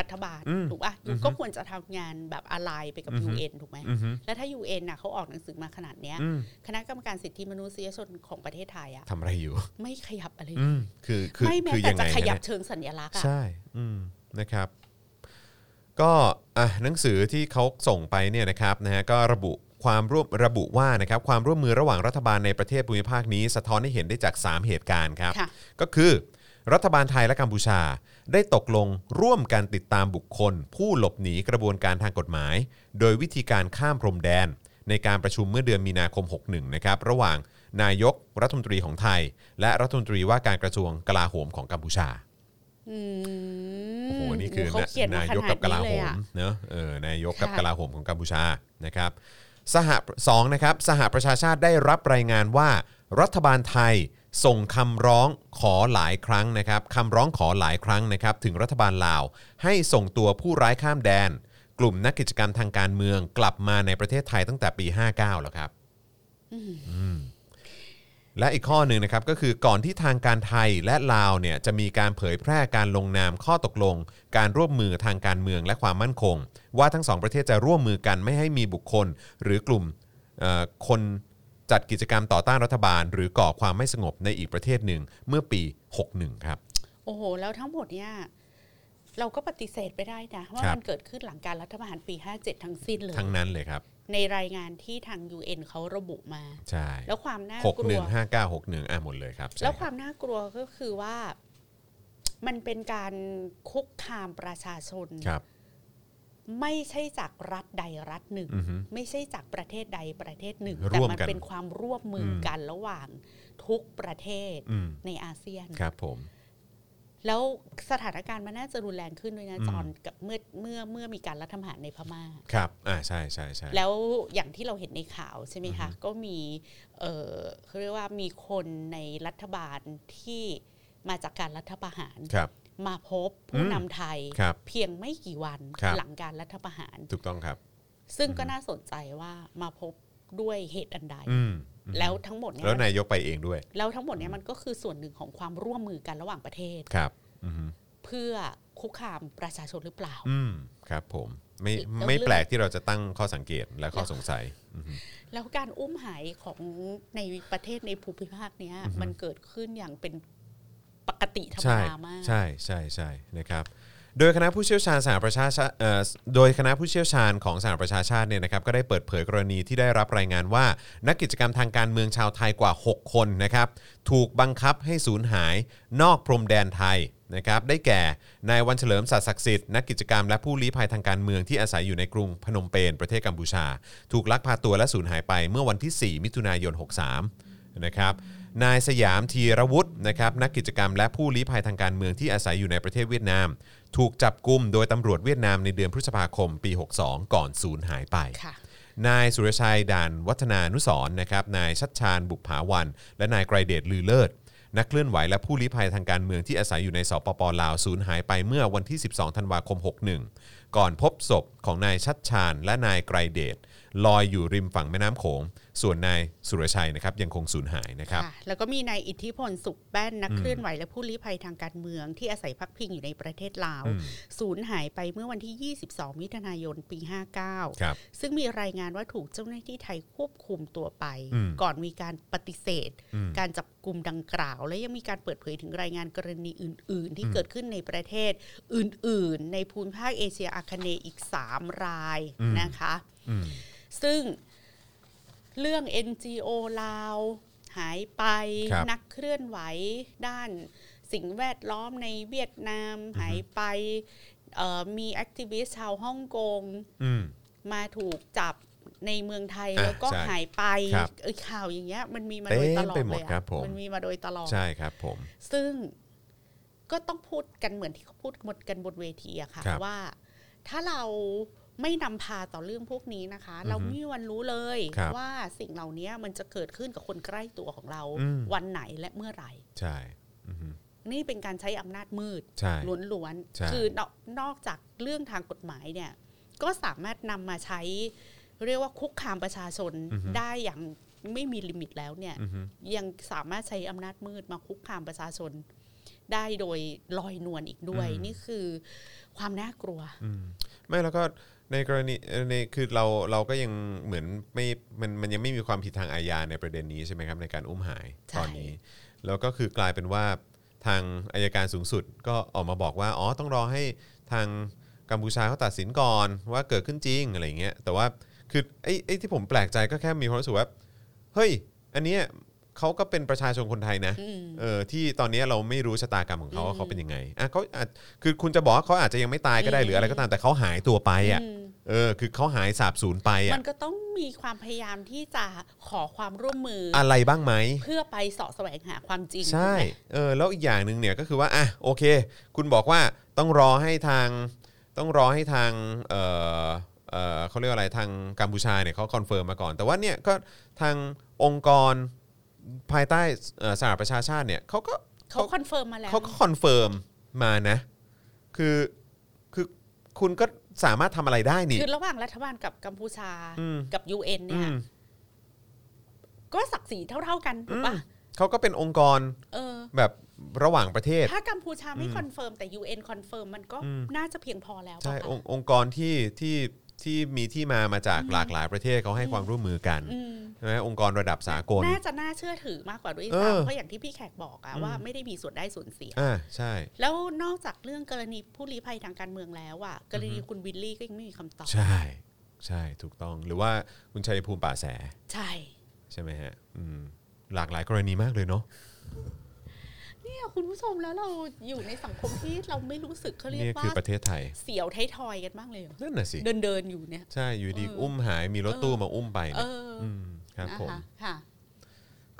รัฐบาล อืม ถูกป่ะอยู่ก็ควรจะทำงานแบบอะไรไปกับ อือฮึ UN ถูกไหม อือฮึ แล้วถ้า UN น่ะเขาออกหนังสือมาขนาดเนี้ย อืม คณะกรรมการสิทธิมนุษยชนของประเทศไทยอะ ทำอะไรอยู่ ไม่ขยับอะไรเล อื ย มคือคือ ไม่แม้ คือ แต่ ยังไง จะข กัน ยับ เนี่ย เชิงสัญลักษณ์อะ ใช่ อืม นะครับ ก็อ่ะหนังสือที่เขาส่งไปเนี่ยนะครับนะฮะก็ระบุความร่วมระบุว่านะครับความร่วมมือระหว่างรัฐบาลในประเทศภูมิภาคนี้สะท้อนให้เห็นได้จาก 3 เหตุการณ์ครับ ค่ะ ก็คือ รัฐบาลไทยและกัมพูชา ได้ตกลงร่วมกันติดตามบุคคล ผู้หลบหนีกระบวนการทางกฎหมาย โดยวิธีการข้ามพรมแดน ในการประชุมเมื่อเดือนมีนาคม 61 นะครับ ระหว่างนายกรัฐมนตรีของไทย และรัฐมนตรีว่าการกระทรวงกลาโหมของกัมพูชา อืม โอ้โห นี่คือ เขา นะ เขียนมาน ายก ข กับก น ลา ด โห นี้เย ม อะ เนอะเออนายกกับ ค่ะ กลาโหมของกัมพูชานะครับสหสองนะครับสหประชาชาติได้รับรายงานว่า รัฐบาลไทยส่งคำร้องขอหลายครั้งนะครับคำร้องขอหลายครั้งนะครับถึงรัฐบาลลาว ให้ส่งตัวผู้ร้ายข้ามแดน กลุ่มนักกิจกรรมทางการเมืองกลับมาในประเทศไทยตั้งแต่ปี 59 แล้วครับ และอีกข้อหนึ่งนะครับก็คือก่อนที่ทางการไทยและลาวเนี่ยจะมีการเผยแพร่การลงนามข้อตกลง การร่วมมือทางการเมืองและความมั่นคง ว่าทั้งสองประเทศจะร่วมมือกันไม่ให้มีบุคคล หรือกลุ่มเอ่อคนจัดกิจกรรมต่อต้านรัฐบาล หรือก่อความไม่สงบในอีกประเทศหนึ่งเมื่อปี 61 ครับ โอ้โห แล้วทั้งหมดเนี่ยเราก็ปฏิเสธไปได้นะ ว่า ครับ มันเกิดขึ้นหลังการรัฐประหารปี 57 ทั้งสิ้นเลย ทั้งนั้นเลยครับ ในรายงานที่ทาง UN เขาระบุมา ใช่ แล้วความน่า หกหกลั นึ่ ว งห้าเก้าหกหนึ่งอ่ะหมดเลยครับใช่ แล้วค รั วา บ มน่ากลัวก็คือว่ามันเป็นการคุกคามประชาชน ครับ ไม่ใช่จากรัฐใดรัฐหนึ่ง อือฮึ ไม่ใช่จากประเทศใดประเทศหนึ่ง ร่ แต่ วมกัน มันเป็นความร่วมมืออ ม กันระหว่างทุกประเทศ อืม ในอาเซียน ครับผม แล้วสถานการณ์มันน่าจะรุนแรงขึ้นด้วยนะ อืม จอนกับเมื่อเมื่อเมื่อมีการรัฐประหารในพม่า ครับอ่าใช่ใช่ใช่ แล้วอย่างที่เราเห็นในข่าวใช่ไหมคะ ก็มีเอ่อเขาเรียกว่ามีคนในรัฐบาลที่มาจากการรัฐประหาร ครับ มาพบผู้ อืม นำไทย ครับ เพียงไม่กี่วัน ครับ หลังการรัฐประหาร ถูกต้องครับ ซึ่งก็ อืม น่าสนใจว่ามาพบด้วยเหตุอันใด อืมอืม แล้วทั้งหมดเนี่ย แล้วนายกไปเองด้วย แล้วทั้งหมดเนี่ยมันก็คือส่วนหนึ่งของความร่วมมือกันระหว่างประเทศ ครับอือฮึ เพื่อคุกคามประชาชนหรือเปล่า อืมครับผมไม่ แล้ว ไม่ เรื่อง แปลกที่เราจะตั้งข้อสังเกตและข้อสงสัย แล้วการอุ้มหายของในประเทศในภูมิภาคเนี้ย อือฮึ มันเกิดขึ้นอย่างเป็นปกติธรรม ใช่ ดามาก ใช่ใช่ใช่นะครับ โดยคณะผู้เชี่ยวชาญสหประชาชาติเอ่อโดยคณะผู้เชี่ยวชาญของสหประชาชาติเนี่ยนะครับก็ได้เปิดเผยกรณีที่ได้รับรายงานว่า นักกิจกรรมทางการเมืองชาวไทยกว่า 6 คนนะครับ ถูกบังคับให้สูญหายนอกพรมแดนไทยนะครับ ได้แก่นายวันเฉลิมศักดิ์ศักดิ์สิทธิ์นักกิจกรรมและผู้ลี้ภัยทางการเมืองที่อาศัยอยู่ในกรุงพนมเปญประเทศกัมพูชา ถูกลักพาตัวและสูญหายไปเมื่อวันที่ 4 มิถุนายน 63 นะครับ นายสยามธีรวุฒินะครับนักกิจกรรมและผู้ลี้ภัยทางการเมืองที่อาศัยอยู่ในประเทศเวียดนาม ถูกจับกุมโดยตำรวจเวียดนามในเดือนพฤษภาคมปี 62 ก่อนสูญหายไป ค่ะ นายสุรชัยด่านวัฒนานุสรณ์นะครับนายชัดชาญบุกผาวัน และนายไกรเดชลือเลิศ นักเคลื่อนไหวและผู้ลี้ภัยทางการเมืองที่อาศัยอยู่ในสปปลาวสูญหายไปเมื่อวันที่ 12 ธันวาคม 61 ก่อนพบศพของนายชัดชาญและนายไกรเดชลอยอยู่ริมฝั่งแม่น้ำโขง ส่วนนายสุรชัยนะครับยังคงสูญหายนะครับ ค่ะแล้วก็มีนายอิทธิพลสุขแป้นนักเคลื่อนไหวและผู้ลี้ภัยทางการเมืองที่อาศัยพักพิงอยู่ในประเทศลาว อืม สูญหายไปเมื่อวันที่ 22 มิถุนายนปี 59 ครับ ซึ่งมีรายงานว่าถูกเจ้าหน้าที่ไทยควบคุมตัวไป อืม ก่อนมีการปฏิเสธ อืม การจับกลุ่มดังกล่าว และยังมีการเปิดเผยถึงรายงานกรณีอื่น ๆ ที่เกิดขึ้นในประเทศอื่น ๆ ในภูมิภาคเอเชียอาคเนย์อีก 3 ราย อืม นะคะ อืม ซึ่งเรื่อง NGO ลาวหายไป ครับ นักเคลื่อนไหวด้านสิ่งแวดล้อมในเวียดนามหายไปเอ่อมีแอคทิวิสต์ชาวฮ่องกง อืม มาถูกจับในเมืองไทย อ่ะ แล้วก็ ใช่ หายไป ครับ เออข่าวอย่างเงี้ยมันมีมาโดยตลอด เต็มไปหม เล ด ย ครั อะ บผม มันมีมาโดยตลอด ใช่ครับผม ซึ่งก็ต้องพูดกันเหมือนที่เขาพูดหมดกันบนเวทีอะค่ะ ครับ ว่า ถ้าเราไม่นำพาต่อเรื่องพวกนี้นะคะ อือฮึ เราไม่มีวันรู้เลย ครับ ว่าสิ่งเหล่านี้มันจะเกิดขึ้นกับคนใกล้ตัวของเรา อืม วันไหนและเมื่อไหร่ ใช่อืม นี่เป็นการใช้อำนาจมืด ใช่ ล้วน ใช่ ๆ คือนอกนอกจากเรื่องทางกฎหมายเนี่ย ก็สามารถนำมาใช้ เรียกว่าคุกคามประชาชนได้อย่างไม่มีลิมิตแล้วเนี่ย อือฮึ ยังสามารถใช้อำนาจมืดมาคุกคามประชาชน ได้โดยลอยนวลอีกด้วย นี่คือความน่ากลัว อืมไม่แล้วก็ในกรณีเอ่อในคือเราเราก็ยังเหมือนไม่มันมันยังไม่มีความผิดทางอาญาในประเด็นนี้ใช่ไหมครับในการอุ้มหาย ใช่ ตอนนี้ แล้วก็คือกลายเป็นว่าทางอายการสูงสุดก็ออกมาบอกว่าอ๋อต้องรอให้ทางกัมพูชาเขาตัดสินก่อนว่าเกิดขึ้นจริงอะไรอย่างเงี้ยแต่ว่าคือไอ้ไอ้ที่ผมแปลกใจก็แค่มีความรู้สึกว่าเฮ้ยอันเนี้ยเขาก็เป็นประชาชนคนไทยนะ อืม เออที่ตอนนี้เราไม่รู้ชะตากรรมของเขา อืม ว่าเขาเป็นยังไงอ่ะเขาอาจคือคุณจะบอกว่าเขาอาจจะยังไม่ตายก็ได้ อืม หรืออะไรก็ตามแต่เขาหายตัวไปอ่ะ อืม เออคือเขาหายสาบสูญไป มั อ่ะ นก็ต้องมีความพยายามที่จะขอความร่วมมืออ อะไรบ้างไหม เพื่อไปเสาะแสวงหาความจริง ใช่ ถูกไหม เออแล้วอีกอย่างหนึ่งเนี่ยก็คือว่าอ่ะโอเค คุณบอกว่าต้องรอให้ทางต้องรอให้ทางเออเออเขาเรียกว่าอะไรทางกัมพูชาเนี่ยเขาคอนเฟิร์มมาก่อน แต่ว่าเนี่ยก็ทางองค์กรภายใต้เอ่อสหประชาชาติเนี่ยเขาก็ เขาคอนเฟิร์มมาแล้ว เขาก็คอนเฟิร์มมานะ คือ คือคุณก็สามารถทำอะไรได้นี่ คือระหว่างรัฐบาลกับกัมพูชา อืม กับ UN อื เนี่ย ม ก็ศักดิ์ศรีเท่า ๆกันถูกปะ เขาก็เป็นองค์กร เออ แบบระหว่างประเทศ ถ้ากัมพูชาไม่ อืม คอนเฟิร์มแต่ UN คอนเฟิร์มมันก็ อืม น่าจะเพียงพอแล้ว ใช่ ปะคะ องค์องค์กรที่ที่ที่มีที่มามาจากหลากหลายประเทศเขาให้ความร่วมมือกัน อืม ใช่ไหมองค์กรระดับสากล น่าจะน่าเชื่อถือมากกว่าด้วย เออ ซ้ำเพราะอย่างที่พี่แขกบอกอะ อืม ว่าไม่ได้มีส่วนได้ส่วนเสีย อ่าใช่ แล้วนอกจากเรื่องกรณีผู้ลี้ภัยทางการเมืองแล้วอะกรณีคุณวิลลี่ก็ยังไม่มีคำตอบ ใช่ ใช่ถูกต้องหรือว่าคุณชัยภูมิป่าแส ใช่ ใช่ไหมฮะอืมหลากหลายกรณีมากเลยเนาะ เนี่ยคุณผู้ชมแล้วเราอยู่ในสังคมที่เราไม่รู้สึกเขาเรีย นี่ กว่า คือประเทศไทย เสียวไทยทอยกันบ้างเลยเหรอ นั่นน่ะสิ เดินเดินๆอยู่เนี่ย ใช่อยู่ดี เอออุ้ อุ้มหายมีรถตู้มาอุ้มไป เอ เนี่ย ออ มครับ นะ ผม คะค่ะ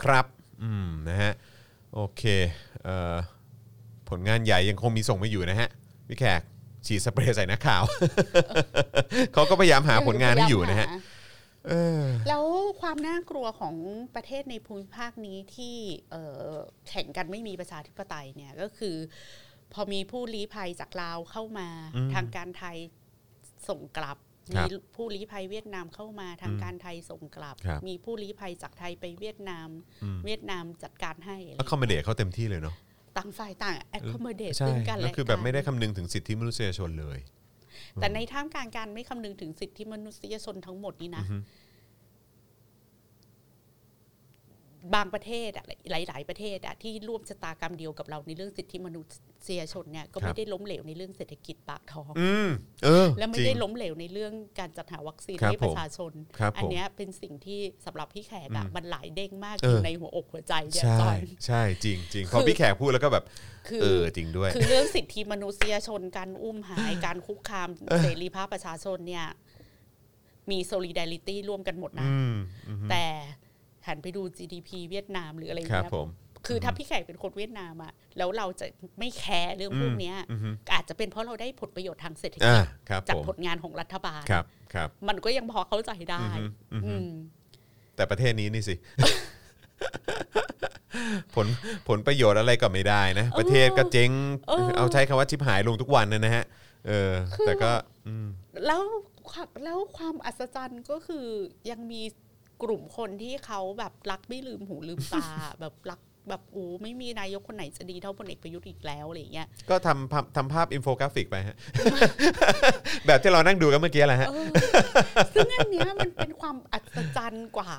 ครับอืมนะฮะ โอเคเอ่อผลงานใหญ่ยังคงมีส่งมาอยู่นะฮะ พี่แขก ฉีดสเปรย์ใส่นักข่าว เขาก็พยายามหาผลงานให้อยู่นะฮะเออ แล้วความน่ากลัวของประเทศในภูมิภาคนี้ที่เอ่อแข่งกันไม่มีประชาธิปไตยเนี่ยก็คือ พอมีผู้ลี้ภัยจากลาวเข้ามา อืม ทางการไทยส่งกลับ ครั มี บ ผู้ลี้ภัยเวียดนามเข้ามาทาง อืม การไทยส่งกลับ ครับ มีผู้ลี้ภัยจากไทยไปเวียดนาม อืม เวียดนามจัดการให้อะไร แล้วคอมเมเดตเขาเต็มที่เลยเนาะ ต่างฝ่ายต่าง accommodate ใช่ ซึ่งกัน ก็ และ คือแบบไม่ได้ กัน คำนึงถึงสิทธิมนุษยชนเลย แต่ในท่ามกลางการไม่คำนึงถึงสิทธิมนุษยชนทั้งหมดนี้นะ อือฮึ บางประเทศอะหลาย ๆ ประเทศอะที่ร่วมชะตากรรมเดียวกับเราในเรื่องสิทธิมนุษยชนเนี่ยก็ ครั ไม่ บ ได้ล้มเหลวในเรื่องเศรษฐกิจปากท้อง อืมเออ และจไม่ริ ได้ ง ล้มเหลวในเรื่องการจัดหาวัคซีน ครับ ให้ประชาชน ครับผม อันเนี้ยเป็นสิ่งที่สำหรับพี่แขกอะ อืม มันหลายเด้งมาก เออ อ อ ยู่ในหัวอกหัวใจเนี่ย ใช่ ตอน ใช่จริงจริงพอพี่แขกพูดแล้วก็แบบ คือ เออจริงด้วย คือเรื่องสิทธิมนุษยชนการอุ้มหาย การคุกคามเสรีภาพประชาชนเนี่ยมี solidarity ร่วมกันหมดนะ อืมอืม แต่ หันไปดู GDP เวียดนามหรืออะไรอย่าง ครับ เงี้ย ผม คือถ้าพี่ไก่เป็นคนเวียดนามอะแล้วเราจะไม่แคร์เรื่องพวกเนี้ย อืมอืม อาจจะเป็นเพราะเราได้ผลประโยชน์ทางเศรษฐกิ อ่า จ ครับ จาก ผม ผลงานของรัฐบาล ครับครับ มันก็ยังพอเข้าใจได้ อืมอืม อืม แต่ประเทศนี้นี่สิ ผลผลประโยชน์อะไรก็ไม่ได้นะ ประเทศก็เจ๊ง เออ เอาใช้คำว่าชิบหายลงทุกวันนะนะฮะเออ แต่ก็อืม แล้วความแล้วความอัศจรรย์ก็คือยังมีกลุ่มคนที่เขาแบบรักไม่ลืมหูลืมตา แบบรัก แบบโอ้ไม่มีนายกคนไหนจะดีเท่าพลเอกประยุทธ์อีกแล้วอะไรอย่างเงี้ย ก็ทำภาพทำภาพอินโฟกราฟิกไปฮะ แบบที่เรานั่งดูกันเมื่อกี้แหละฮะ เออซึ่งอันเนี้ยมันเป็นความอัศจรรย์กว่า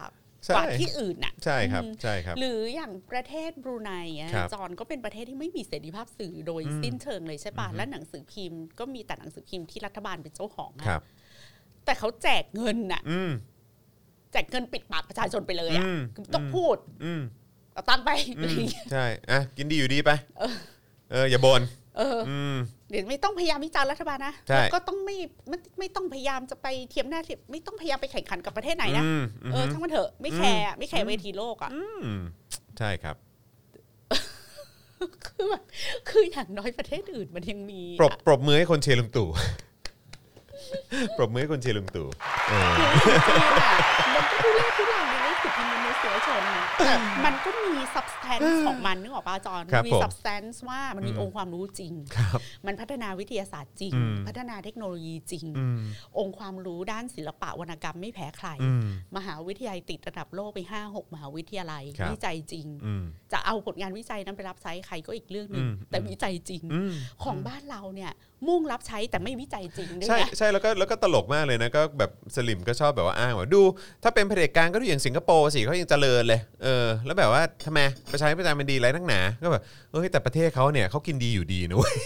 ใช่ กว่าที่อื่นน่ะ ใช่ครับ อืม ใช่ครับ หรืออย่างประเทศบรูไนอะ ครับ จอนก็เป็นประเทศที่ไม่มีเสรีภาพสื่อโดย อืม สิ้นเชิงเลยใช่ป่ะและหนังสือพิมพ์ก็มีแต่หนังสือพิมพ์ที่รัฐบาลเป็นเจ้าของอะ ครับ แต่เขาแจกเงินน่ะ อืม แจกเงินปิดปากประชาชนไปเลยอะ อืม คือต้องพูด อืม เอาตังค์ไป อื อะมไรอย่างเงี้ย ใช่อ่ะกินดีอยู่ดีไปเอออย่าบ่น เออ อืม เดี๋ยวไม่ต้องพยายามวิจารณ์รัฐบาลนะ ใช่ แล้วก็ต้องไม่ไม่ไม่ต้องพยายามจะไปเทียมหน้าเทียมไม่ต้องพยายามไปแข่งขันกับประเทศไหนนะ อืม เออทั้งมันเถอะไม่แคร์อะไม่แคร์เวทีโลกอะ อืมใช่ครับ คือแบบ คืออย่างน้อยประเทศอื่นมันยังมี ปรบปรบมือให้คนเชียร์ลุงตู่ ปรบมือให้คนเชียร์ลุงตู่เออ จีนอ่ะมันก็ทุเรศทุลังในหนังสือพิมพ์มนุษยชนนะแต่มันก็มี substance ของมันนึกออกป่ะจอน ครับ มี ผม substance ว่ามันมีองค์ความรู้จริง ครับ มันพัฒนาวิทยาศาสตร์จริง อืม พัฒนาเทคโนโลยีจริง อืม องค์ความรู้ด้านศิลปะวรรณกรรมไม่แพ้ใคร อืม มหาวิทยาลัยติดระดับโลกไป 5 6 มหาวิทยาลัย ครับ วิจัยจริง อืม จะเอาผลงานวิจัยนั้นไปรับใช้ใครก็อีกเรื่องหนึ่ง อืม แต่วิจัยจริง อืม ของบ้านเราเนี่ย มุ่งรับใช้แต่ไม่วิจัยจริงด้วย ใช่ นะ ใช่แล้วก็แล้วก็ตลกมากเลยนะก็แบบสลิมก็ชอบแบบว่าอ้างว่าดู ถ้าเป็นเผด็จการก็ดูอย่างสิงคโปร์สิเขายังเจริญเลยเออแล้วแบบว่าทำไมประชาธิปไตยมันดีไรนักหนา ก็แบบเฮ้ยแต่ประเทศเขาเนี่ยเขากินดีอยู่ดีนะเว้ ย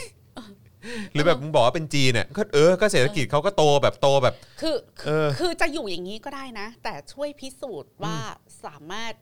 หรือแบบมึงบอกว่าเป็นจีนเนี่ยก็เออก็เศรษฐกิจเขาก็โตแบบโตแบบ คือ เออ คือจะอยู่อย่างนี้ก็ได้นะ แต่ช่วยพิสูจน์ว่าสามารถ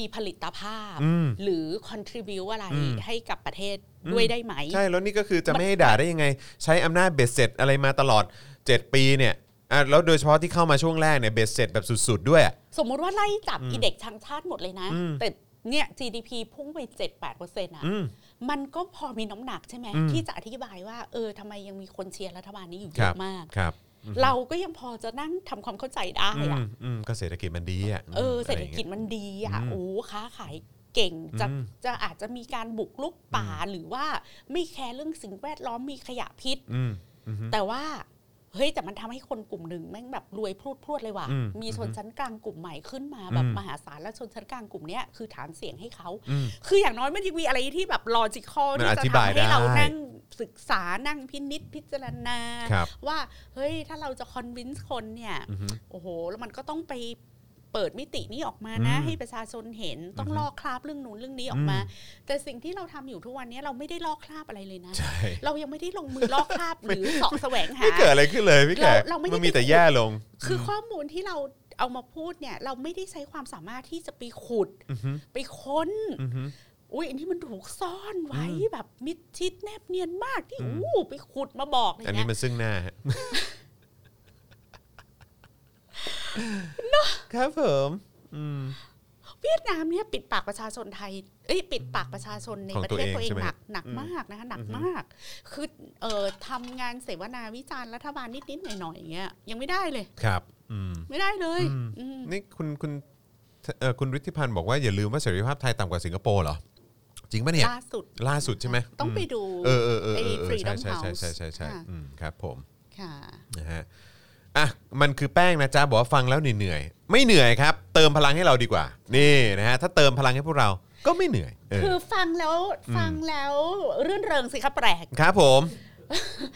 มีผลิตภาพ อืม หรือ contribu อะไร อืม ให้กับประเทศ อืม ด้วยได้ไหม ใช่แล้วนี่ก็คือจะไม่ให้ด่าได้ยังไง ใช้อำนาจเบ็ดเสร็จอะไรมาตลอด 7 ปีเนี่ยอ่ะแล้วโดยเฉพาะที่เข้ามาช่วงแรกเนี่ยเบ็ดเสร็จแบบสุด ๆ ด้วยอ่ะ สมมุติว่าไล่จับอีเด็กทางชาติหมดเลยนะ อืม แต่เนี่ย GDP พุ่งไป 7-8%อ่ะ อืม มันก็พอมีน้ำหนักใช่ไหม อืม ที่จะอธิบายว่า เออทำไมยังมีคนเชียร์รัฐบาลนี้อยู่เย ครับ อะมาก ครับ เราก็ยังพอจะนั่งทำความเข้าใจได้ อื อะ มอืมก็เศรษฐกิจมันดีอ่ะ เออเศรษ ะ ฐ ไย่าง กิ งี้ จ ย มันดีอ่ะ อืม โอ้ค้าขายเก่งจะ อืม จะอาจจะมีการบุกลุกป่าหรือว่าไม่แคร์เรื่องสิ่งแวดล้อมมีขยะพิษ อืมอืม แต่ว่าเฮ้ยแต่มันทำให้คนกลุ่มหนึ่งแม่งแบบรวยพรวดพรวดๆเลยว่ะ อืม มีชนชั้นกลางกลุ่มใหม่ขึ้นมา อืม แบบมหาศาลและชนชั้นกลางกลุ่มเนี้ยคือฐานเสียงให้เขา อืม คืออย่างน้อยมันยังมีอะไรที่แบบลอจิคอล มัน ที่ อ จะ ธิบาย ทำให้เรา ได้ นั่งศึกษานั่งพินิจพิจารณา ครับ ว่าเฮ้ยถ้าเราจะคอนวินส์คนเนี่ย อือฮึ โอ้โห แล้วมันก็ต้องไปเปิดมิตินี้ออกมานะ อืม ให้ประชาชนเห็นต้อง อือฮึ ลอกคราบเรื่องนู้นเรื่องนี้ออกมา แต่สิ่งที่เราทำอยู่ทุกวันนี้เราไม่ได้ลอกคราบอะไรเลยนะ ใช่ เรายังไม่ได้ลงมือลอกคราบ หรือเสาะแสวงหา ไม่เกิดอะไรขึ้นเลยพี่แขก เราเราไม่ได้ มันมีแต่แย่ลง คือข้อมูลที่เราเอามาพูดเนี่ย เราไม่ได้ใช้ความสามารถที่จะไปขุด อือฮึ ไปค้น อือฮึ อุ้ยอันนี้มันถูกซ่อนไว้ อืม แบบมิดชิดแนบเนียนมากที่อู้ไปขุดมาบอกอะไร อันนี้ เงี้ย มันซึ่งหน้าฮะครับผมอืม เวียดนามเนี่ยปิดปากประชาชนไทยเอ้ยปิดปากประชาชนใน ของ ประ ตัว เทศ เอง ตัวเอ ใช่ ง ไหม หนักหนัก อืม มากนะคะหนักมาก คือเอ่อทำงานเสวนาวิจารณ์รัฐบาลนิดๆหน่อยๆอย่างเงี้ยยังไม่ได้เลย ครับอืม ไม่ได้เลย อืม อืม นี่คุณคุณเอ่อคุณฤทธิพันธ์บอกว่าอย่าลืมว่าเสรีภาพไทยต่ำกว่าสิงคโปร์เหรอ จริงปะเนี่ย ล่าสุด ล่าสุดใช่ไหม ต้องไปดู เออเออเออเออ ไอ้ เออ Freedom ใช่ใช่ House ใช่ใช่ใช่ ค่ะ อืมครับผม ค่ะ นะฮะ อ่ะ มันคือแป้งนะจ๊ะ บอกว่าฟังแล้วเหนื่อยๆไม่เหนื่อยครับ เติมพลังให้เราดีกว่า นี่นะฮะ ถ้าเติมพลังให้พวกเรา ก็ไม่เหนื่อยเออ คือฟังแล้วฟังแล้วเรื่นเริงสิคะแปลก ครับผม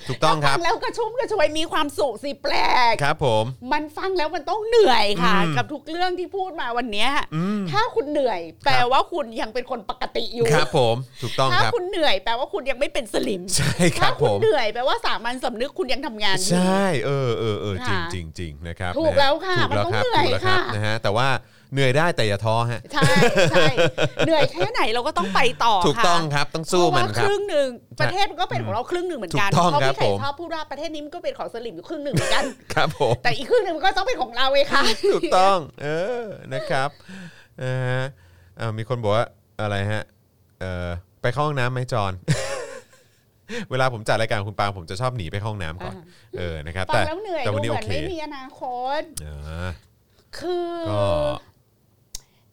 ถูกต้องค ฟั รับ งแล้วกระชุ่มกระชวยมีความสุขสิแปลก ครับผม มันฟังแล้วมันต้องเหนื่อยค่ะ อืม กับทุกเรื่องที่พูดมาวันเนี้ย อืม ถ้าคุณเหนื่อย แปล ครับ ว่าคุณยังเป็นคนปกติอยู่ ครับผม ถูกต้อง ถ้า ครับ คุณเหนื่อยแปลว่าคุณยังไม่เป็นสลิม ใช่ค ถ้า รับ คุ ผ ณ ม เหนื่อยแปลว่าสามัญสำนึกคุณยังทำงานอยู่ ใช่เออเออเออจริง ค่ะ จริงจริงนะครับ ถูก นฮ แล้วค่ะ ถูกแล้วครับ มันต้อง ถู เหนื่อย กแล้วครับ ค่ะ นะฮะ แต่ว่าเหนื่อยได้แต่อย่าท้อฮะ ใช่ใช่เหนื่อยแค่ไหนเราก็ต้องไปต่อค่ะ ถูกต้องครับ ต้องสู้มันค เพาะว่าครับ รึ่งหนึ่งประเทศมันก็เป็นของเราครึ่งหนึ่งเหมือนกัถูนกต้อง เพคราะรับ พี่ไก่ ผม ชอบพูดว่าประเทศนี้มันก็เป็นของสลิมอยู่ครึ่งหนึ่งเหมือนกัน ครับผม แต่อีกครึ่งหนึ่งมันก็ต้องเป็นของเราเองค่ะ ถูกต้อง เออนะครับ เออฮะเอ่อมีคนบอกว่าอะไรฮะเอ่อไปเข้าห้องน้ำไหมจอน เวลาผมจัดรายการคุณปาล์มผมจะชอบหนีไปเข้าห้องน้ำก่อน อ่า เออนะครับ ฟั แต่ งแล้วเหนื่อย แต่ ดู วันนี้ เห โอ มือน เค ไม่มีอนาคต อ่า คือ ก็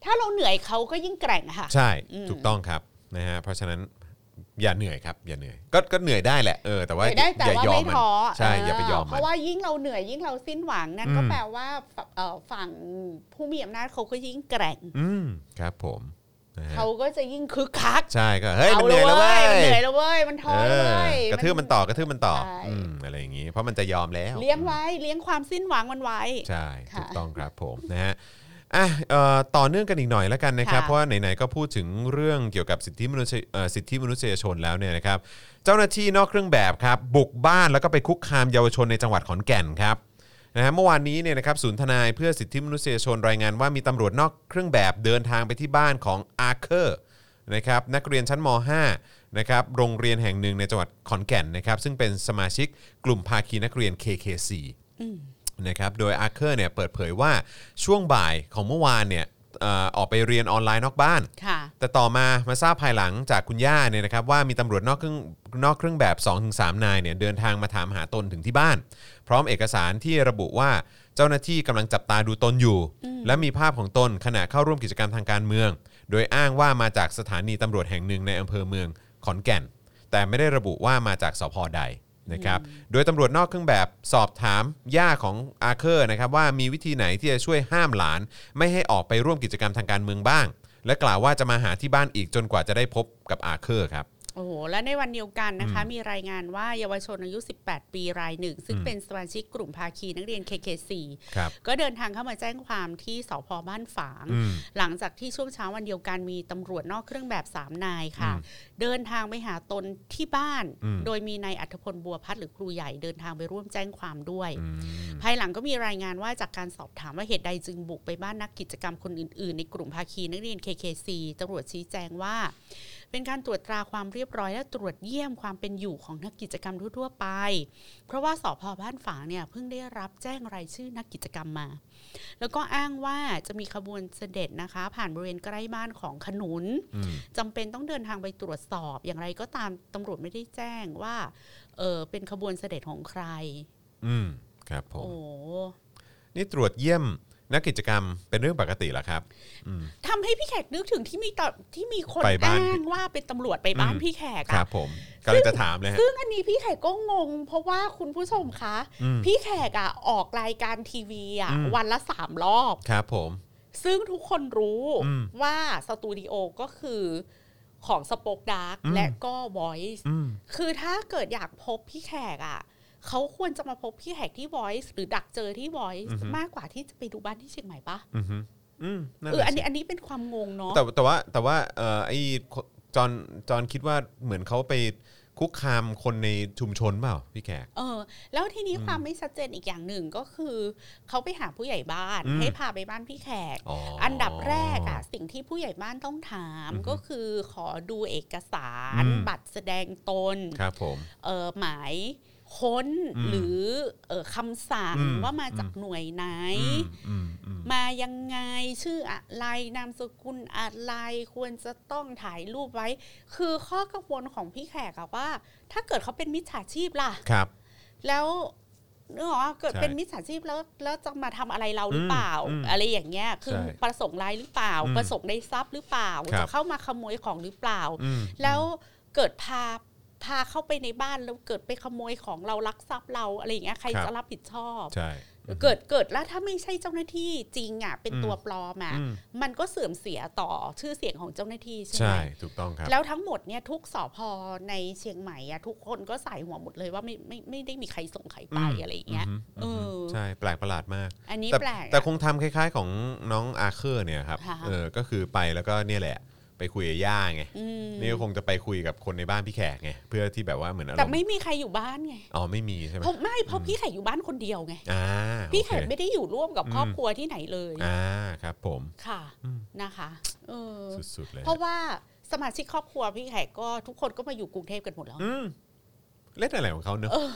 ถ้าเราเหนื่อยเขาก็ยิ่งแกร่งอะค่ะ ใช่ อืม ถูกต้องครับนะฮะเพราะฉะนั้นอย่าเหนื่อยครับ อย่าเหนื่อยก็ก็เหนื่อยได้แหละเออแต่ว่า เหนื่อยได้แต่ อย่าอมว่ายไม่ มัน ท้อ ใช่อย่าไปยอม เเพ มัน ราะว่ายิ่งเราเหนื่อยยิ่งเราสิ้นหวังนั่นก็ อืม แปลว่าฝเอ่อฝั่งผู้มีอำนาจเขาก็ยิ่งแกร่ง อืมครับผมนะฮะ เขาก็จะยิ่งคึกคัก ใช่ก็เฮ้ยมัน อา เหนื่อยแล้วเว้ มันเหนื่อย ยแล้วเว้ยมันท้อ เอ แล้อวเว้ย กระทืบมันต่อกระทืบมันต่อ ใช่ อืมอะไรอย่างนี้ เพราะมันจะยอมแล้ว เลี้ยงไว้เลี้ยงความสิ้นหวังมันไว้ ใช่ ค่ะ ถูกต้องครับผมนะฮะอ่ะเอ่อต่อเนื่องกันอีกหน่อยแล้วกันนะครับ ค่ะ เพราะว่าไหนๆก็พูดถึงเรื่องเกี่ยวกับสิทธิมนุษยเอ่อสิทธิมนุษยชนแล้วเนี่ยนะครับ เจ้าหน้าที่นอกเครื่องแบบครับ บุกบ้านแล้วก็ไปคุกคามเยาวชนในจังหวัดขอนแก่นครับนะฮะเมื่อวานนี้เนี่ยนะครับศูนย์ทนายเพื่อสิทธิมนุษยชนรายงานว่ามีตำรวจนอกเครื่องแบบเดินทางไปที่บ้านของอาร์เคอร์นะครับนักเรียนชั้นม .5 นะครับโรงเรียนแห่งหนึ่งในจังหวัดขอนแก่นนะครับซึ่งเป็นสมาชิกกลุ่มภาคีนักเรียน KKC นะครับโดยอาร์เคอร์เนี่ยเปิดเผยว่าช่วงบ่ายของเมื่อวานเนี่ยเอ่อออกไปเรียนออนไลน์นอกบ้าน ค่ะ แต่ต่อมามาทราบภายหลังจากคุณย่าเนี่ยนะครับว่ามีตำรวจนอกเครื่องนอกเครื่องแบบ 2-3 นายเนี่ยเดินทางมาถามหาตนถึงที่บ้าน พร้อมเอกสารที่ระบุว่าเจ้าหน้าที่กำลังจับตาดูตนอยู่ และมีภาพของตนขณะเข้าร่วมกิจกรรมทางการเมือง โดยอ้างว่ามาจากสถานีตำรวจแห่งหนึ่งในอำเภอเมืองขอนแก่น แต่ไม่ได้ระบุว่ามาจากสพใดนะครับ โดยตำรวจนอกเครื่องแบบสอบถามย่าของอาเคอร์นะครับว่ามีวิธีไหนที่จะช่วยห้ามหลาน ไม่ให้ออกไปร่วมกิจกรรมทางการเมืองบ้าง และกล่าวว่าจะมาหาที่บ้านอีกจนกว่าจะได้พบกับอาเคอร์ครับ โอ้โห และในวันเดียวกันนะคะ มีรายงานว่าเยาวชนอายุ 18 ปีรายหนึ่ง ซึ่ง อืม เป็นสมาชิกกลุ่มภาคีนักเรียน KKC ครับ ก็เดินทางเข้ามาแจ้งความที่สพบ้านฝาง อืม หลังจากที่ช่วงเช้าวันเดียวกันมีตำรวจนอกเครื่องแบบ 3 นายค่ะ อืม เดินทางไปหาตนที่บ้าน อืม โดยมีนายอัธพลบัวพัฒน์หรือครูใหญ่เดินทางไปร่วมแจ้งความด้วย อืม ภายหลังก็มีรายงานว่าจากการสอบถามว่าเหตุใดจึงบุกไปบ้านนักกิจกรรมคนอื่นๆ ในกลุ่มภาคีนักเรียน KKC ตำรวจชี้แจงว่า เป็นการตรวจตราความเรียบร้อยและตรวจเยี่ยมความเป็นอยู่ของนักกิจกรรมทั่วๆไป เพราะว่าสพบ้านฝางเนี่ยเพิ่งได้รับแจ้งรายชื่อนักกิจกรรมมา แล้วก็อ้างว่าจะมีขบวนเสด็จนะคะ ผ่านบริเวณใกล้บ้านของขนุน อืม จำเป็นต้องเดินทางไปตรวจสอบอย่างไรก็ตามตำรวจไม่ได้แจ้งว่าเออเป็นขบวนเสด็จของใคร อืมครับผม โอ้ นี่ตรวจเยี่ยมนักกิจกรรมเป็นเรื่องปกติเหรอครับ อืม ทำให้พี่แขกนึกถึงที่มีตอนที่มีคน ไปบ้า อ้าน งว่าเป็นตำรวจไปบ้าน อืม พี่แขก ครั อะ บผมกำลังจะถามเลยฮะ ซึ่งอันนี้พี่แขกก็งง เพราะว่าคุณผู้ชมคะ อืม พี่แขกอะออกรายการทีวีอะ อืม วันละสามรอบ ครับผม ซึ่งทุกคนรู้ อืม ว่าสตูดิโอก็คือของสป o อกดาร์ก อืม และก็ Voice อืม คือถ้าเกิดอยากพบพี่แขกอะเขาควรจะมาพบพี่แขกที่ Voice หรือดักเจอที่ Voice อือฮึ มากกว่าที่จะไปดูบ้านที่เชียงใหม่ปะ อืมฮึอืมนั่น เอ แหละออัน สิ นี้อันนี้เป็นความงงเนาะ แต่แต่ว่าแต่ว่าเอ่อไอ้คจอนจอนคิดว่าเหมือนเขาไปคุกคามคนในชุมชนเปล่าพี่แขก เออแล้วทีนี้ อืม ความไม่ชัดเจนอีกอย่างหนึ่งก็คือ เขาไปหาผู้ใหญ่บ้าน อืม ให้พาไปบ้านพี่แขก อันดับแรกอะสิ่งที่ผู้ใหญ่บ้านต้องถาม อือฮึ ก็คือขอดูเอกสาร อืม บัตรแสดงตน ครับผม เออหมายค้น อืม หรือเออคำสั่ง อืม ว่ามาจาก อืม หน่วยไหน อืมอืมอืม มายังไงชื่ออะไรนามสกุลอะไร ควรจะต้องถ่ายรูปไว้ คือข้อกังวลของพี่แขกอะว่า ถ้าเกิดเขาเป็นมิจฉาชีพล่ะ ครับ แล้วนึกออกว่าเกิด ใช่ เป็นมิจฉาชีพแล้วแล้วจะมาทำอะไรเราหรือเปล่า อืมอืม อะไรอย่างเงี้ยคือ ใช่ ประสงค์ร้ายหรือเปล่า อืม ประสงค์ได้ทรัพย์หรือเปล่า ครับ จะเข้ามาขโมยของหรือเปล่า อืม แล้วเกิดพาพาเข้าไปในบ้านแล้วเกิดไปขโมยของเราลักทรัพย์เราอะไรอย่างเงี้ยใครจะรับผิดชอบ ใช่ เกิดเกิดแล้วถ้าไม่ใช่เจ้าหน้าที่จริงอ่ะเป็น อืม ตัวปลอมอ่ะ อืม มันก็เสื่อมเสียต่อชื่อเสียงของเจ้าหน้าที่ใช่ไห ใช่ ม ถูกต้องครับ แล้วทั้งหมดเนี่ยทุกสอพอในเชียงใหม่อะทุกคนก็ใส่หัวหมดเลยว่าไม่ไม่ไม่ได้มีใครส่งใครไป อืม อะไรอย่างเงี้ย อืมอืม เออ ใช่แปลกประหลาดมาก อันนี้ แต่ แปลกอะ แต่คงทำคล้ายๆของน้องอาเคอร์เนี่ยครับ ค่ะ เออก็คือไปแล้วก็เนี่ยแหละ ไปคุยกับย่าไง อืม นี่ก็คงจะไปคุยกับคนในบ้านพี่แขกไงเพื่อที่แบบว่าเหมือนอาร แต่ มณ์ ไม่มีใครอยู่บ้านไง อ๋อไม่มีใช่ไหม เพราะไม่เพราะพี่ไข่อยู่บ้านคนเดียวไง อ่า พี่ โอเค ไข่ไม่ได้อยู่ร่วมกับ อืม ครอบครัวที่ไหนเลย อ่าครับผม ค่ะ อืม นะคะเออ สุดๆเลย เพราะว่าสมาชิกครอบครัวพี่ไข่ก็ทุกคนก็มาอยู่กรุงเทพกันหมดแล้ว อืมเล่นอะไรของเขาเนอะ เออ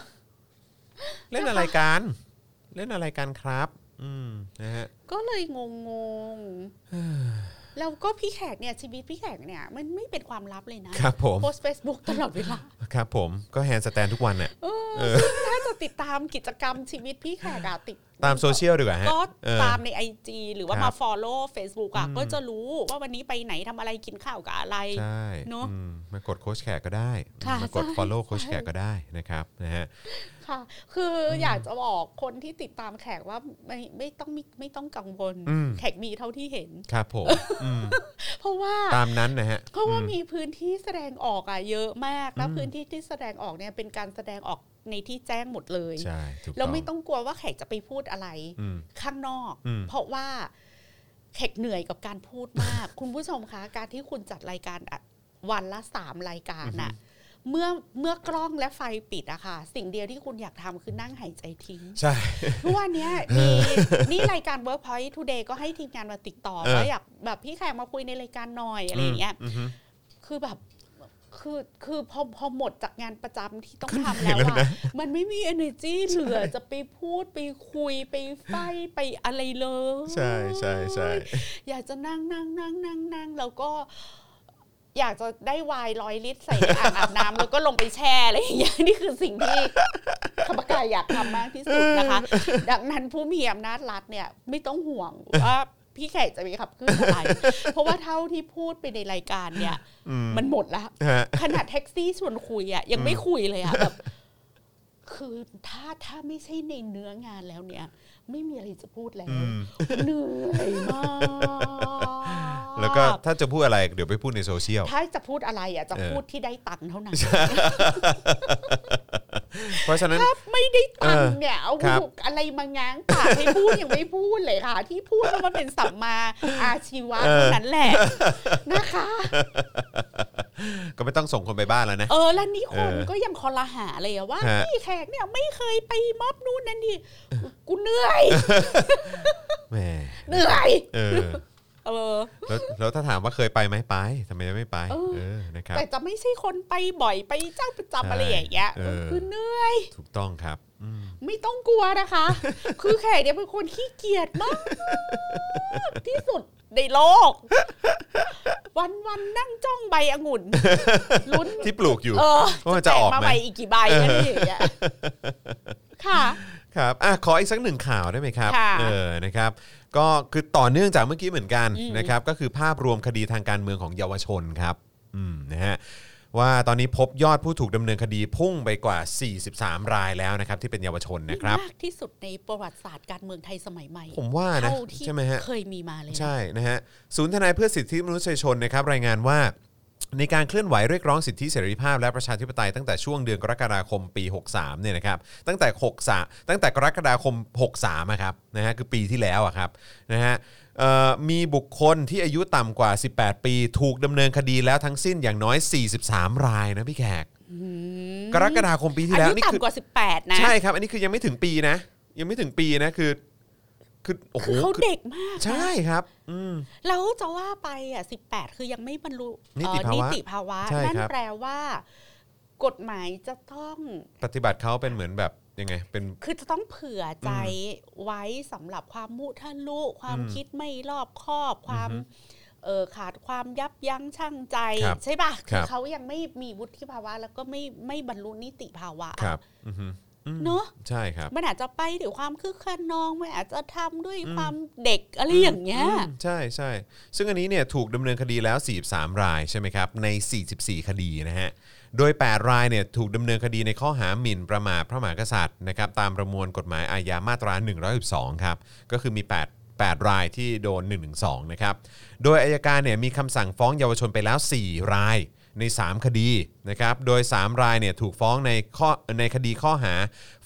เล่นอะไรกันเล่นอะไรกันครับ อืมนะฮะ ก็เลยงง แล้วก็พี่แขกเนี่ยชีวิตพี่แขกเนี่ยมันไม่เป็นความลับเลยนะครับ ผม โพสเฟซบุ๊กตลอดเวลา ครับผมก็แฮนด์สแตนทุกวันน่ะ เออ เออ ซึ่งถ้าจะติดตามกิจกรรมชีวิตพี่แขกอะติด ตามโซเชียลดีกว่าฮะ ก็ เออ ตามในไอจหรือว่า ครั มา บ follow Facebook อ่ะก็จะรู้ว่าวันนี้ไปไหนทำอะไรกินข้าวกับอะไร ใช่ เนอะ อืมมากดโค้ชแขกก็ได้ ค่ะ มากด ใช่ follow โค้ชแขกก็ได้นะครับนะฮะ ค่ะ คือออยากจะบอกคนที่ติดตามแขกว่าไม่ไม่ต้องมีไม่ต้องกังวล อืม แขกมีเท่าที่เห็น ครับผมอืม เพราะว่า ตามนั้นนะฮะ เพราะว่า อืม มีพื้นที่แสดงออกอ่ะเยอะมากแล้ว อืม พื้นที่ที่แสดงออกเนี่ยเป็นการแสดงออกในที่แจ้งหมดเลย ใช่ถูกต้อง แล้วไม่ต้องกลัวว่าแขกจะไปพูดอะไร อืม ข้างนอก อืม เพราะว่าเขกเหนื่อยกับการพูดมาก คุณผู้ชมคะการที่คุณจัดรายการอะวันละสามรายการน่ะเมื่อเมื่อกล้องและไฟปิดอะค่ะ สิ่งเดียวที่คุณอยากทำคือนั่งหายใจทิ้ง ใช่ ทุกวัน เนี้ยมี นี่รายการ Workpoint Today ก็ให้ทีมงานมาติดต่อ เออ ว่าอยากแบบพี่แขกมาคุยในรายการหน่อยอะไรอย่างเงี้ย อืมอืม คือแบบคือคือพอพอหมดจากงานประจำที่ต้องทำ เหนื่อแล้แล้วยว อะ นะ มันไม่มี energy เหลือจะไปพูดไปคุยไปไฟไปอะไรเลย ใช่ใช่ใช่ อยากจะนั่งนั่งนั่งนั่งนั่งแล้วก็ อยากจะได้ไวายร้อยลิตรใส่ในอ่างอาบน้ำแล้วก็ลงไปแช่อะไรอย่างเงี้ย นี่คือสิ่งที่ขบกายอยากทำมากที่สุดนะคะ ดังนั้นผู้มีอำนาจรัฐเนี่ย ไม่ต้องห่วงว่าพี่แขกจะมีขับเคลื่อนอะไร เพราะว่าเท่าที่พูดไปในรายการเนี่ย อืม มันหมดแล้ว ฮะ ขนาดแท็กซี่ชวนคุยอะยังไม่คุยเลยอะแบบคือถ้าถ้าไม่ใช่ในเนื้องานแล้วเนี่ย ไม่มีอะไรจะพูดแล้ว อืม เหนื่อยมาก แล้วก็ถ้าจะพูดอะไรเดี๋ยวไปพูดในโซเชียล ถ้าจะพูดอะไรอะจะ เออ พูดที่ได้ตังค์เท่านั้น เพราะฉะนั้น ถ้าไม่ได้ตังค์ เออ เนี่ยเอา ครับ อะไรมาง้างปากให้พูดยังไม่พูดเลยค่ะ ที่พูดว่ามันเป็นสัมมาอาชีวะเท่านั้นแหละนะคะ ก็ไม่ต้องส่งคนไปบ้านแล้วนะ เออแล้วนี่คน เออ ก็ยังคอลหาเลยอะว่า ฮะ พี่แขกเนี่ยไม่เคยไปม็อบนู่นนั่นนี่กูเหนื่อย แหม เหนื่อย เออ เออ แล้วแล้วถ้าถามว่าเคยไปไหมไปทำไมไม่ไป เออ เออนะครับ แต่จะไม่ใช่คนไปบ่อยไปเจ้าประจำอะไรอย่างเงี้ย เออ คือเหนื่อย ถูกต้องครับอืม ไม่ต้องกลัวนะคะ คือแขกเนี่ยเป็นคนขี้เกียจมาก ที่สุดในโลก วันวันๆนั่งจ้องใบองุ่น ลุ้น ที่ปลูกอยู่ เออ ว่ามันจะออก แตมา ไหม ใบอีกกี่ใบอะไรอย่าง เงี้ยค่ะ ครับอ่ะขออีกสักหนึ่งข่าวได้ไหมครับ ค่ะ เออ นะครับ ก็คือต่อเนื่องจากเมื่อกี้เหมือนกันนะครับ ก็คือภาพรวมคดีทางการเมืองของเยาวชนครับ อืม นะฮะ ว่าตอนนี้พบยอดผู้ถูกดำเนินคดีพุ่งไปกว่า 43 รายแล้วนะครับ ที่เป็นเยาวชนนะครับ มากที่สุดในประวัติศาสตร์การเมืองไทยสมัยใหม่ ผมว่านะ เท่าที่ ใช่ไหมฮะ เคยมีมาเลยนะ ใช่นะฮะศูนย์ทนายเพื่อสิทธิมนุษยชนนะครับรายงานว่า ในการเคลื่อนไหวเรียกร้องสิทธิเสรีภาพและประชาธิปไตยตั้งแต่ช่วงเดือนกรกฎาคมปี 63เนี่ยนะครับตั้งแต่63ตั้งแต่กรกฎาคม 63อะครับนะฮะคือปีที่แล้วอะครับนะฮะเอ่อมีบุคคลที่อายุต่ำกว่า 18 ปี ถูกดำเนินคดีแล้วทั้งสิ้นอย่างน้อย 43 รายนะพี่แขกกรกฎาคมปีที่ อา แล้ว ยุ นี่คือ ต่ำกว่า 18 นะ ใช่ครับ อันนี้คือยังไม่ถึงปีนะ ยังไม่ถึงปีนะคือคือโอ้โห คือเขา คือ เด็กมากนะ ใช่ครับ อืม แล้วจะว่าไปอ่ะ 18 คือยังไม่บรรลุ นิติ เอ่อ ภาวะ นิติภาวะ ใช่ นั่น ครับ แปลว่า กฎหมายจะต้อง ปฏิบัติเขาเป็นเหมือนแบบยังไงเป็น คือจะต้องเผื่อใจไว้สำหรับความมุทะลุความ อืม คิดไม่รอบคอบความเออขาดความยับยั้งชั่งใจ ครับ ใช่ป่ะ ครับ เขายังไม่มีวุฒิภาวะ แล้วก็ไม่ไม่บรรลุนิติภาวะ ครับอือฮึอืม เนอะ ใช่ครับ มันอาจจะไปด้วยความคึกขนองมันอาจจะทำด้วยความเด็กอะไรอย่างเงี้ย อืมใช่ใช่ซึ่งอันนี้เนี่ยถูกดำเนินคดีแล้ว 43 รายใช่ไหมครับใน 44 คดีนะฮะโดย 8 รายเนี่ยถูกดำเนินคดีในข้อหาหมิ่นประมาทพระมหากษัตริย์นะครับตามประมวลกฎหมายอาญามาตรา 112ครับก็คือมี 8 8 รายที่โดน 112นะครับโดยอายการเนี่ยมีคำสั่งฟ้องเยาวชนไปแล้ว 4 ราย ใน 3 คดีนะครับ โดย 3 รายเนี่ยถูกฟ้องในข้อในคดีข้อหา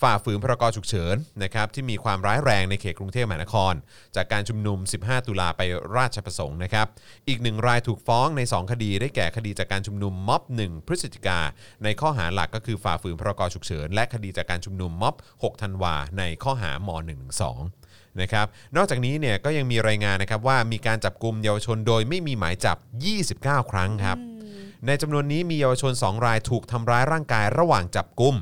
ฝ่าฝืนพรกฉุกเฉินนะครับที่มีความร้ายแรงในเขตกรุงเทพมหานคร จากการชุมนุม 15 ตุลาไปราชประสงค์นะครับ อีกหนึ่งรายถูกฟ้องใน 2 คดีได้แก่คดีจากการชุมนุมม็อบ 1 พฤศจิกา ในข้อหาหลักก็คือฝ่าฝืนพรกฉุกเฉินและคดีจากการชุมนุมม็อบ 6 ธันวาในข้อหาม .112 นะครับ นอกจากนี้เนี่ยก็ยังมีรายงานนะครับว่ามีการจับกลุ่มเยาวชนโดยไม่มีหมายจับ 29 ครั้งครับ ในจำนวนนี้มีเยาวชน 2 รายถูกทำร้ายร่างกายระหว่างจับกลุ่ม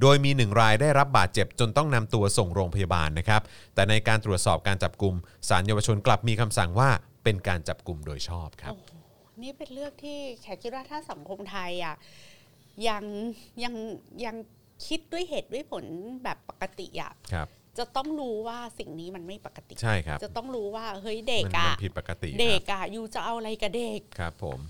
โดยมีหนึ่งรายได้รับบาดเจ็บจนต้องนำตัวส่งโรงพยาบาลนะครับ แต่ในการตรวจสอบการจับกลุ่มสารเยาวชนกลับมีคำสั่งว่า เป็นการจับกลุ่มโดยชอบครับ โอ้โหนี่เป็นเรื่องที่แขกคิดว่าถ้าสังคมไทยอ่ะยังยังยังคิดด้วยเหตุด้วยผลแบบปกติอ่ะ ครับ จะต้องรู้ว่าสิ่งนี้มันไม่ปกติ ใช่ครับ จะต้องรู้ว่าเฮ้ยเด็ก มัน อ่ะ มันผิดปกติครับ เด็กอ่ะอยู่จะเอาอะไรกับเด็ก ครับผม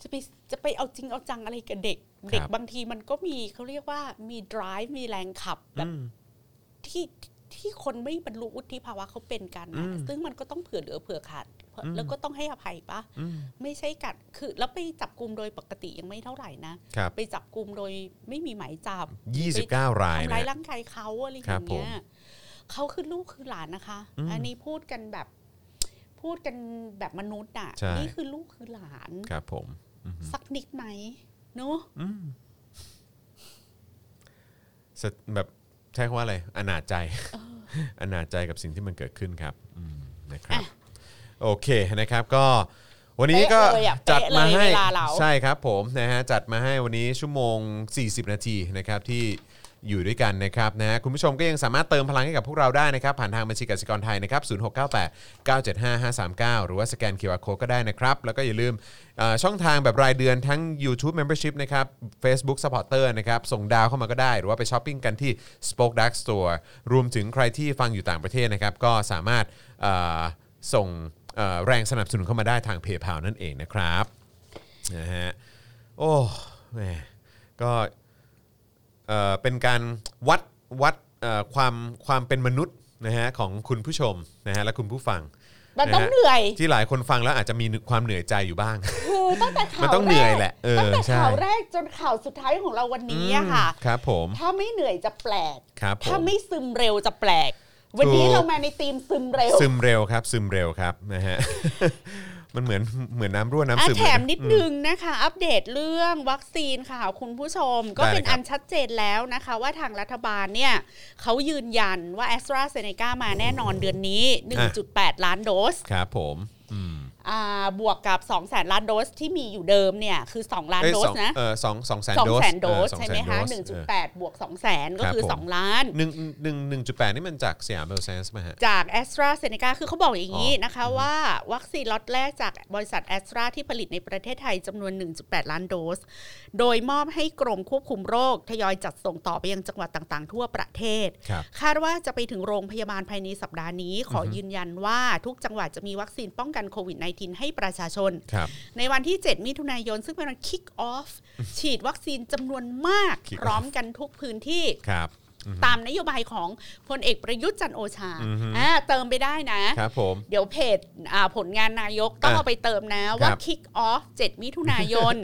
จะไปจะไปเอาจริงเอาจังอะไรกับเด็ก ครับ เด็กบางทีมันก็มีเขาเรียกว่ามี drive มีแรงขับแบบ อืม ที่ที่คนไม่บรรลุวุฒิภาวะเขาเป็นกันนะ อืม ซึ่งมันก็ต้องเผื่อเหลือเผื่อขาดเพราะ อืม แล้วก็ต้องให้อภัยปะ อืม ไม่ใช่กัดคือแล้วไปจับกลุ่มโดยปกติยังไม่เท่าไหร่นะ ครับ ไปจับกลุ่มโดยไม่มีหมายจับ 29 ราย ทำ นะ ร้าย ฮะ ร่างกายเขาอะไรอ ครับย่าง ผ เงี้ ม ยเขาคือลูกคือหลานนะคะ อืม อันนี้พูดกันแบบ พูดกันแบบมนุษย์อ่ะ ใช่ นี่คือลูกคือหลาน ครับผมอืม สักนิดไหมเนอะ อืมสะแบบใช้คำว่าอะไรอนาจใจ อนาจใจกับสิ่งที่มันเกิดขึ้นครับอืมนะครับ โอเคนะครับก็วันนี้ก็ เป๊ะเลยอะ จัด เป๊ะเลย มาให้ เวลาเรา ใช่ครับผมนะฮะจัดมาให้วันนี้ชั่วโมง 40 นาทีนะครับที่อยู่ด้วยกันนะครับนะฮะคุณผู้ชมก็ยังสามารถเติมพลังให้กับพวกเราได้นะครับ ผ่านทางบัญชีกสิกรไทยนะครับ0698 975 539 หรือว่าสแกน QR Code ก็ได้นะครับ แล้วก็อย่าลืมเอ่อช่องทางแบบรายเดือนทั้ง YouTube Membership นะครับ Facebook Supporter นะครับส่งดาวเข้ามาก็ได้ หรือว่าไปช้อปปิ้งกันที่ Spoke Dark Store รวมถึงใครที่ฟังอยู่ต่างประเทศนะครับก็สามารถเอ่อส่ง เอ่อแรงสนับสนุนเข้ามาได้ทางเพย์พานั่นเองนะครับนะฮะโอ้แหมก็เอ่อเป็นการวัดวัดเอ่อความความเป็นมนุษย์นะฮะของคุณผู้ชมนะฮะและคุณผู้ฟัง มันต้องเหนื่อย ที่หลายคนฟังแล้วอาจจะมีความเหนื่อยใจอยู่บ้าง คือตั้งแต่ข่าว มันต้องเหนื่อย แรก แหละเออ ตั้งแต่ ใช่ ข่าวแรกจนข่าวสุดท้ายของเราวันนี้อะค่ะ อืมครับผม ถ้าไม่เหนื่อยจะแปลก ครับผ ถ้าม ไม่ซึมเร็วจะแปลก วันนี้ ถูก เรามาในธีมซึมเร็ว ซึมเร็วครับ ซึมเร็วครับนะฮ ะ มันเหมือนเหมือนน้ำรั่วน้ำ อ่ะ ซึม แถมนิด อื นึงนะคะ อัปเดตเรื่องวัคซีนค่ะ คุณผู้ชม ก็เป็ได้นเลยครับ อันชัดเจนแล้วนะคะ ว่าทางรัฐบาลเนี่ยเขายืนยันว่า a s t r a z เซ e c a มาแน่นอนเดือนนี้ 1.8 ล้านโดส ครับผมอืม อ่าบวกกับ 2 0 0 0 0ล้านโดสที่มีอยู่เดิมเนี่ย คือ 2 ล้าน เอ้ย โด ส ส อง นะ เออสองสองแสน สอง โดส แสนโดส เอออง ใช่ไหม แนโด คะ สเออ 1.8 บวก 2 0 0 0 0ก็คือ ครับผม 2 ล้าน หนึ่งหนึ่งหนึ่งจุดแปดนี่มันจากสยามเบลเซนส์มาฮะ จาก a s t r a z เซ e c a คือเขาบอกอย่างนี้ อ๋อ นะคะว่าวัคซีนล็อตแรกจากบริษัท a s t r a ที่ผลิตในประเทศไทยจำนวน 1.8 ล้านโดส โดยมอบให้กรมควบคุมโรค ทยอยจัดส่งต่อไปยังจังหวัดต่างๆ ทั่วประเทศ ครับ คาดว่าจะไปถึงโรงพยาบาลภายในสัปดาห์นี้ ขอยืนยันว่าทุกจังหวัดจะมีวัคซีนป้องกันโควิด -19 ให้ประชาชน ครับ ในวันที่ 7 มิถุนายน ซึ่งเป็นวัน kick off ฉีดวัคซีนจำนวนมาก Kick off พร้อมกันทุกพื้นที่ ครับ ตามนโยบายของพลเอกประยุทธ์จันทร์โอชา อือฮึ อ่าเติมไปได้นะ ครับผม เดี๋ยวเพจอ่าผลงานนายกต้อง อ่ะ เอาไปเติมนะว่า ครับ kick off 7 มิถุนาย น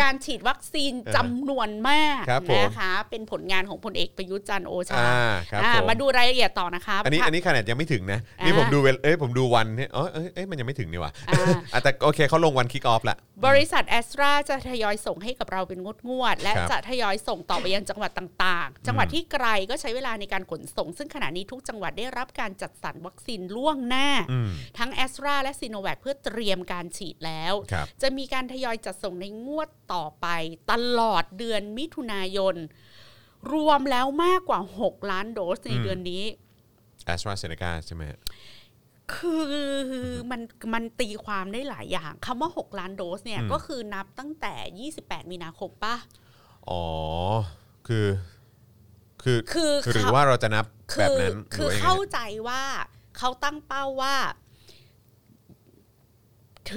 การฉีดวัคซีนจำนวนมาก ครับผม นะคะ เป็นผลงานของพลเอกประยุทธ์จันทร์โอชา อ่าครับ อ่า ผม มาดูรายละเอียดต่อนะคะ อันนี้อันนี้ขนาดยังไม่ถึงนะ นี่ อ่า ผมดูเวลเอ้ยผมดูวันเนี่ยเอยเอ้ยเอ้ยมันยังไม่ถึงนี่หว่า อ่า อ่ะแต่โอเคเขาลงวันคิกออฟละ บริษัทแอสตราจะทยอยส่งให้กับเราเป็นงดงวดๆและ ครับ จะทยอยส่งต่อไปยังจังหวัดต่างๆ จังหวัดที่ไกลก็ใช้เวลาในการขนส่ง ซึ่งขณะนี้ทุกจังหวัดได้รับการจัดสรรวัคซีนล่วงหน้า อืม ทั้งแอสตราและซีโนแวคเพื่อเตรียมการฉีดแล้ว ครับ จะมีการทยอยจัดส่งในงวดต่อไป ตลอดเดือนมิถุนายน รวมแล้วมากกว่า 6 ล้านโดสในเดือนนี้ แอสตราเซเนกาใช่ไหมฮะ คือมันมันตีความได้หลายอย่างคำว่า 6 ล้านโดสเนี่ย อืม ก็คือนับตั้งแต่ 28 มีนาคมป่ะ อ๋อ คือ คือ คือ หรือ เขา ว่าเราจะนับ คื แบบ อ นั้นห คื รืออว่ายังไง เข้า ฮะ ใจว่าเขาตั้งเป้าว่า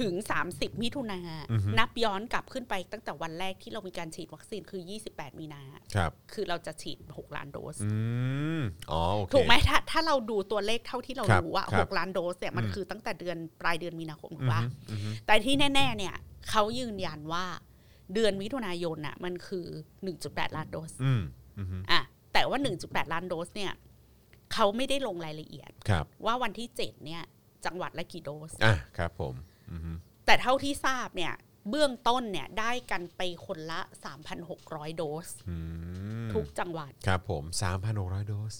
ถึง 30 มิถุนา อือฮึ นับย้อนกลับขึ้นไปตั้งแต่วันแรกที่เรามีการฉีดวัคซีนคือ 28 มีนา ครับ คือเราจะฉีด 6 ล้านโดส อืม อ๋อ โอเค ถูกไหมถ้าถ้าเราดูตัวเลขเท่าที่เรา ครับ รู้อะ ครั ห บ กล้านโดสเนี่ยมัน อืม คือตั้งแต่เดือนปลายเดือนมีนาคมถู อื ก ม ปะ อืม แต่ที่แน่ๆ เนี่ยเขายืนยันว่าเดือนมิถุนายนน่ะมันคือ 1.8 ล้านโดส อืมอืม อ่ะแต่ว่า 1.8 ล้านโดสเนี่ยเขาไม่ได้ลงรายละเอียด ครับ ว่าวันที่ 7 เนี่ย จังหวัดละกี่โดส อ่ะ ครับผมอืม แต่เท่าที่ทราบเนี่ย เบื้องต้นเนี่ย ได้กันไปคนละ 3,600 โดส อืม ทุกจังหวัด ครับผม 3,600 โดส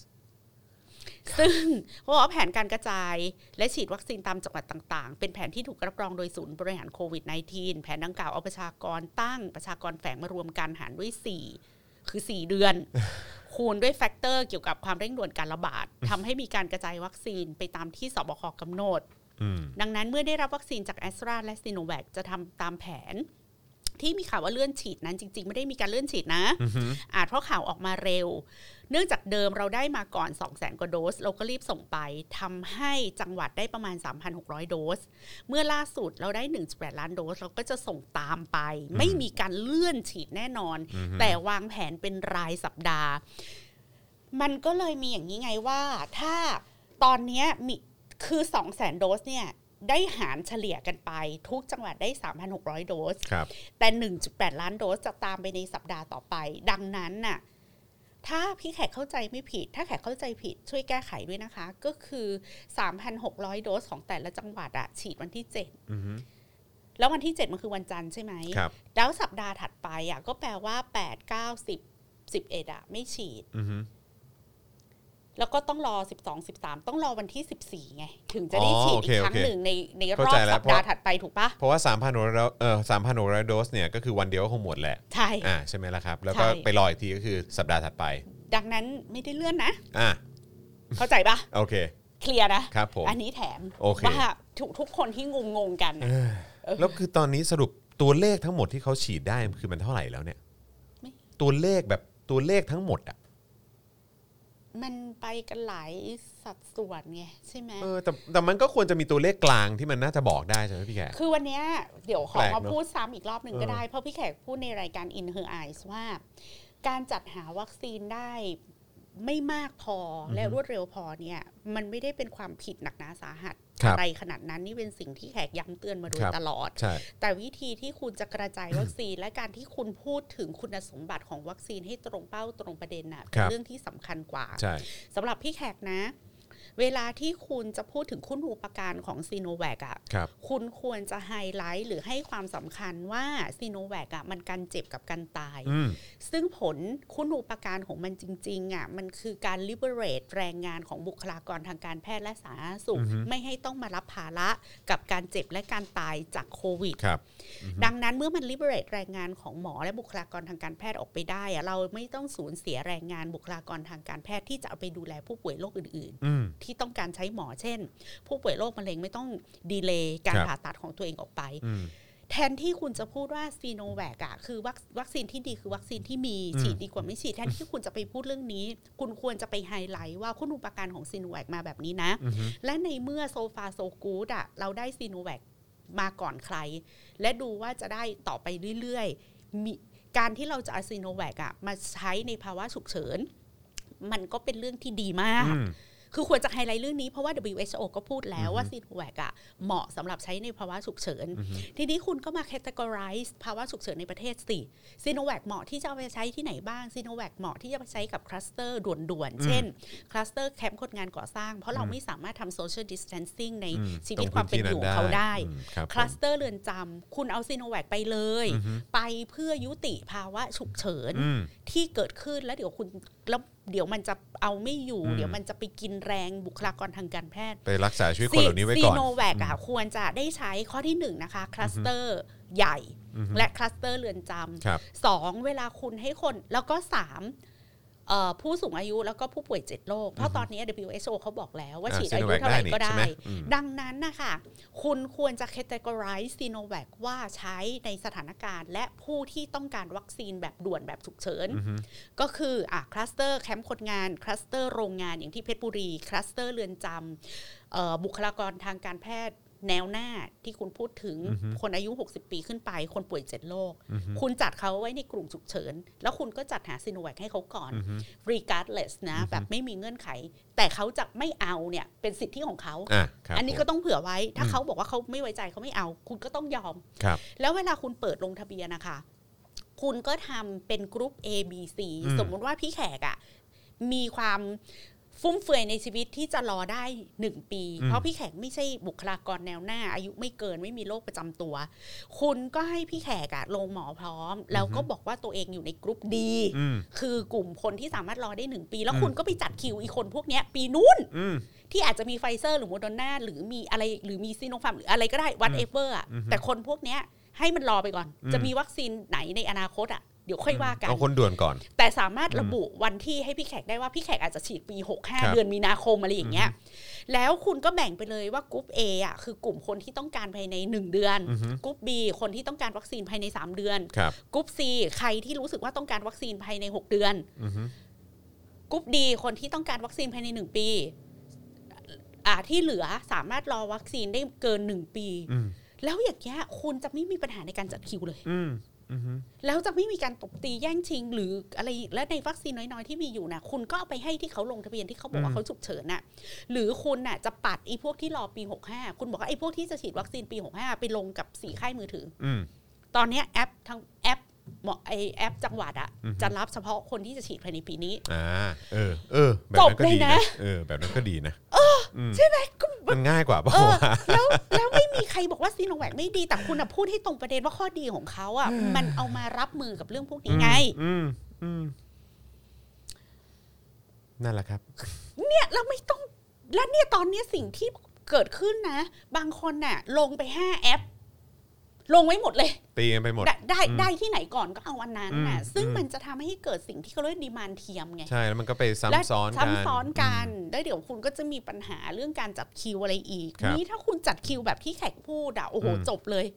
ซึ่งเขาบอกว่าแผนการกระจายและฉีดวัคซีนตามจังหวัดต่างๆ เป็นแผนที่ถูกรับรองโดยศูนย์บริหารโควิด -19 แผนดังกล่าวเอาประชากรตั้งประชากรแฝงมารวมกันหารด้วย 4 คือ 4 เดือน คูณด้วยแฟกเตอร์เกี่ยวกับความเร่งด่วนการระบาดทำให้มีการกระจายวัคซีนไปตามที่สบคกำหนด อืม ดังนั้นเมื่อได้รับวัคซีนจากแอสตราและซีโนแวคจะทำตามแผน ที่มีข่าวว่าเลื่อนฉีดนั้นจริง ๆ ไม่ได้มีการเลื่อนฉีดนะ อือฮึ อาจเพราะข่าวออกมาเร็ว เนื่องจากเดิมเราได้มาก่อน 2 0 0 0 0 0 กว่าโดส เราก็รีบส่งไปทำให้จังหวัดได้ประมาณ 3,600 โดส เมื่อล่าสุดเราได้ 1.8 ล้านโดส เราก็จะส่งตามไป ไม่มีการเลื่อนฉีดแน่นอน แต่วางแผนเป็นรายสัปดาห์ มันก็เลยมีอย่างนี้ไงว่า ถ้าตอนเนี้ยมีคือ 2 0 0 0 0 0 โดสเนี่ยได้หารเฉลี่ยกันไป ทุกจังหวัดได้ 3,600 โดส ครับ แต่ 1.8 ล้านโดสจะตามไปในสัปดาห์ต่อไป ดังนั้นน่ะ ถ้าพี่แขกเข้าใจไม่ผิด ถ้าแขกเข้าใจผิดช่วยแก้ไขด้วยนะคะ ก็คือ 3,600 โดสของแต่ละจังหวัดอะฉีดวันที่ อือฮึ 7 แล้ววันที่ 7 มันคือวันจันทร์ใช่ไหม ครับ แล้วสัปดาห์ถัดไปอะก็แปลว่า 8 9 10 11อะไม่ฉีด อือฮึ แล้วก็ต้องรอ 12 13 ต้องรอวันที่ 14ไง ถึงจะได้ฉีดอีกครั้งหนึ่งในในรอบสัปดาห์ถัดไปถูกปะ เพราะว่า 3,600เอ่อ3,600 โดสเนี่ยก็คือวันเดียวก็คงหมดแหละ ใช่ อ่าใช่ไหมล่ะครับ แล้วก็ ใช่ ไปรออีกทีก็คือสัปดาห์ถัดไป ดังนั้นไม่ได้เลื่อนนะ อ่า เข้าใจปะ โอเค เคลียร์นะ ครับผม อันนี้แถม โอเค ว่าทุกทุกคนที่งงงๆกันน่ะ แล้วคือตอนนี้สรุปตัวเลขทั้งหมดที่เขาฉีดได้คือมันเท่าไหร่แล้วเนี่ย ตัวเลขแบบตัวเลขทั้งหมดอ่ะ มันไปกันหลายสัดส่วนไงใช่ไหม เออแต่แต่มันก็ควรจะมีตัวเลขกลางที่มันน่าจะบอกได้ใช่ไหมพี่แขก คือวันเนี้ยเดี๋ยวขอ แปลกเน มา อะ พูดซ้ำอีกรอบหนึ่ง เออ ก็ได้ เพราะพี่แขกพูดในรายการ In Her Eyes ว่า การจัดหาวัคซีนได้ไม่มากพอและรวดเร็วพอเนี่ย มันไม่ได้เป็นความผิดหนักหนาสาหัส ครับ อะไรขนาดนั้นนี่เป็นสิ่งที่แขกย้ำเตือนมาโดย ครับ ตลอด ใช่ แต่วิธีที่คุณจะกระจายวัคซีน และการที่คุณพูดถึงคุณสมบัติของวัคซีนให้ตรงเป้าตรงประเด็นน่ะคเป็รั น บ เรื่องที่สำคัญกว่า ใช่ สำหรับพี่แขกนะ เวลาที่คุณจะพูดถึงคุณูปการของซีโนแว c อ่ะ ครับ คุณควรจะไฮไลท์หรือให้ความสำคัญว่าซีโนแว c อ่ะมันกันเจ็บกับกันตาย อืม ซึ่งผลคุณูปการของมันจริงๆอ่ะมันคือการ liberate แรงงานของบุคลากรทางการแพทย์และสาธารณสุข อือฮึ ไม่ให้ต้องมารับภาระกับการเจ็บและการตายจากโควิด ครับ ดังนั้นเมื่อมัน liberate แรงงานของหมอและบุคลากรทางการแพทย์ออกไปได้อะเราไม่ต้องสูญเสียแรงงานบุคลากรทางการแพทย์ที่จะเอาไปดูแลผู้ป่วยโรคอื่น อืม ๆ ที่ต้องการใช้หมอเช่น ผู้ป่วยโรคมะเร็งไม่ต้องดีเลย์การ ครับ ผ่าตัดของตัวเองออกไป อืม แทนที่คุณจะพูดว่าซีโนแวคอะคือวัควัคซีนที่ดีคือวัคซีนที่มี อืม ฉีดดีกว่าไม่ฉีดแทนที่คุณจะไปพูดเรื่องนี้ คุณควรจะไปไฮไลท์ว่าคุณอุปการของซีโนแวคมาแบบนี้นะ อืม และในเมื่อโซฟาโซกูดอะเราได้ซีโนแวคมาก่อนใคร และดูว่าจะได้ต่อไปเรื่อยๆมีการที่เราจะเอาซีโนแวคอะมาใช้ในภาวะฉุกเฉิน มันก็เป็นเรื่องที่ดีมาก คือควรจะไฮไลท์เรื่องนี้เพราะว่า WHO ก็พูดแล้วว่าซีโนแวคอะเหมาะสำหรับใช้ในภาวะฉุกเฉิน ทีนี้คุณก็มา categorize ภาวะฉุกเฉินในประเทศสิซีโนแวคเหมาะที่จะเอาไปใช้ที่ไหนบ้างซีโนแวคเหมาะที่จะไปใช้กับคลัสเตอร์ด่วน อืม ๆ เช่น คลัสเตอร์แคมป์คนงานก่อสร้าง เพราะเรา อืม ไม่สามารถทำ social distancing ใน อืม ชีวิตความเป็นอยู่ของเขาได้ อืมครับ คลัสเตอร์เรือนจำคุณเอาซีโนแวคไปเลย อือฮึ ไปเพื่อยุติภาวะฉุกเฉิน อืม ที่เกิดขึ้นแล้วเดี๋ยวคุณแล้วเดี๋ยวมันจะเอาไม่อยู่ อืม เดี๋ยวมันจะไปกินแรงบุคลากรทางการแพทย์ ไปรักษาชีวิตคนเหล่านี้ไว้ ซี ก่อน โนแวคอะควรจะได้ใช้ข้อที่หนึ่งนะคะ คลัสเตอร์ใหญ่ อือฮึ และคลัสเตอร์เรือนจ ครับ ำสองเวลาคุณให้คนแล้วก็สามเอ่อผู้สูงอายุแล้วก็ผู้ป่วยเจ็ดโรคเพราะตอนนี้ WHO เขาบอกแล้วว่า อ่า ฉีดอายุ Sinovac เท่าไหร่ ได้นี่ ก็ ใช่ ได้ ไหมอืม ดังนั้นนะคะคุณควรจะ categorize s i n o v a c ว่าใช้ในสถานการณ์ และผู้ที่ต้องการวัคซีนแบบด่วนแบบฉุกเฉิน อือฮึ ก็คืออ่ะคลัสเตอร์แคมป์คนงานคลัสเตอร์โรงงานอย่างที่เพชรบุรีคลัสเตอร์เรือนจำเอ่อบุคลากรทางการแพทย์แนวหน้าที่คุณพูดถึง อือฮึ คนอายุ 60 ปีขึ้นไป คนป่วยเจ็ดโรค อือฮึ คุณจัดเขาไว้ในกลุ่มฉุกเฉิน แล้วคุณก็จัดหาซีโนแวคให้เขาก่อน อือฮึ regardless นะ อือฮึ แบบไม่มีเงื่อนไข แต่เขาจะไม่เอาเนี่ยเป็นสิทธิของเขา อ่ะครับ อันนี้ ผม ก็ต้องเผื่อไว้ ถ้า อืม เขาบอกว่าเขาไม่ไว้ใจเขาไม่เอา คุณก็ต้องยอม ครับ แล้วเวลาคุณเปิดลงทะเบียนนะคะ คุณก็ทำเป็นกรุ๊ป A B C อืม สมมุติว่าพี่แขกอะ่ะ มีความฟุ่มเฟือยในชีวิตที่จะรอได้หนึ่งปี เพราะพี่แขกไม่ใช่บุคลากรแนวหน้า อายุไม่เกินไม่มีโรคประจำตัว คุณก็ให้พี่แขกอะ่ะลงหมอพร้อม แล้วก็บอกว่าตัวเองอยู่ในกรุ๊ปดี อืม คือกลุ่มคนที่สามารถรอได้หนึ่งปี แล้ว อืม คุณก็ไปจัดคิวอีกคนพวกเนี้ยปีนู้น อืม ที่อาจจะมีไฟเซอร์หรือโมเดอร์นาหรือมีอะไรหรือมีซีโนฟาร์มหรืออะไรก็ได้ whatever อะ อือฮึ แต่คนพวกเนี้ยให้มันรอไปก่อน อืม จะมีวัคซีนไหนในอนาคตอะ เดี๋ยวค่อยว่ากัน เอาคนด่วนก่อน แต่สามารถระบุวันที่ให้พี่แขกได้ว่าพี่แขกอาจจะฉีดปี ครับ 65 เดือนมีนาคมอะไรอย่างเงี้ย แล้วคุณก็แบ่งไปเลยว่ากลุ่ม A อ่ะคือกลุ่มคนที่ต้องการภายใน 1 เดือน กลุ่ม B คนที่ต้องการวัคซีนภายใน 3 เดือน ครับ กลุ่ม C ใครที่รู้สึกว่าต้องการวัคซีนภายใน 6 เดือน อือฮึ กลุ่ม D คนที่ต้องการวัคซีนภายใน 1 ปีอ่าที่เหลือสามารถรอวัคซีนได้เกิน 1 ปี อืม แล้วอย่างเงี้ยคุณจะไม่มีปัญหาในการจัดคิวเลย อืมอือฮึ แล้วจะไม่มีการตบตีแย่งชิง หรืออะไรและในวัคซีนน้อยๆที่มีอยู่นะคุณก็เอาไปให้ที่เขาลงทะเบียนที่เขาบอกว่าเขาฉุกเฉินน่ะหรือคุณน่ะจะปัดไอ้พวกที่รอปี 65 คุณบอกว่าไอ้พวกที่จะฉีดวัคซีนปี 65 ไปลงกับสีค่ายมือถือ อืม ตอนเนี้ยแอปทั้งแอปหมอไอแอปจังหวัดอะ อือฮึ จะรับเฉพาะคนที่จะฉีดภายในปีนี้ อ่าเออเออแบบนั้นก็ดี จบเลย นะ นะ เออแบบนั้นก็ดีนะ ใช่ไหมก็ มันง่ายกว่าเปล่า เออ วะ แล้วแล้วไม่มีใครบอกว่าซีโนแวคไม่ดีแต่คุณอะพูดให้ตรงประเด็นว่าข้อดีของเขาอะมันเอามารับมือกับเรื่องพวกนี้ไง อืมอืมนั่นแหละครับ เนี่ยเราไม่ต้องแล้วเนี่ยตอนเนี้ยสิ่งที่เกิดขึ้นนะ บางคนน่ะ ลงไปห้าแอป ลงไว้หมดเลย ตีกันไปหมด ได้ได้ อืม ได้ที่ไหนก่อนก็เอาอันนั้นน่ะ อืม ซึ่ง อืม มันจะทำให้เกิดสิ่งที่เขาเรียกดีมานเทียมไง ใช่แล้วมันก็ไป และ ซ้ำซ้อนกัน ซ้ำซ้อนกันแล้วเดี๋ยวคุณก็จะมีปัญหาเรื่องการจัดคิวอะไรอีก ครับ นี่ถ้าคุณจัดคิวแบบที่แขกพูดอ่ะโอ้โห อืม จบเลย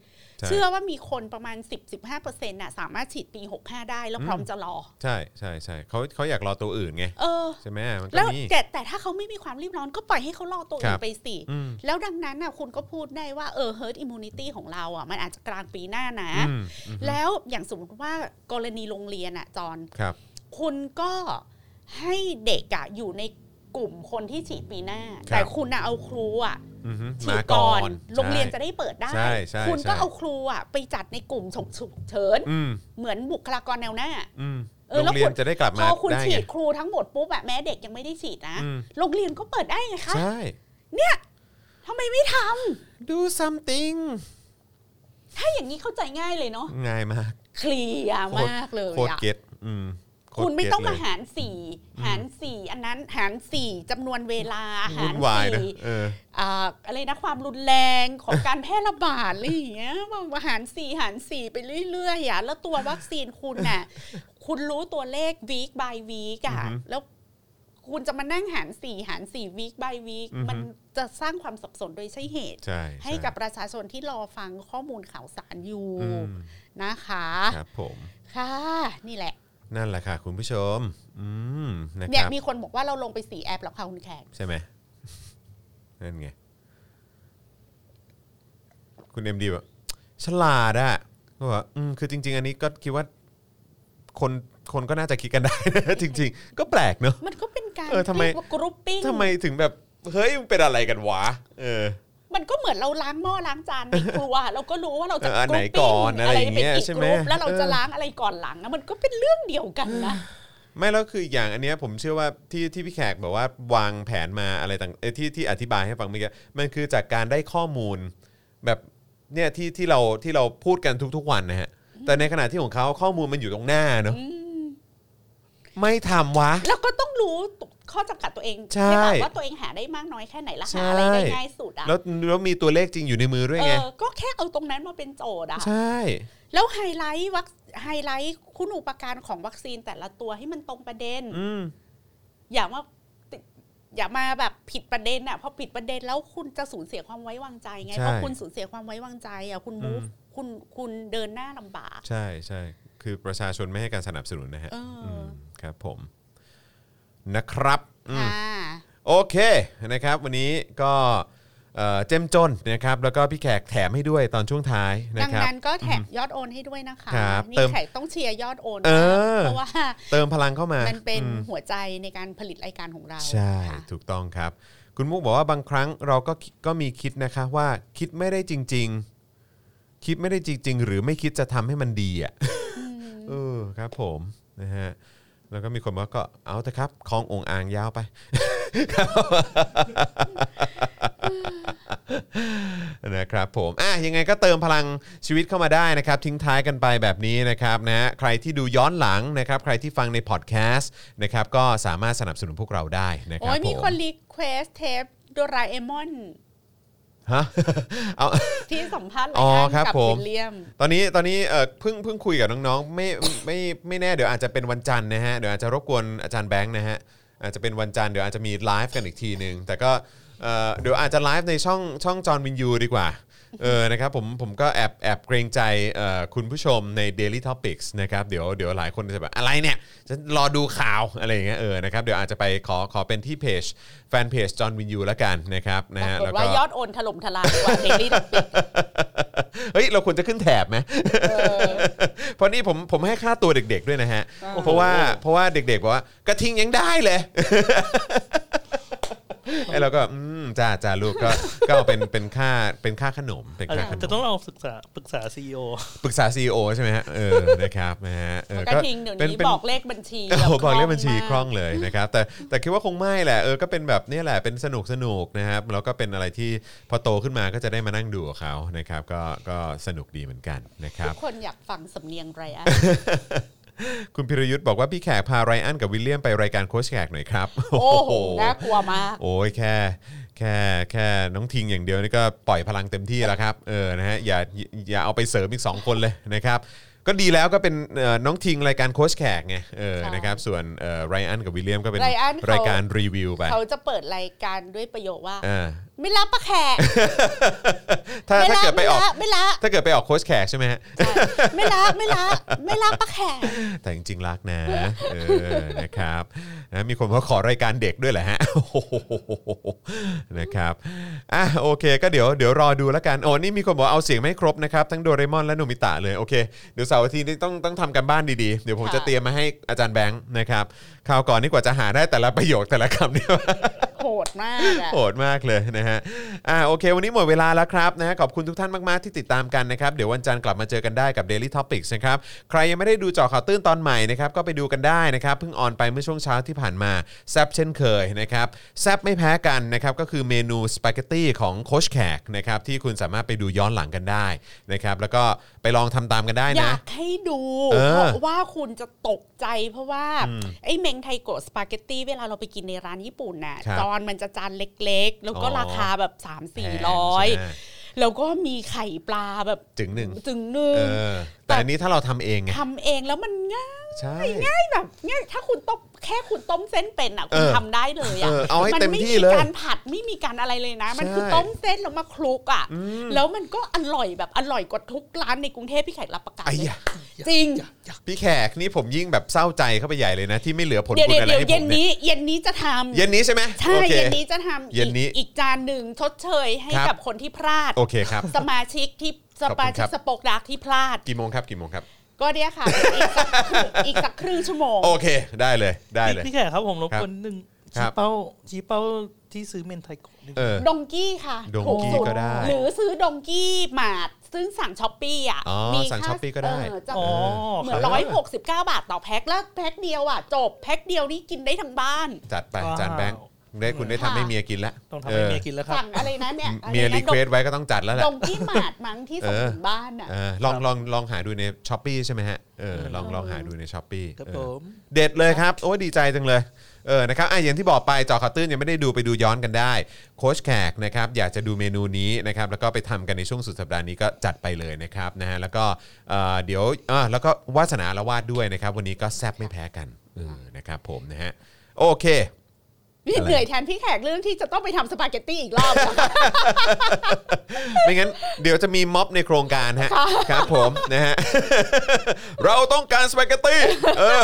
ใช่ เชื่อว่ามีคนประมาณ 10-15%น่ะ สามารถฉีดปี65ได้แล้วพร้อมจะรอ ใช่ใช่ใช่เขาเขาอยากรอตัวอื่นไง เออ ใช่ไหมมันก็ แล้ว มี แต่แต่ถ้าเขาไม่มีความรีบร้อนก็ปล่อยให้เขารอตัว ครั อื่ บ นไปสิ อืม แล้วดังนั้นน่ะคุณก็พูดได้ว่าเออ herd immunity ของเราอ่ะมันอาจจะกลางปีหน้านะ อืมอืม แล้วอย่างสมมติว่ากรณีโรงเรียนอ่ะจอน ครับ คุณก็ให้เด็กอ่ะอยู่ในกลุ่มคนที่ฉีดปีหน้า แต่คุณน่ะเอาครูอ่ะ อือฮึ ฉี มา ด ก่ ก่ อ อน น โรงเรียนจะ ใช่ ได้เปิดได้ ใช่ใช่ คุณ ใช่ ก็เอาครูอ่ะไปจัดในกลุ่มฉุกเฉิน อืม เหมือนบุคลากรแนวหน้า อืม เออ โร แล้ว งเรียน คุณ จะได้กลับ พ มา อคุณ ได้ ฉี ไง ดครูทั้งหมดปุ๊บอะแม้เด็กยังไม่ได้ฉีดนะ อืม โรงเรียนก็เปิดได้ไงคะ ใช่ ทำไมไม่ทำ do something ถ้าอย่างนี้เข้าใจง่ายเลยเนาะ ง่ายมาก เคลียร์มากเลย โคตร อะ เก็ตอืมโต คุณไม่ต้อง เก็ มา เลย หารสี่ อืม หารสี่อันนั้นหารสี่จำนวนเวลาหา วุ่ ร นวายนะ สี่ เออ อ่าอะไรนะความรุนแรงของการแพร่ระบาดอะไรอย่างเงี้ย ว่าว่าหารสี่หารสี่ไปเรื่อยๆอ่ะแล้วตัววัคซีนคุณน่ะ คุณรู้ตัวเลข week by week อ่ะ อือหือ แล้วคุณจะมานั่งหารสี่หารสี่ week by week อือหือ มันจะสร้างความสับสนโดยใช่เหตุ ใช่ ให้กับประชาชนที่รอฟังข้อมูลข่าวสารอยู่ อืม นะคะ ครับผม ค่ะ นี่แหละ นั่นแหละค่ะ คุณผู้ชม อืมนะค เนี่ย รับ มีคนบอกว่าเราลงไปสี่แอปแล้วค่ะคุณแขก ใช่ไหม นั่นไง คุณเอ็มดีแบบฉลาดอะก็บอกว่าอืมคือจริง ๆ อันนี้ก็คิดว่า คนคนก็น่าจะคิดกันได้ นะ จริง ๆ ก็แปลกเนอะ มันก็เป็นการ เออทำไม ยกว่ากรุ๊ปปิ้ง ทำไมถึงแบบ เฮ้ยมันเป็นอะไรกันวะ เออ มันก็เหมือนเราล้างหม้อล้างจานในครัว เราก็รู้ว่าเราจะ เอออัน รุ๊ป ไหนก่อน ปิ้ อะไรอย่างเงี้ย ปก ใช่ไหม กรุ๊ปแล้วเราจะ เออ ล้างอะไรก่อนหลังนะมันก็เป็นเรื่องเดียวกันนะ ไม่แล้วคืออย่างอันเนี้ยผมเชื่อว่าที่ที่พี่แขกบอกว่าวางแผนมาอะไรต่างเอ้ยที่ที่อธิบายให้ฟังเมื่อกี้มันคือจากการได้ข้อมูลแบบเนี่ยที่ที่เราที่เราพูดกันทุกๆวันนะฮะ แต่ในขณะที่ของเขาข้อมูลมันอยู่ตรงหน้าเนอะไม่ทำวะ แล้วก็ต้องรู้ข้อจำกัดตัวเอง ใช่ ปะว่าตัวเองหาได้มากน้อยแค่ไหนและ ใช่ หาอะไรได้ง่ายสุดอะ แล้วแล้วมีตัวเลขจริงอยู่ในมือด้วย เอ ไง อก็แค่เอาตรงนั้นมาเป็นโจทย์อะ ใช่ แล้วไฮไลท์วัคไฮไลท์คุณอุปการของวัคซีนแต่ละตัวให้มันตรงประเด็น อืม อย่ามาติอย่ามาแบบผิดประเด็นอ่ะพอผิดประเด็นแล้วคุณจะสูญเสียความไว้วางใจไง ใช่ พอคุณสูญเสียความไว้วางใจอ่ะคุณ อื มู ม ฟคุณคุณเดินหน้าลำบาก ใช่ใช่คือประชาชนไม่ให้การสนับสนุนนะฮะ เอออื มครับผม นะครับอืม ค่ะ โอเคนะครับวันนี้ก็เอ่อเจ้มจนนะครับแล้วก็พี่แขกแถมให้ด้วยตอนช่วงท้ายนะ ดัง ครับ นั้นก็แถมยอดโอนให้ด้วยนะคะ ครับเติ นี่ ม แขกต้องเชียร์ยอดโอน เอ นะ อ เพราะว่า เติมพลังเข้ามา มันเป็น อืม หัวใจในการผลิตรายการของเรา ใช่ ค่ะ ถูกต้องครับ คุณมุกบอกว่าบางครั้งเราก็คิดก็มีคิดนะคะว่าคิดไม่ได้จริง ๆ คิดไม่ได้จริง ๆ หรือไม่คิดจะทำให้มันดีอ่ะเออครับผมนะฮะแล้วก็มีคนบอกว่าก็เอาเถอะครับคลององอ่างย าวไป นะครับผมอ่ะยังไงก็เติมพลังชีวิตเข้ามาได้นะครับ ทิ้งท้ายกันไปแบบนี้นะครับนะฮะใครที่ดูย้อนหลังนะครับ ใครที่ฟังในพอดแคสต์นะครับ ก็สามารถสนับสนุนพวกเราได้นะค โอ้ รับ ยมี ผ คนรีเควสเทปโดราเอมอน ฮะ เอา ที่สัมภาษณ์ไล อ๋อ อ้อน ครับ กับ ผม วิลเลียม ตอนนี้ตอนนี้เอ่อเพิ่งเพิ่งคุยกับน้องๆไม่ไม่ไม่แน่เดี๋ยวอาจจะเป็นวันจันทร์นะฮะเดี๋ยวอาจจะรบกวนอาจารย์แบงค์นะฮะอาจจะเป็นวันจันทร์เดี๋ยวอาจจะมีไลฟ์กันอีกทีหนึ่งแต่ก็เอ่อเดี๋ยวอาจจะไลฟ์ในช่องช่องจอห์นวินยูดีกว่าเออนะครับผมผมก็แอบแอบเกรงใจเอ่อคุณผู้ชมใน Daily Topics นะครับเดี๋ยวเดี๋ยวหลายคนจะแบบอะไรเนี่ยจะรอดูข่าวอะไรอย่างเงี้ยเออนะครับเดี๋ยวอาจจะไปขอขอเป็นที่เพจแฟนเพจจอห์นวินยูแล้วกันนะครับนะฮะ ปราแล้วกฏว่า ก็ ยอดโอนถล่มทลายก ว่าเดลี่ปิก เฮ้ยเราควรจะขึ้นแถบไหม เพราะนี่ผมผมให้ค่าตัวเด็กๆด้วยนะฮะ เพราะว่าเพราะว่าเด็กๆบอกว่ากระทิงยังได้เลยไอ้เราก็อืมจ้าจ้าลูกก็ก็เอาเป็นเป็นค่าเป็นค่าขนมเป็นค่าขน จะ ม ต้องลองศึกษาปรึกษาซีอ ปรึกษาซีโอใช่ไหมฮะเออนะครับนะฮะเออ ก็ทิ้งเดี๋ยว ป็ นี้ ป็น บอกเลขบัญ ชี โอ้โห แบบ บอกเรื่องบัญชี มาก คล่องเลยนะครับแต่แต่คิดว่าคงไม่แหละเออก็เป็นแบบเนี่ยแหละเป็นสนุกสนุกนะครับแล้วก็เป็นอะไรที่พอโตขึ้นมาก็จะได้มานั่งดูกับเขานะครับก็ก็สนุกดีเหมือนกันนะครับ ทุกคนอยากฟังสำเนียงไรอัน คุณพิรยุทธ์บอกว่าพี่แขกพาไรอันกับวิลเลียมไปรายการ โค้ชแขกหน่อยครับ โอ้โห น่ากลัวมาก โอ้ยแค่แค่แค่น้องทิงอย่างเดียวนี่ก็ปล่อยพลังเต็มที่แล้วครับเออนะฮะอย่าอย่าอย่าเอาไปเสริมอีก 2 คนเลยนะครับก็ดีแล้วก็เป็นเอ่อน้องทิงรายการโค้ชแขกไงเออ ใช่ นะครับส่วนเอ่อไรอันกับวิลเลียมก็เป็น ไรอันเขาร รายการรีวิวไป เขาจะเปิดรายการด้วยประโยคว่า เออ ไม่รับปะแข ก ถ้า ไม่ ถ้า ละ เกิดไป ไม่ ออก ละไม่ละ ถ้าเกิดไปออกโค้ชแขกใช่ไหมฮะ ใช่ไม่ละไม่ละไม่ละปะแขก แต่จริงๆรักนะเออนะครับนะมีคนมาขอรายการเด็กด้วยแหละฮะ โอ้โหนะครับอ่ะโอเค ก็เดี๋ยวเดี๋ยวรอดูแล้วกันโอ้นี่มีคนบอกว่าเอาเสียงไม่ครบนะครับทั้งโดเรมอนและโนมิตะเลยโอเคเดี๋ยวเสาร์อาทิตย์นี้ต้องต้องทำกันบ้านดีๆ เดี๋ยวผม ค่ะ จะเตรียมมาให้อาจารย์แบงค์นะครับคราวก่อนนี่กว่าจะหาได้แต่ละประโยคแต่ละคำเนี่ย โหดมากอะ โหดมากเลยนะฮะ อ่าโอเค วันนี้หมดเวลาแล้วครับนะฮะขอบคุณทุกท่านมากๆที่ติดตามกันนะครับ เดี๋ยววันจันทร์กลับมาเจอกันได้กับ Daily Topics นะครับ ใครยังไม่ได้ดูเจอข่าวตื้นตอนใหม่นะครับ ก็ไปดูกันได้นะครับ เพิ่งออนไปเมื่อช่วงเช้าที่ผ่านมา แซบเช่นเคยนะครับ แซบไม่แพ้กันนะครับ ก็คือเมนูสปาเกตตีของโคชแขกนะครับ ที่คุณสามารถไปดูย้อนหลังกันได้นะครับ แล้วก็ไปลองทำตามกันได้ อ นะ ยากให้ดู เออ เพราะว่าคุณจะตกใจเพราะว่าไอ้เมงไทโกะสปาเกตตี้เวลาเราไปกินในร้านญี่ปุ่นน่ะ ครับ จอนมันจะจานเล็กๆ แล้วก็ อ๋อ ราคาแบบ 3 4 0 แพงใช่ไหม 0 แล้วก็มีไข่ปลาแบบ จึงหนึ่ง จึงหนึ่ เอง อแต่อันนี้ถ้าเราทำเองไง ทำเองแล้วมันง่าย ใช่ ง่ายแบบง่ายถ้าคุณต้มแค่คุณต้มเส้นเป็นอ่ะคุณ เออ ทำได้เลยอ่ะ เออเอาให้ มั เต็ม ไม่ ที่ มี เลย การผัดไม่มีการอะไรเลยนะ มัน ใช่ คือต้มเส้นแล้วมาคลุกอ่ะแล้วมันก็อร่อยแบบอร่อยกว่าทุกร้านในกรุงเทพพี่แขกรับประกัน ไอ้ เลย ยะ จริง พี่แขกนี่ผมยิ่งแบบเศร้าใจเข้าไปใหญ่เลยนะ ที่ไม่เหลือผล เดี๋ยว บุญอะไรเดี๋ยวเดี๋ยว ให้ผม เย็น เนี่ย นี้เย็นนี้จะทำ เย็นนี้ใช่ไหม ใช่ โอค เย็นนี้จะทำ เย็นนี้ อีกอีกจานหนึ่งชดเชยให้ ครับ กับคนที่พลาด โอเคครับ สมาชิกที่ส ขอบคุณ มาคชิรั ก บ สปอกดักที่พลาด กี่โมงครับกี่โมงครับ ก็เนี่ยค่ะ อีกสักครึ่งอีกสักครึ่งชั่วโมง โอเคได้เลยได้เลย พี่แขกครับผมรบ ครับ กวนนิดนึง ครั ชี้ บ เป้าชี้เป้าที่ซื้อเมนไทโกะนิดนึง เออ ดงกี้ค่ะ ดงกี้ ถูสุ ก็ได้ หรือซื้อดงกี้หมาดซึ่งสั่งช้อปปี้อ่ะ อ๋อสั่ง ค่า Shopee ก็ได้ เออจะ อ๋อ เหมือนร้อยหกสิบเก้าบาทต่อแพ็คแล้วแพ็คเดียวอ่ะ จบแพ็คเดียวนี่กินได้ทั้งบ้าน จัดไป ว้าว จานแบงค์ได้คุณได้ทำ ค่ะ ให้เมียกินละ ต้องทำให้เมียกินแล้วครับ สั่งอะไรนะเนี่ยอะไรนะ เมียรีเควสไว้ก็ต้องจัดแล้วแหละ ดงกี้หมาดมั้งที่ส่ง เออ ถึงบ้านอ่ะ เออลองลองลองหาดูในช้อปปีใช่ไหมฮะเออลองลองหาดูในช้อปปี ครับผม เด็ดเลยครับ โอ้ยดีใจจังเลยเออนะครับอ่ะอย่างที่บอกไปจอข่าวตื้นยังไม่ได้ดูไปดูย้อนกันได้ โค้ชแขกนะครับอยากจะดูเมนูนี้นะครับแล้วก็ไปทำกันในช่วงสุดสัปดาห์นี้ก็จัดไปเลยนะครับนะฮะแล้วก็เอ่อเดี๋ยวอ่ะแล้วก็วาสนาละวาดด้วยนะครับ วันนี้ก็แซบไม่แพ้กันเออนะครับผมนะฮะโอเค นี่ อะไร เหนื่อยแทนพี่แขกเรื่องที่จะต้องไปทำสปาเกตตี้อีกรอบอะ ไม่งั้นเดี๋ยวจะมีม็อบในโครงการฮะครับผมนะ ฮะ เราต้องการสปาเกตตี้เออ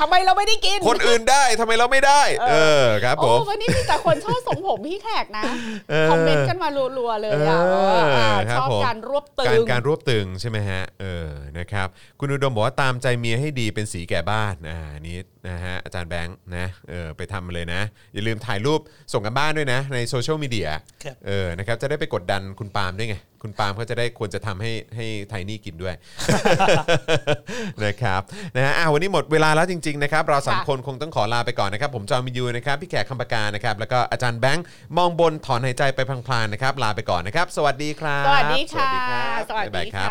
ทำไมเราไม่ได้กิน คนอื่นได้ทำไมเราไม่ได้ เออครับผ โอ้ ม วันนี้มีแต่คนชอบสงผมพี่แขกนะ เออ คอมเมนต์กันมารัวๆเลยอะ เออ ว่าอ่า ครับ ชอบ ผม การรวบตึ การ ง การรวบตึงใช่ไหมฮะเออนะครับคุณอุดมบอกว่าตามใจเมียให้ดีเป็นสีแก่บ้านอ่าอันนี้นะฮะอาจารย์แบงค์นะเออไปทำมาเลยนะ อย่าลืมถ่ายรูปส่งกันบ้านด้วยนะ ในโซเชียลมีเดีย ครับ เออนะครับจะได้ไปกดดันคุณปาล์มด้วยไง คุณปาล์มเขาจะได้ควรจะทำให้ให้ไทนี่กินด้วย นะครับนะฮะอ่ะวันนี้หมดเวลาแล้วจริง ๆ นะครับ เราสาม ค่ะ คนคงต้องขอลาไปก่อนนะครับ ผมจอมินยูนะครับพี่แขกคำปากานะครับ แล้วก็อาจารย์แบงค์มองบนถอนหายใจไปพลางๆนะครับ ลาไปก่อนนะครับ สวัสดีครับ สวัสดีค่ะ ส ส วั วั ส สดีครับบ๊ายดีค่ะบายครับ